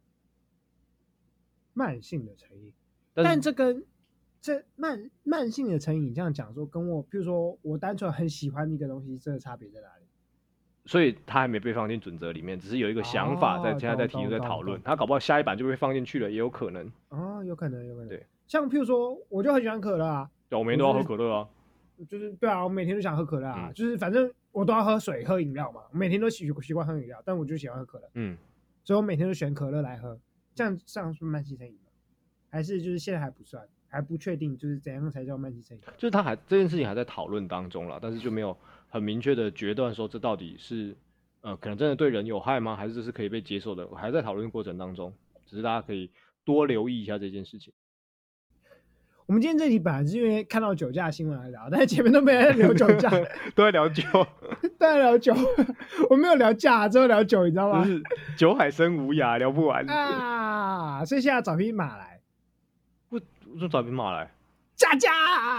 [SPEAKER 1] 慢性的成瘾，
[SPEAKER 2] 但是
[SPEAKER 1] 但这跟这慢慢性的成瘾，这样讲说，跟我譬如说我单纯很喜欢一个东西，这个差别在哪里？
[SPEAKER 2] 所以他还没被放进准则里面，只是有一个想法在
[SPEAKER 1] 哦
[SPEAKER 2] 现在在提
[SPEAKER 1] 懂
[SPEAKER 2] 出在
[SPEAKER 1] 懂
[SPEAKER 2] 讨
[SPEAKER 1] 懂
[SPEAKER 2] 论，
[SPEAKER 1] 懂
[SPEAKER 2] 他搞不好下一版就被放进去了，也有可能。
[SPEAKER 1] 哦，有可能，有可能。
[SPEAKER 2] 对，
[SPEAKER 1] 像譬如说，我就很喜欢可乐啊，
[SPEAKER 2] 对，我每天
[SPEAKER 1] 我
[SPEAKER 2] 都要
[SPEAKER 1] 就
[SPEAKER 2] 喝
[SPEAKER 1] 是
[SPEAKER 2] 可乐啊。
[SPEAKER 1] 就是对啊，我每天都想喝可乐啊，
[SPEAKER 2] 嗯
[SPEAKER 1] 就是反正我都要喝水、喝饮料嘛，我每天都习习惯喝饮料，但我就喜欢喝可乐。
[SPEAKER 2] 嗯，
[SPEAKER 1] 所以我每天都选可乐来喝，这样这样是不是慢性成瘾吗？还是就是现在还不算，还不确定，就是怎样才叫慢性成瘾？
[SPEAKER 2] 就是他还这件事情还在讨论当中了，但是就没有很明确的决断说这到底是呃可能真的对人有害吗？还是这是可以被接受的？还在讨论过程当中，只是大家可以多留意一下这件事情。
[SPEAKER 1] 我们今天这集本来是因为看到酒驾新闻来聊，但是前面都没有在聊酒 驾，
[SPEAKER 2] 都在聊酒，
[SPEAKER 1] 都在聊酒，我没有聊驾，只有聊酒，你知道
[SPEAKER 2] 就
[SPEAKER 1] 吗？
[SPEAKER 2] 是酒海深无涯，聊不完。
[SPEAKER 1] 啊，所以现在找匹马来
[SPEAKER 2] 我我就找兵马来，
[SPEAKER 1] 驾驾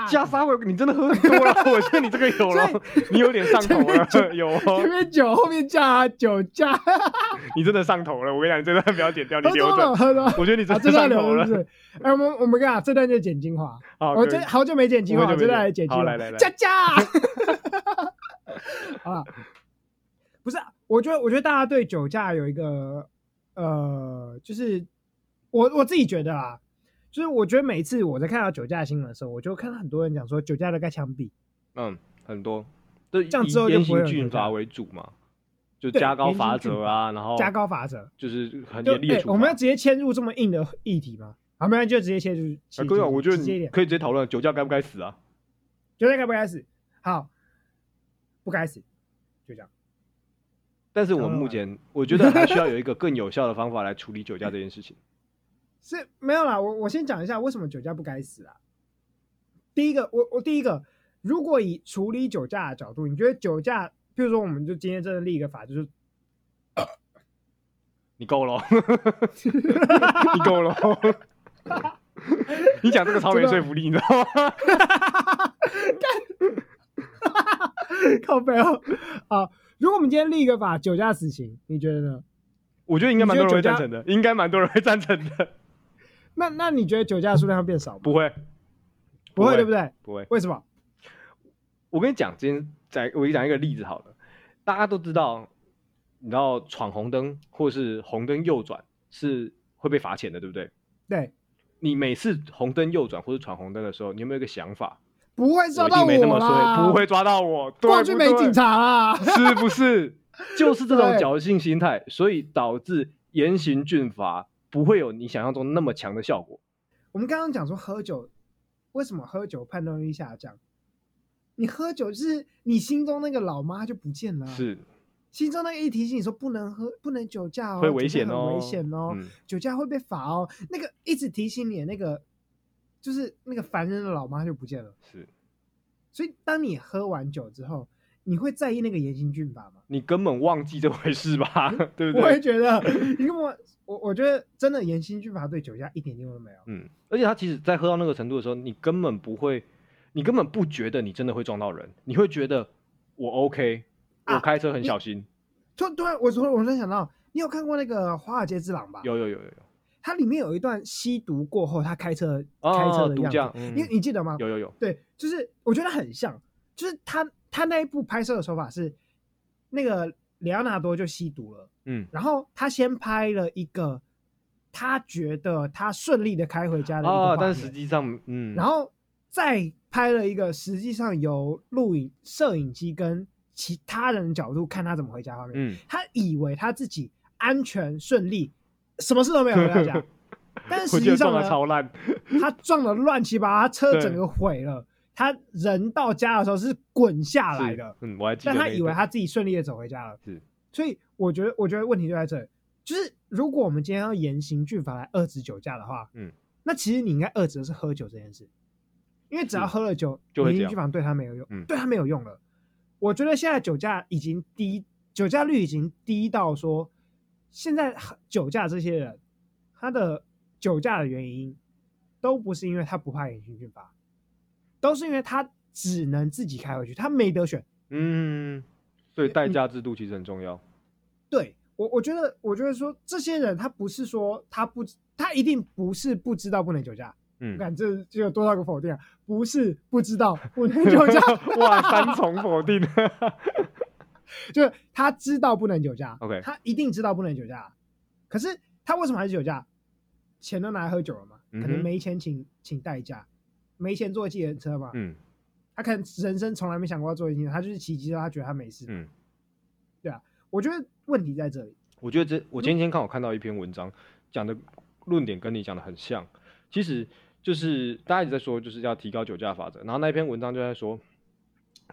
[SPEAKER 2] 加沙威，你真的喝很多了， 我觉得你这个有了，你有点上头了，有哦
[SPEAKER 1] 前，面酒，后面驾，酒驾，
[SPEAKER 2] 你真的上头了。我跟你讲，你这段不要剪掉，你
[SPEAKER 1] 喝
[SPEAKER 2] 留
[SPEAKER 1] 多
[SPEAKER 2] 着
[SPEAKER 1] 了，。喝多 了。
[SPEAKER 2] 我觉得你真
[SPEAKER 1] 啊，
[SPEAKER 2] 的
[SPEAKER 1] 这段
[SPEAKER 2] 上
[SPEAKER 1] 留
[SPEAKER 2] 头
[SPEAKER 1] 着
[SPEAKER 2] 了
[SPEAKER 1] 是。不是？哎，我们我们看，这段就剪精华。
[SPEAKER 2] 好，
[SPEAKER 1] 我
[SPEAKER 2] 可以
[SPEAKER 1] 这好久没剪精华，
[SPEAKER 2] 好
[SPEAKER 1] 我这
[SPEAKER 2] 久没剪
[SPEAKER 1] 段来剪精
[SPEAKER 2] 好
[SPEAKER 1] 华，
[SPEAKER 2] 来来来
[SPEAKER 1] 佳佳， 好了，不是啊，我觉得我觉得大家对酒驾有一个呃，就是我我自己觉得啊，就是我觉得每一次我在看到酒驾新闻的时候，我就看到很多人讲说酒驾的该枪毙，
[SPEAKER 2] 嗯，很多，就
[SPEAKER 1] 这样
[SPEAKER 2] 以
[SPEAKER 1] 之后就
[SPEAKER 2] 严
[SPEAKER 1] 不会
[SPEAKER 2] 刑
[SPEAKER 1] 有人
[SPEAKER 2] 峻
[SPEAKER 1] 酒驾
[SPEAKER 2] 罚为主嘛，就
[SPEAKER 1] 对
[SPEAKER 2] 加高
[SPEAKER 1] 严刑
[SPEAKER 2] 罚
[SPEAKER 1] 峻
[SPEAKER 2] 则
[SPEAKER 1] 罚
[SPEAKER 2] 啊，然后
[SPEAKER 1] 加高罚则。
[SPEAKER 2] 就是很
[SPEAKER 1] 就
[SPEAKER 2] 严哦厉的
[SPEAKER 1] 哎
[SPEAKER 2] 处罚。
[SPEAKER 1] 我们要直接切入这么硬的议题吗？好，没关系，就直接切入。
[SPEAKER 2] 啊，哥啊，我觉得
[SPEAKER 1] 直接一
[SPEAKER 2] 你
[SPEAKER 1] 点，
[SPEAKER 2] 可以直接讨论酒驾该不该死啊。
[SPEAKER 1] 酒驾该不该死？好，不该死，就这样。
[SPEAKER 2] 但是我
[SPEAKER 1] 啊
[SPEAKER 2] 们目前，我觉得还需要有一个更有效的方法来处理酒驾这件 事情。
[SPEAKER 1] 是没有啦，我我先讲一下为什么酒驾不该死啊。第一个，我我第一个，如果以处理酒驾的角度，你觉得酒驾，譬如说，我们就今天真的立一个法，就是
[SPEAKER 2] 你够了哦，你够了 哦，你讲这个超没说服力，你知道吗？
[SPEAKER 1] 靠背哦啊。如果我们今天立一个法，酒驾死刑，你觉得呢？
[SPEAKER 2] 我觉得应该蛮多人会赞成的，应该蛮多人会赞成的，
[SPEAKER 1] 那那你觉得酒驾数量会变少吗？
[SPEAKER 2] 不会，
[SPEAKER 1] 不
[SPEAKER 2] 不会
[SPEAKER 1] 会，对不对？
[SPEAKER 2] 不会。
[SPEAKER 1] 为什么？
[SPEAKER 2] 我跟你讲，今天在我给你讲一个例子好了，大家都知道，你知道闯红灯或是红灯右转是会被罚钱的，对不对？
[SPEAKER 1] 对，
[SPEAKER 2] 你每次红灯右转或者闯红灯的时候，你有没有一个想法？
[SPEAKER 1] 不会
[SPEAKER 2] 我
[SPEAKER 1] 抓
[SPEAKER 2] 一
[SPEAKER 1] 到
[SPEAKER 2] 定没那么
[SPEAKER 1] 啦，
[SPEAKER 2] 衰，不会抓到我，对
[SPEAKER 1] 过去
[SPEAKER 2] 不
[SPEAKER 1] 没
[SPEAKER 2] 对
[SPEAKER 1] 警，察啦。
[SPEAKER 2] 是不是？就是这种
[SPEAKER 1] 对
[SPEAKER 2] 侥幸心态，所以导致严刑峻法不会有你想象中那么强的效果。
[SPEAKER 1] 我们刚刚讲说喝酒，为什么喝酒判断力下降？你喝酒就是你心中那个老妈就不见了啊，
[SPEAKER 2] 是
[SPEAKER 1] 心中那个一提醒你说不能喝，不能酒驾哦，
[SPEAKER 2] 会危险
[SPEAKER 1] 酒驾
[SPEAKER 2] 哦，
[SPEAKER 1] 很危险哦，
[SPEAKER 2] 嗯
[SPEAKER 1] 酒驾会被罚哦，那个一直提醒你的那个，就是那个烦人的老妈就不见了。
[SPEAKER 2] 是
[SPEAKER 1] 所以当你喝完酒之后，你会在意那个严刑峻法吗？
[SPEAKER 2] 你根本忘记这回事吧？对不
[SPEAKER 1] 嗯我也
[SPEAKER 2] 对？
[SPEAKER 1] 觉得，因为我我我觉得真的严刑峻法对酒驾一点用都没有。
[SPEAKER 2] 嗯，而且他其实，在喝到那个程度的时候，你根本不会，你根本不觉得你真的会撞到人，你会觉得我 OK，我
[SPEAKER 1] 啊
[SPEAKER 2] 开车很
[SPEAKER 1] 你
[SPEAKER 2] 小心。
[SPEAKER 1] 突突然，我突然我突然想到，你有看过那个《华尔街之狼》吧？
[SPEAKER 2] 有有有有有
[SPEAKER 1] 它里面有一段吸毒过后他开车、
[SPEAKER 2] 哦
[SPEAKER 1] 开车的
[SPEAKER 2] 毒
[SPEAKER 1] 样
[SPEAKER 2] 驾
[SPEAKER 1] 子，
[SPEAKER 2] 嗯
[SPEAKER 1] 你你记得吗？
[SPEAKER 2] 有有有，
[SPEAKER 1] 对，就是我觉得很像，就是他他那一部拍摄的手法是，那个里奥纳多就吸毒了，
[SPEAKER 2] 嗯。
[SPEAKER 1] 然后他先拍了一个他觉得他顺利的开回家的一个画
[SPEAKER 2] 啊，
[SPEAKER 1] 面
[SPEAKER 2] 但实际上，嗯，
[SPEAKER 1] 然后再拍了一个实际上由录影摄影机跟其他人的角度看他怎么回家的画面，
[SPEAKER 2] 嗯，，
[SPEAKER 1] 他以为他自己安全顺利，什么事都没有回到家 但
[SPEAKER 2] 我
[SPEAKER 1] 实
[SPEAKER 2] 记
[SPEAKER 1] 际
[SPEAKER 2] 得
[SPEAKER 1] 上
[SPEAKER 2] 撞
[SPEAKER 1] 呢
[SPEAKER 2] 的，超烂，
[SPEAKER 1] 他撞的乱七八糟，他车
[SPEAKER 2] 对
[SPEAKER 1] 整个毁了，他人到家的时候是滚下来
[SPEAKER 2] 是
[SPEAKER 1] 的，
[SPEAKER 2] 嗯，我还记得
[SPEAKER 1] 但
[SPEAKER 2] 那
[SPEAKER 1] 他
[SPEAKER 2] 一段，
[SPEAKER 1] 以为他自己顺利的走回家了
[SPEAKER 2] 是，
[SPEAKER 1] 所以我觉得，我觉得问题就在这里，就是如果我们今天要严刑峻法来遏制酒驾的话，
[SPEAKER 2] 嗯，
[SPEAKER 1] 那其实你应该遏制的是喝酒这件事，因为只要
[SPEAKER 2] 是
[SPEAKER 1] 喝了酒，
[SPEAKER 2] 就会
[SPEAKER 1] 严
[SPEAKER 2] 这
[SPEAKER 1] 刑
[SPEAKER 2] 样
[SPEAKER 1] 峻法对他没有用，
[SPEAKER 2] 嗯
[SPEAKER 1] 对他没有用了。我觉得现在酒驾已经低，酒驾率已经低到说，现在酒驾这些人，他的酒驾的原因都不是因为他不怕严刑峻法，都是因为他只能自己开回去，他没得选。
[SPEAKER 2] 嗯，所以代驾制度其实很重要，
[SPEAKER 1] 对我，我觉得，我觉得说这些人，他不是说他不，他一定不是不知道不能酒驾。
[SPEAKER 2] 嗯
[SPEAKER 1] 你，看这这有多少个否定啊？不是不知道不能酒 驾，
[SPEAKER 2] 哇，三重否 定，
[SPEAKER 1] 就是他知道不能酒驾。
[SPEAKER 2] OK
[SPEAKER 1] 他一定知道不能酒驾，可是他为什么还是酒驾？钱都拿来喝酒了嘛？可
[SPEAKER 2] 嗯
[SPEAKER 1] 能
[SPEAKER 2] 哼
[SPEAKER 1] 没钱请请代驾，没钱坐计程车嘛？
[SPEAKER 2] 嗯
[SPEAKER 1] 他可能人生从来没想过要坐计程车，他就是骑机车，他觉得他没事。
[SPEAKER 2] 嗯，
[SPEAKER 1] 我觉得问题在这里。
[SPEAKER 2] 我觉得这我前几天刚好看到一篇文章，讲的论点跟你讲的很像。其实就是大家一直在说，就是要提高酒驾法则。然后那篇文章就在说，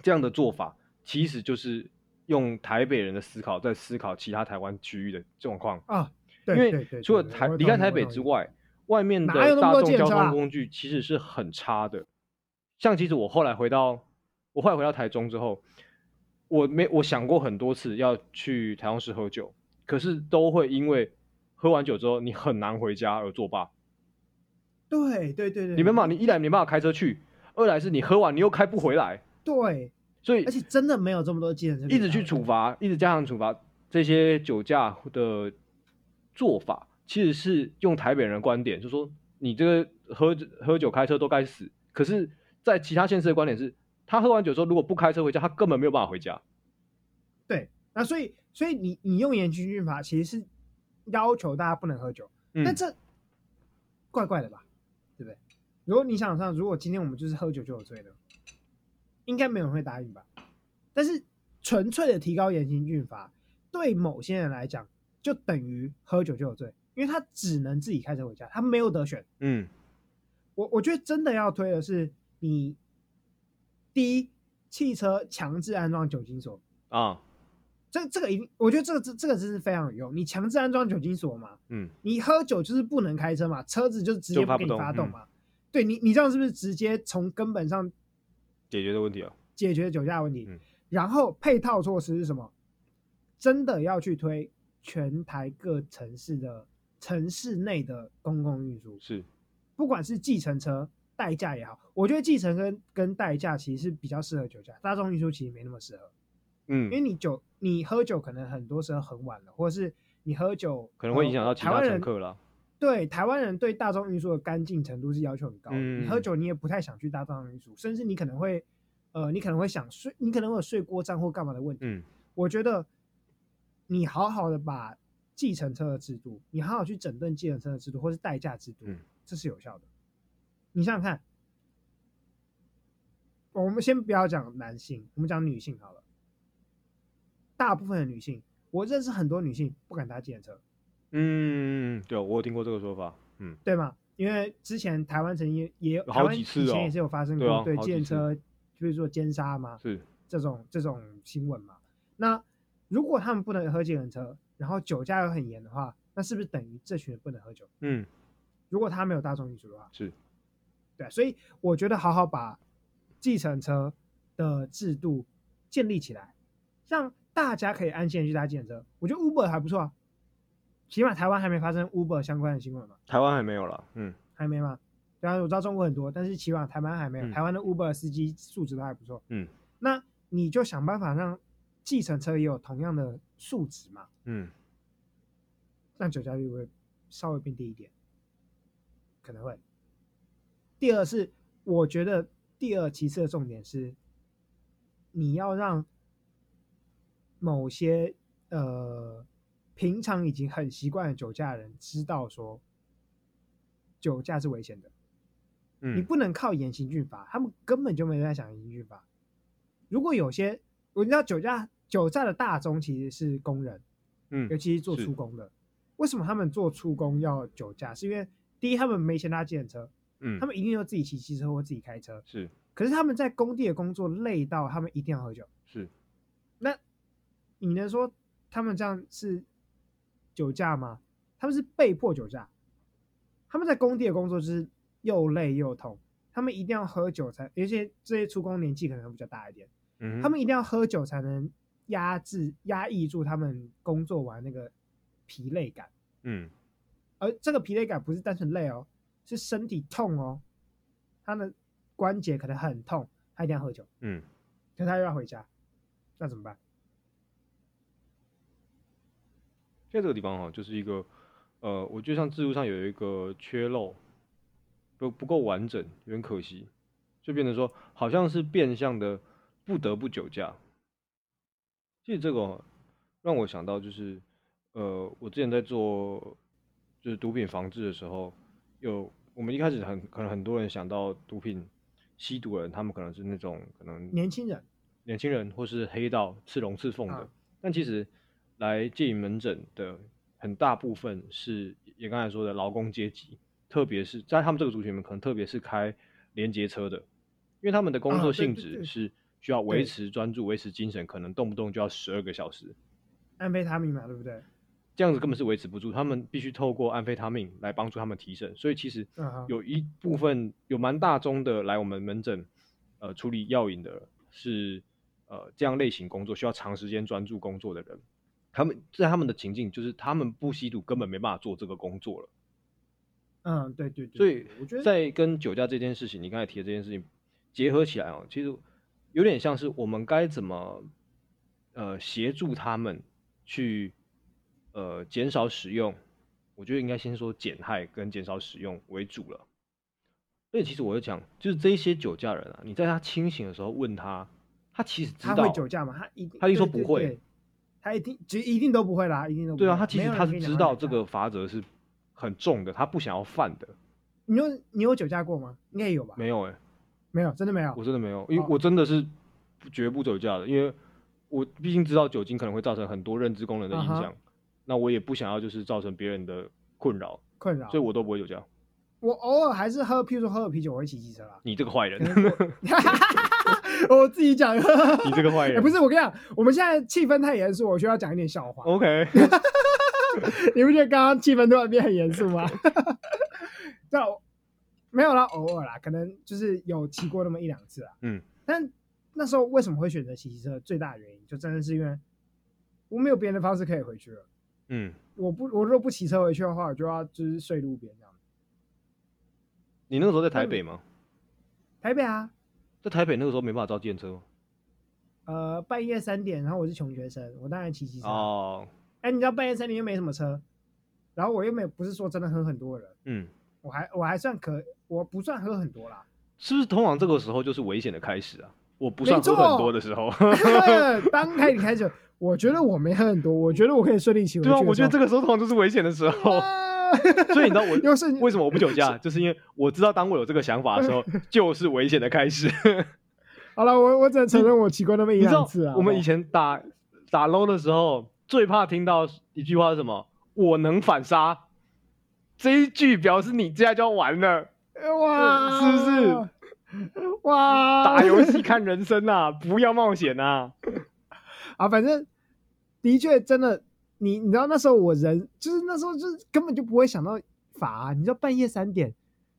[SPEAKER 2] 这样的做法其实就是用台北人的思考在思考其他台湾区域的状况。
[SPEAKER 1] 啊，对
[SPEAKER 2] 因
[SPEAKER 1] 对
[SPEAKER 2] 为
[SPEAKER 1] 对
[SPEAKER 2] 除了
[SPEAKER 1] 对对
[SPEAKER 2] 台
[SPEAKER 1] 我
[SPEAKER 2] 离
[SPEAKER 1] 懂
[SPEAKER 2] 开
[SPEAKER 1] 你
[SPEAKER 2] 台
[SPEAKER 1] 我
[SPEAKER 2] 北
[SPEAKER 1] 懂
[SPEAKER 2] 之
[SPEAKER 1] 你
[SPEAKER 2] 外，外面的
[SPEAKER 1] 哪有那么
[SPEAKER 2] 大
[SPEAKER 1] 多
[SPEAKER 2] 众
[SPEAKER 1] 计
[SPEAKER 2] 交
[SPEAKER 1] 程车
[SPEAKER 2] 通
[SPEAKER 1] 啊
[SPEAKER 2] 工具其实是很差的。像其实我后来回到我后来回到台中之后，我没我想过很多次要去台中市喝酒，可是都会因为喝完酒之后你很难回家而作罢。
[SPEAKER 1] 对对对对，
[SPEAKER 2] 你没办法，你一来没办法开车去，二来是你喝完你又开不回来，
[SPEAKER 1] 对，
[SPEAKER 2] 所以
[SPEAKER 1] 而且真的没有这么多计程车，
[SPEAKER 2] 一直去处，罚，一直加强处罚这些酒驾的做法，其实是用台北人的观点，就说你这个喝喝酒开车都该死。可是，在其他县市的观点是，他喝完酒之后如果不开车回家，他根本没有办法回家。
[SPEAKER 1] 对，那所以所以你你用严刑峻法其实是要求大家不能喝酒，
[SPEAKER 2] 嗯
[SPEAKER 1] 但这怪怪的吧，对不对？如果你想想，如果今天我们就是喝酒就有罪的，应该没有人会答应吧？但是纯粹的提高严刑峻法，对某些人来讲，就等于喝酒就有罪，因为他只能自己开车回家，他没有得选。
[SPEAKER 2] 嗯
[SPEAKER 1] 我我觉得真的要推的是你，第一，汽车强制安装酒精锁，
[SPEAKER 2] 啊
[SPEAKER 1] 这这个一定，我觉得这个这这个真是非常有用。你强制安装酒精锁嘛，
[SPEAKER 2] 嗯
[SPEAKER 1] 你喝酒就是不能开车嘛，车子就直接
[SPEAKER 2] 就发
[SPEAKER 1] 不给你
[SPEAKER 2] 不动
[SPEAKER 1] 发动嘛。对你，你这样是不是直接从根本上
[SPEAKER 2] 解决的问题啊了。
[SPEAKER 1] 解决酒驾问题？
[SPEAKER 2] 嗯
[SPEAKER 1] 然后配套措施是什么？真的要去推全台各城市的城市内的公共运输，
[SPEAKER 2] 是，
[SPEAKER 1] 不管是计程车代驾也好，我觉得计程跟跟代驾其实是比较适合酒驾，大众运输其实没那么适合，因为
[SPEAKER 2] 嗯，
[SPEAKER 1] 你酒你喝酒可能很多时候很晚了，或者是你喝酒
[SPEAKER 2] 可能会影响到其
[SPEAKER 1] 呃台
[SPEAKER 2] 他
[SPEAKER 1] 湾
[SPEAKER 2] 乘
[SPEAKER 1] 人。
[SPEAKER 2] 客啦。
[SPEAKER 1] 对台湾人对大众运输的干净程度是要求很高的，
[SPEAKER 2] 嗯
[SPEAKER 1] 你喝酒你也不太想去大众运输，甚至你可能会呃，你可能会想睡，你可能会有睡过站或干嘛的问题。
[SPEAKER 2] 嗯
[SPEAKER 1] 我觉得你好好的把计程车的制度，你好好去整顿计程车的制度，或是代驾制度，
[SPEAKER 2] 嗯
[SPEAKER 1] 这是有效的。你想想看，我们先不要讲男性，我们讲女性好了。大部分的女性，我认识很多女性不敢搭计程车，
[SPEAKER 2] 嗯，对，我有听过这个说法。嗯
[SPEAKER 1] 对吗？因为之前台湾曾经也也有
[SPEAKER 2] 好
[SPEAKER 1] 台湾
[SPEAKER 2] 几次
[SPEAKER 1] 以前
[SPEAKER 2] 哦
[SPEAKER 1] 也是有发生
[SPEAKER 2] 对
[SPEAKER 1] 过
[SPEAKER 2] 啊
[SPEAKER 1] 对
[SPEAKER 2] 好
[SPEAKER 1] 计
[SPEAKER 2] 几
[SPEAKER 1] 程
[SPEAKER 2] 次
[SPEAKER 1] 车，就是说奸杀嘛，
[SPEAKER 2] 是，
[SPEAKER 1] 这种这种新闻嘛。那如果他们不能喝计程车，然后酒驾又很严的话，那是不是等于这群人不能喝酒？
[SPEAKER 2] 嗯
[SPEAKER 1] 如果他没有大众运输的话，
[SPEAKER 2] 是，
[SPEAKER 1] 对啊、所以我觉得好好把计程车的制度建立起来，让大家可以安心的去搭计程车。我觉得 Uber 还不错啊，起码台湾还没发生 Uber 相关的新闻嘛。
[SPEAKER 2] 台湾还没有了。嗯
[SPEAKER 1] 还没吗？对啊，我知道中国很多，但是起码台湾还没有。
[SPEAKER 2] 嗯
[SPEAKER 1] 台湾的 Uber 司机素质都还不错。
[SPEAKER 2] 嗯，
[SPEAKER 1] 那你就想办法让计程车也有同样的素质嘛，
[SPEAKER 2] 嗯，
[SPEAKER 1] 让酒驾率会稍微变低一点，可能会。第二是，我觉得第二其次的重点是，你要让某些呃平常已经很习惯了酒驾的人知道说，酒驾是危险的。
[SPEAKER 2] 嗯
[SPEAKER 1] 你不能靠严刑峻法，他们根本就没在想严刑峻法。如果有些，我知道酒驾酒驾的大宗其实是工人，
[SPEAKER 2] 嗯
[SPEAKER 1] 尤其是做
[SPEAKER 2] 是
[SPEAKER 1] 出工的。为什么他们做出工要酒驾？是因为第一，他们没钱搭计程车，
[SPEAKER 2] 嗯
[SPEAKER 1] 他，们一定要自己骑机车或自己开车。
[SPEAKER 2] 是
[SPEAKER 1] 可是他们在工地的工作累到，他们一定要喝酒。
[SPEAKER 2] 是，
[SPEAKER 1] 那你能说他们这样是酒驾吗？他们是被迫酒驾，他们在工地的工作就是又累又痛，他们一定要喝酒才，而且这些出工年纪可能比较大一点，
[SPEAKER 2] 嗯，
[SPEAKER 1] 他们一定要喝酒才能压制、压抑住他们工作完那个疲累感，
[SPEAKER 2] 嗯
[SPEAKER 1] 而这个疲累感不是单纯累哦，是身体痛哦，他的关节可能很痛，他一定要喝酒。
[SPEAKER 2] 嗯
[SPEAKER 1] 可是他又要回家，那怎么办？
[SPEAKER 2] 现在这个地方哈，就是一个，呃，我觉得像制度上有一个缺漏，不不够完整，有点可惜，就变成说好像是变相的不得不酒驾。其实这个哦让我想到就是，呃，我之前在做就是毒品防治的时候，有我们一开始很可能很多人想到毒品吸毒的人，他们可能是那种可能
[SPEAKER 1] 年轻人，
[SPEAKER 2] 年轻人或是黑道刺龙刺凤的，
[SPEAKER 1] 啊
[SPEAKER 2] 但其实来戒瘾门诊的很大部分是也刚才说的劳工阶级，特别是在他们这个族群里面，可能特别是开连接车的，因为他们的工
[SPEAKER 1] 啊
[SPEAKER 2] 作
[SPEAKER 1] 对
[SPEAKER 2] 性
[SPEAKER 1] 对对
[SPEAKER 2] 质是需要维
[SPEAKER 1] 对
[SPEAKER 2] 持专注、维持精神，可能动不动就要十二个小时，
[SPEAKER 1] 安非他命嘛，对不对？
[SPEAKER 2] 这样子根本是维持不住，他们必须透过安非他命来帮助他们提升。所以其实
[SPEAKER 1] 嗯哼
[SPEAKER 2] 有一部分有蛮大宗的来我们门诊，呃，处理药引的是呃这样类型工作需要长时间专注工作的人，他们在他们的情境就是他们不吸毒根本没办法做这个工作了。
[SPEAKER 1] 嗯，对对对。
[SPEAKER 2] 所以
[SPEAKER 1] 我觉得
[SPEAKER 2] 在跟酒驾这件事情，你刚才提的这件事情结合起来哦，其实有点像是我们该怎么呃协助他们去呃减少使用，我觉得应该先说减害跟减少使用为主了。所以其实我就讲，就是这些酒驾人啊，你在他清醒的时候问他，他其实知
[SPEAKER 1] 他
[SPEAKER 2] 道
[SPEAKER 1] 会酒驾嘛，他一定
[SPEAKER 2] 他一说
[SPEAKER 1] 对对
[SPEAKER 2] 不会
[SPEAKER 1] 对他一定就一定都不会啦，一定都不会
[SPEAKER 2] 对啊，
[SPEAKER 1] 啦
[SPEAKER 2] 他其
[SPEAKER 1] 没
[SPEAKER 2] 实
[SPEAKER 1] 有人
[SPEAKER 2] 他
[SPEAKER 1] 跟
[SPEAKER 2] 是
[SPEAKER 1] 你
[SPEAKER 2] 知
[SPEAKER 1] 讲
[SPEAKER 2] 道
[SPEAKER 1] 酒
[SPEAKER 2] 这
[SPEAKER 1] 驾
[SPEAKER 2] 个法则是很重的，他不想要犯的。
[SPEAKER 1] 你有你有酒驾过吗？应该也有吧？
[SPEAKER 2] 没有哎、
[SPEAKER 1] 没有，真的没有
[SPEAKER 2] 我。真的没有，因为
[SPEAKER 1] 哦
[SPEAKER 2] 我真的是不绝不酒驾的，因为我毕竟知道酒精可能会造成很多认知功能的影
[SPEAKER 1] 啊哈
[SPEAKER 2] 响，那我也不想要就是造成别人的困扰，
[SPEAKER 1] 困扰
[SPEAKER 2] 所以。我都不会酒驾。
[SPEAKER 1] 我偶尔还是喝，譬如说喝了啤酒，我会骑机车啦。
[SPEAKER 2] 你这个坏人，
[SPEAKER 1] 哎我自己 讲，
[SPEAKER 2] 你这个 坏人，
[SPEAKER 1] 哎不是我跟你讲，我们现在气氛太严肃，我需要讲一点笑话。
[SPEAKER 2] OK？
[SPEAKER 1] 你不觉得刚刚气氛突然变很严肃吗？ 对啊，我没有啦，偶尔啦，可能就是有骑过那么一两次啦。啊
[SPEAKER 2] 嗯，
[SPEAKER 1] 但那时候为什么会选择骑机车？最大的原因就真的是因为我没有别的方式可以回去了。
[SPEAKER 2] 嗯，
[SPEAKER 1] 我不，我如果不骑车回去的话，我就要就是睡路边这样。
[SPEAKER 2] 你那个时候在台北吗？
[SPEAKER 1] 嗯台北啊，
[SPEAKER 2] 在台北那个时候没办法招电车吗？
[SPEAKER 1] 呃，半夜三点，然后我是穷学生，我当然骑机车啊。
[SPEAKER 2] 哦，
[SPEAKER 1] 哎、你知道半夜三点又没什么车，然后我又没有不是说真的喝很多的人，
[SPEAKER 2] 嗯，
[SPEAKER 1] 我还我还算可，我不算喝很多啦。
[SPEAKER 2] 是不是通往这个时候就是危险的开始啊？我不算喝
[SPEAKER 1] 没错
[SPEAKER 2] 很多的时候，
[SPEAKER 1] 啊当开始开始，我觉得我没喝很多，我觉得我可以顺利骑回去
[SPEAKER 2] 对
[SPEAKER 1] 的时
[SPEAKER 2] 啊，
[SPEAKER 1] 候。
[SPEAKER 2] 我觉得这个时候通常就是危险的时候。
[SPEAKER 1] 啊
[SPEAKER 2] 所以你知道我
[SPEAKER 1] 又是
[SPEAKER 2] 为什么我不酒驾，就是因为我知道当我有这个想法的时 候，就是危险的开始。
[SPEAKER 1] 好了，我我只能承认我骑过那么一
[SPEAKER 2] 你知
[SPEAKER 1] 两
[SPEAKER 2] 道
[SPEAKER 1] 次啊。
[SPEAKER 2] 我们以前打打 low 的时候，最怕听到一句话是什么？我能反杀。这一句表示你现在就要完了，
[SPEAKER 1] 哇，
[SPEAKER 2] 是不
[SPEAKER 1] 是？哇，
[SPEAKER 2] 打游戏看人生啊，不要冒险啊。
[SPEAKER 1] 啊，反正 的确真的，你你知道那时候我人就是那时候就是根本就不会想到罚啊、你知道半夜三点，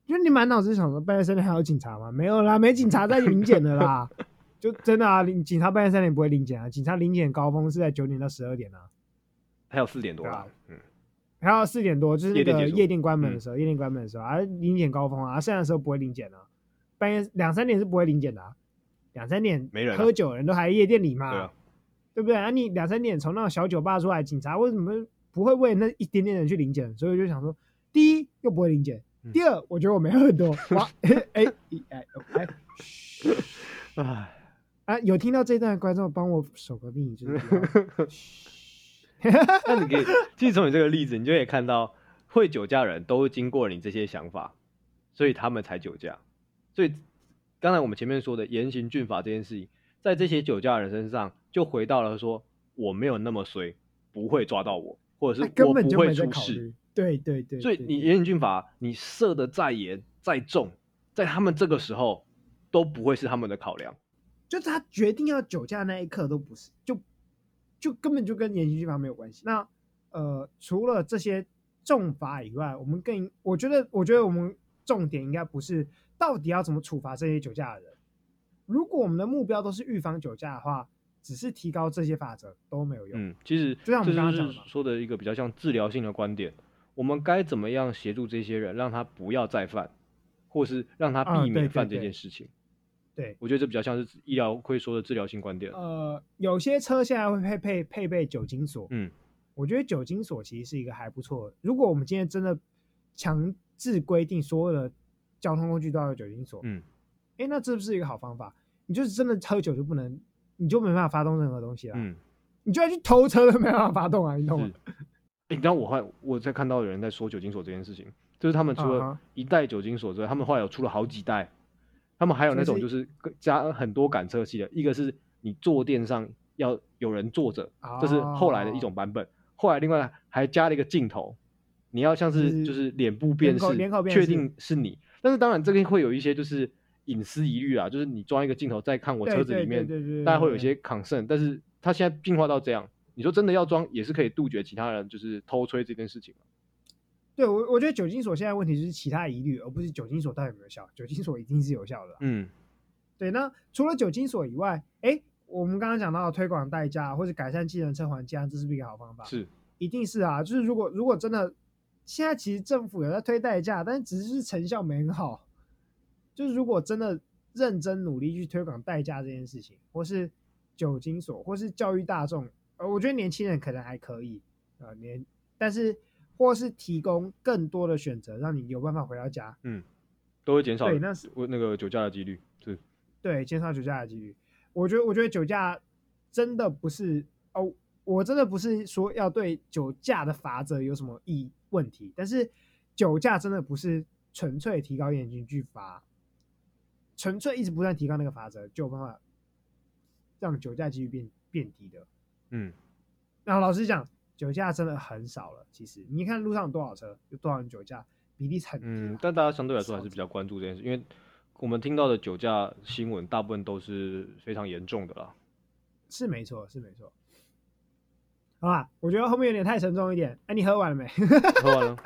[SPEAKER 1] 就是你满脑子想说半夜三点还有警察吗？没有啦，没警察在临检的啦，就真的啊，临警察半夜三点不会临检啊，警察临检高峰是在九点到十二点啊，
[SPEAKER 2] 还有四点多
[SPEAKER 1] 对
[SPEAKER 2] 了
[SPEAKER 1] 啊，
[SPEAKER 2] 嗯，
[SPEAKER 1] 还有四点多就是那
[SPEAKER 2] 夜店
[SPEAKER 1] 个
[SPEAKER 2] 结束嗯
[SPEAKER 1] 夜店关门的时候，夜店关门的时候啊，临检高峰啊，剩下的时候不会临检啊，半夜两三点是不会临检的、啊，两三点
[SPEAKER 2] 没人啊
[SPEAKER 1] 喝酒的人都还在夜店里嘛，
[SPEAKER 2] 对啊，
[SPEAKER 1] 对不对？啊，你两三点从那种小酒吧出来，警察为什么不会为那一点点人去临检？所以我就想说，第一又不会临检，
[SPEAKER 2] 嗯
[SPEAKER 1] 第二我觉得我没喝很 多。哇， 哎哎哎哎嘘
[SPEAKER 2] 唉，
[SPEAKER 1] 啊！有听到这段的观众帮我守个密，就是 不要嘘
[SPEAKER 2] 那你可以，其实从你这个例子，你就可以看到，会酒驾人都经过你这些想法，所以他们才酒驾。所以刚才我们前面说的严刑峻法这件事情，在这些酒驾人身上，就回到了说我没有那么衰，不会抓到我，或者
[SPEAKER 1] 他
[SPEAKER 2] 是
[SPEAKER 1] 根
[SPEAKER 2] 我
[SPEAKER 1] 本
[SPEAKER 2] 不
[SPEAKER 1] 就没
[SPEAKER 2] 会
[SPEAKER 1] 在
[SPEAKER 2] 出
[SPEAKER 1] 考
[SPEAKER 2] 事。
[SPEAKER 1] 虑。对对对，
[SPEAKER 2] 所以
[SPEAKER 1] 对
[SPEAKER 2] 你
[SPEAKER 1] 对
[SPEAKER 2] 严刑峻法，你设的再严再重，在他们这个时候都不会是他们的考量。
[SPEAKER 1] 就是他决定要酒驾那一刻都不是，就就根本就跟严刑峻法没有关系。那呃，除了这些重罚以外，我们更我觉得，我觉得我们重点应该不是到底要怎么处罚这些酒驾的人。如果我们的目标都是预防酒驾的话，只是提高这些法则都没有用。
[SPEAKER 2] 嗯，其实
[SPEAKER 1] 就像我们
[SPEAKER 2] 这
[SPEAKER 1] 刚刚
[SPEAKER 2] 就
[SPEAKER 1] 讲的
[SPEAKER 2] 是
[SPEAKER 1] 嘛
[SPEAKER 2] 说的一个比较像治疗性的观点，我们该怎么样协助这些人，让他不要再犯，或是让他
[SPEAKER 1] 啊
[SPEAKER 2] 避
[SPEAKER 1] 对对
[SPEAKER 2] 免犯这
[SPEAKER 1] 对
[SPEAKER 2] 件事情。
[SPEAKER 1] 对，
[SPEAKER 2] 我觉得这比较像是医疗会说的治疗性观点。
[SPEAKER 1] 呃，有些车现在会配配配备酒精锁，
[SPEAKER 2] 嗯，
[SPEAKER 1] 我觉得酒精锁其实是一个还不错的。如果我们今天真的强制规定所有的交通工具都要有酒精锁，
[SPEAKER 2] 嗯，
[SPEAKER 1] 哎，那这不是一个好方法？你就是真的喝酒就不能，你就没办法发动任何东西了，
[SPEAKER 2] 嗯，
[SPEAKER 1] 你就要去偷车都没办法发动啊，你啊懂吗
[SPEAKER 2] 是？。诶你知道我还我在看到有人在说酒精锁这件事情，就是他们除
[SPEAKER 1] 啊
[SPEAKER 2] 了
[SPEAKER 1] 哈
[SPEAKER 2] 一袋酒精锁之外，他们后来有出了好几袋，他们还有
[SPEAKER 1] 所以
[SPEAKER 2] 那种
[SPEAKER 1] 是
[SPEAKER 2] 就是跟加很多感测器的，一个是你坐垫上要有人坐着，
[SPEAKER 1] 啊
[SPEAKER 2] 这是后来的一种
[SPEAKER 1] 哦
[SPEAKER 2] 版本。后来另外还加了一个镜头，你要像
[SPEAKER 1] 就是
[SPEAKER 2] 是就是脸部辨
[SPEAKER 1] 脸口脸口
[SPEAKER 2] 识，
[SPEAKER 1] 辨
[SPEAKER 2] 确
[SPEAKER 1] 识
[SPEAKER 2] 定是你。但是当然这个会有一些就是隐私疑虑啊，就是你装一个镜头在看我
[SPEAKER 1] 对
[SPEAKER 2] 车子
[SPEAKER 1] 对
[SPEAKER 2] 里
[SPEAKER 1] 对
[SPEAKER 2] 面
[SPEAKER 1] 对对对
[SPEAKER 2] 大家会有一
[SPEAKER 1] 对
[SPEAKER 2] 些抗胜，但是它现在进化到这样，你说真的要装也是可以杜绝其他人就是偷吹这件事情。
[SPEAKER 1] 对我，我觉得酒精锁现在问题就是其他疑虑，而不是酒精锁到底有没有效。酒精锁一定是有效的啊、
[SPEAKER 2] 嗯，
[SPEAKER 1] 对，那除了酒精锁以外，哎，我们刚刚讲到推广代驾或者改善计程车环境啊，这是不是一个好方法？
[SPEAKER 2] 是，
[SPEAKER 1] 一定是啊，就是如果如果真的，现在其实政府有在推代驾，但只是成效没很好。就是如果真的认真努力去推广代驾这件事情，或是酒精所，或是教育大众，呃，我觉得年轻人可能还可以，呃，年，但是或是提供更多的选择，让你有办法回到家，
[SPEAKER 2] 都会减少
[SPEAKER 1] 对那是
[SPEAKER 2] 我那个酒驾的几率。是，
[SPEAKER 1] 对，减少酒驾的几率。我觉得，我觉得酒驾真的不是哦，我真的不是说要对酒驾的罚则有什么意问题，但是酒驾真的不是纯粹提高严刑去罚，纯粹一直不断提高那个罚则就有办法让酒驾几率变变低的。
[SPEAKER 2] 嗯，
[SPEAKER 1] 然后老实讲，酒驾真的很少了。其实你看路上有多少车，有多少人酒驾，比例很低啊、
[SPEAKER 2] 嗯，但大家相对来说还是比较关注这件事，因为我们听到的酒驾新闻大部分都是非常严重的啦。
[SPEAKER 1] 是没错，是没错。好啦，我觉得后面有点太沉重一点。哎，你喝完了没？
[SPEAKER 2] 喝完了，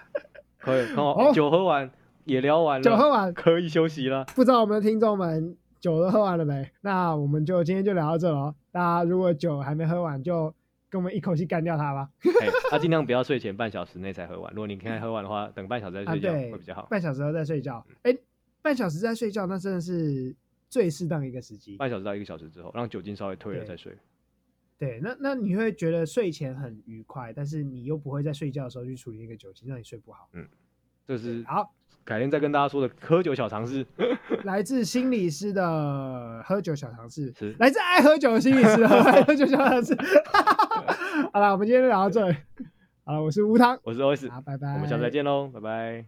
[SPEAKER 2] 可以，很好，
[SPEAKER 1] 哦
[SPEAKER 2] 酒喝完也聊完了，
[SPEAKER 1] 酒喝完，
[SPEAKER 2] 可以休息 了。
[SPEAKER 1] 不知道我们的听众们酒都喝完了没？那我们就今天就聊到这喽。大家如果酒还没喝完，就跟我们一口气干掉它吧。
[SPEAKER 2] 哎，他、尽量不要睡前半小时内才喝完，如果你现在喝完的话，等半小时再
[SPEAKER 1] 啊，
[SPEAKER 2] 睡觉、
[SPEAKER 1] 对
[SPEAKER 2] 会比较好，。嗯
[SPEAKER 1] 半小时后再睡觉。哎，半小时再睡觉，那真的是最适当的一个时机。
[SPEAKER 2] 半小时到一个小时之后，让酒精稍微退了
[SPEAKER 1] 对
[SPEAKER 2] 再睡。
[SPEAKER 1] 对，那那你会觉得睡前很愉快，但是你又不会在睡觉的时候去处理那个酒精，让你睡不好。
[SPEAKER 2] 这是
[SPEAKER 1] 好，
[SPEAKER 2] 改天再跟大家说的喝酒小常识。
[SPEAKER 1] 来自心理师的喝酒小常识，
[SPEAKER 2] 是
[SPEAKER 1] 来自爱喝酒的心理师的喝酒小常 识。好了，我们今天就聊到这里。好了，我是吴汤，
[SPEAKER 2] 我是 OS，
[SPEAKER 1] 好，拜拜，
[SPEAKER 2] 我们下次再。见喽，拜拜。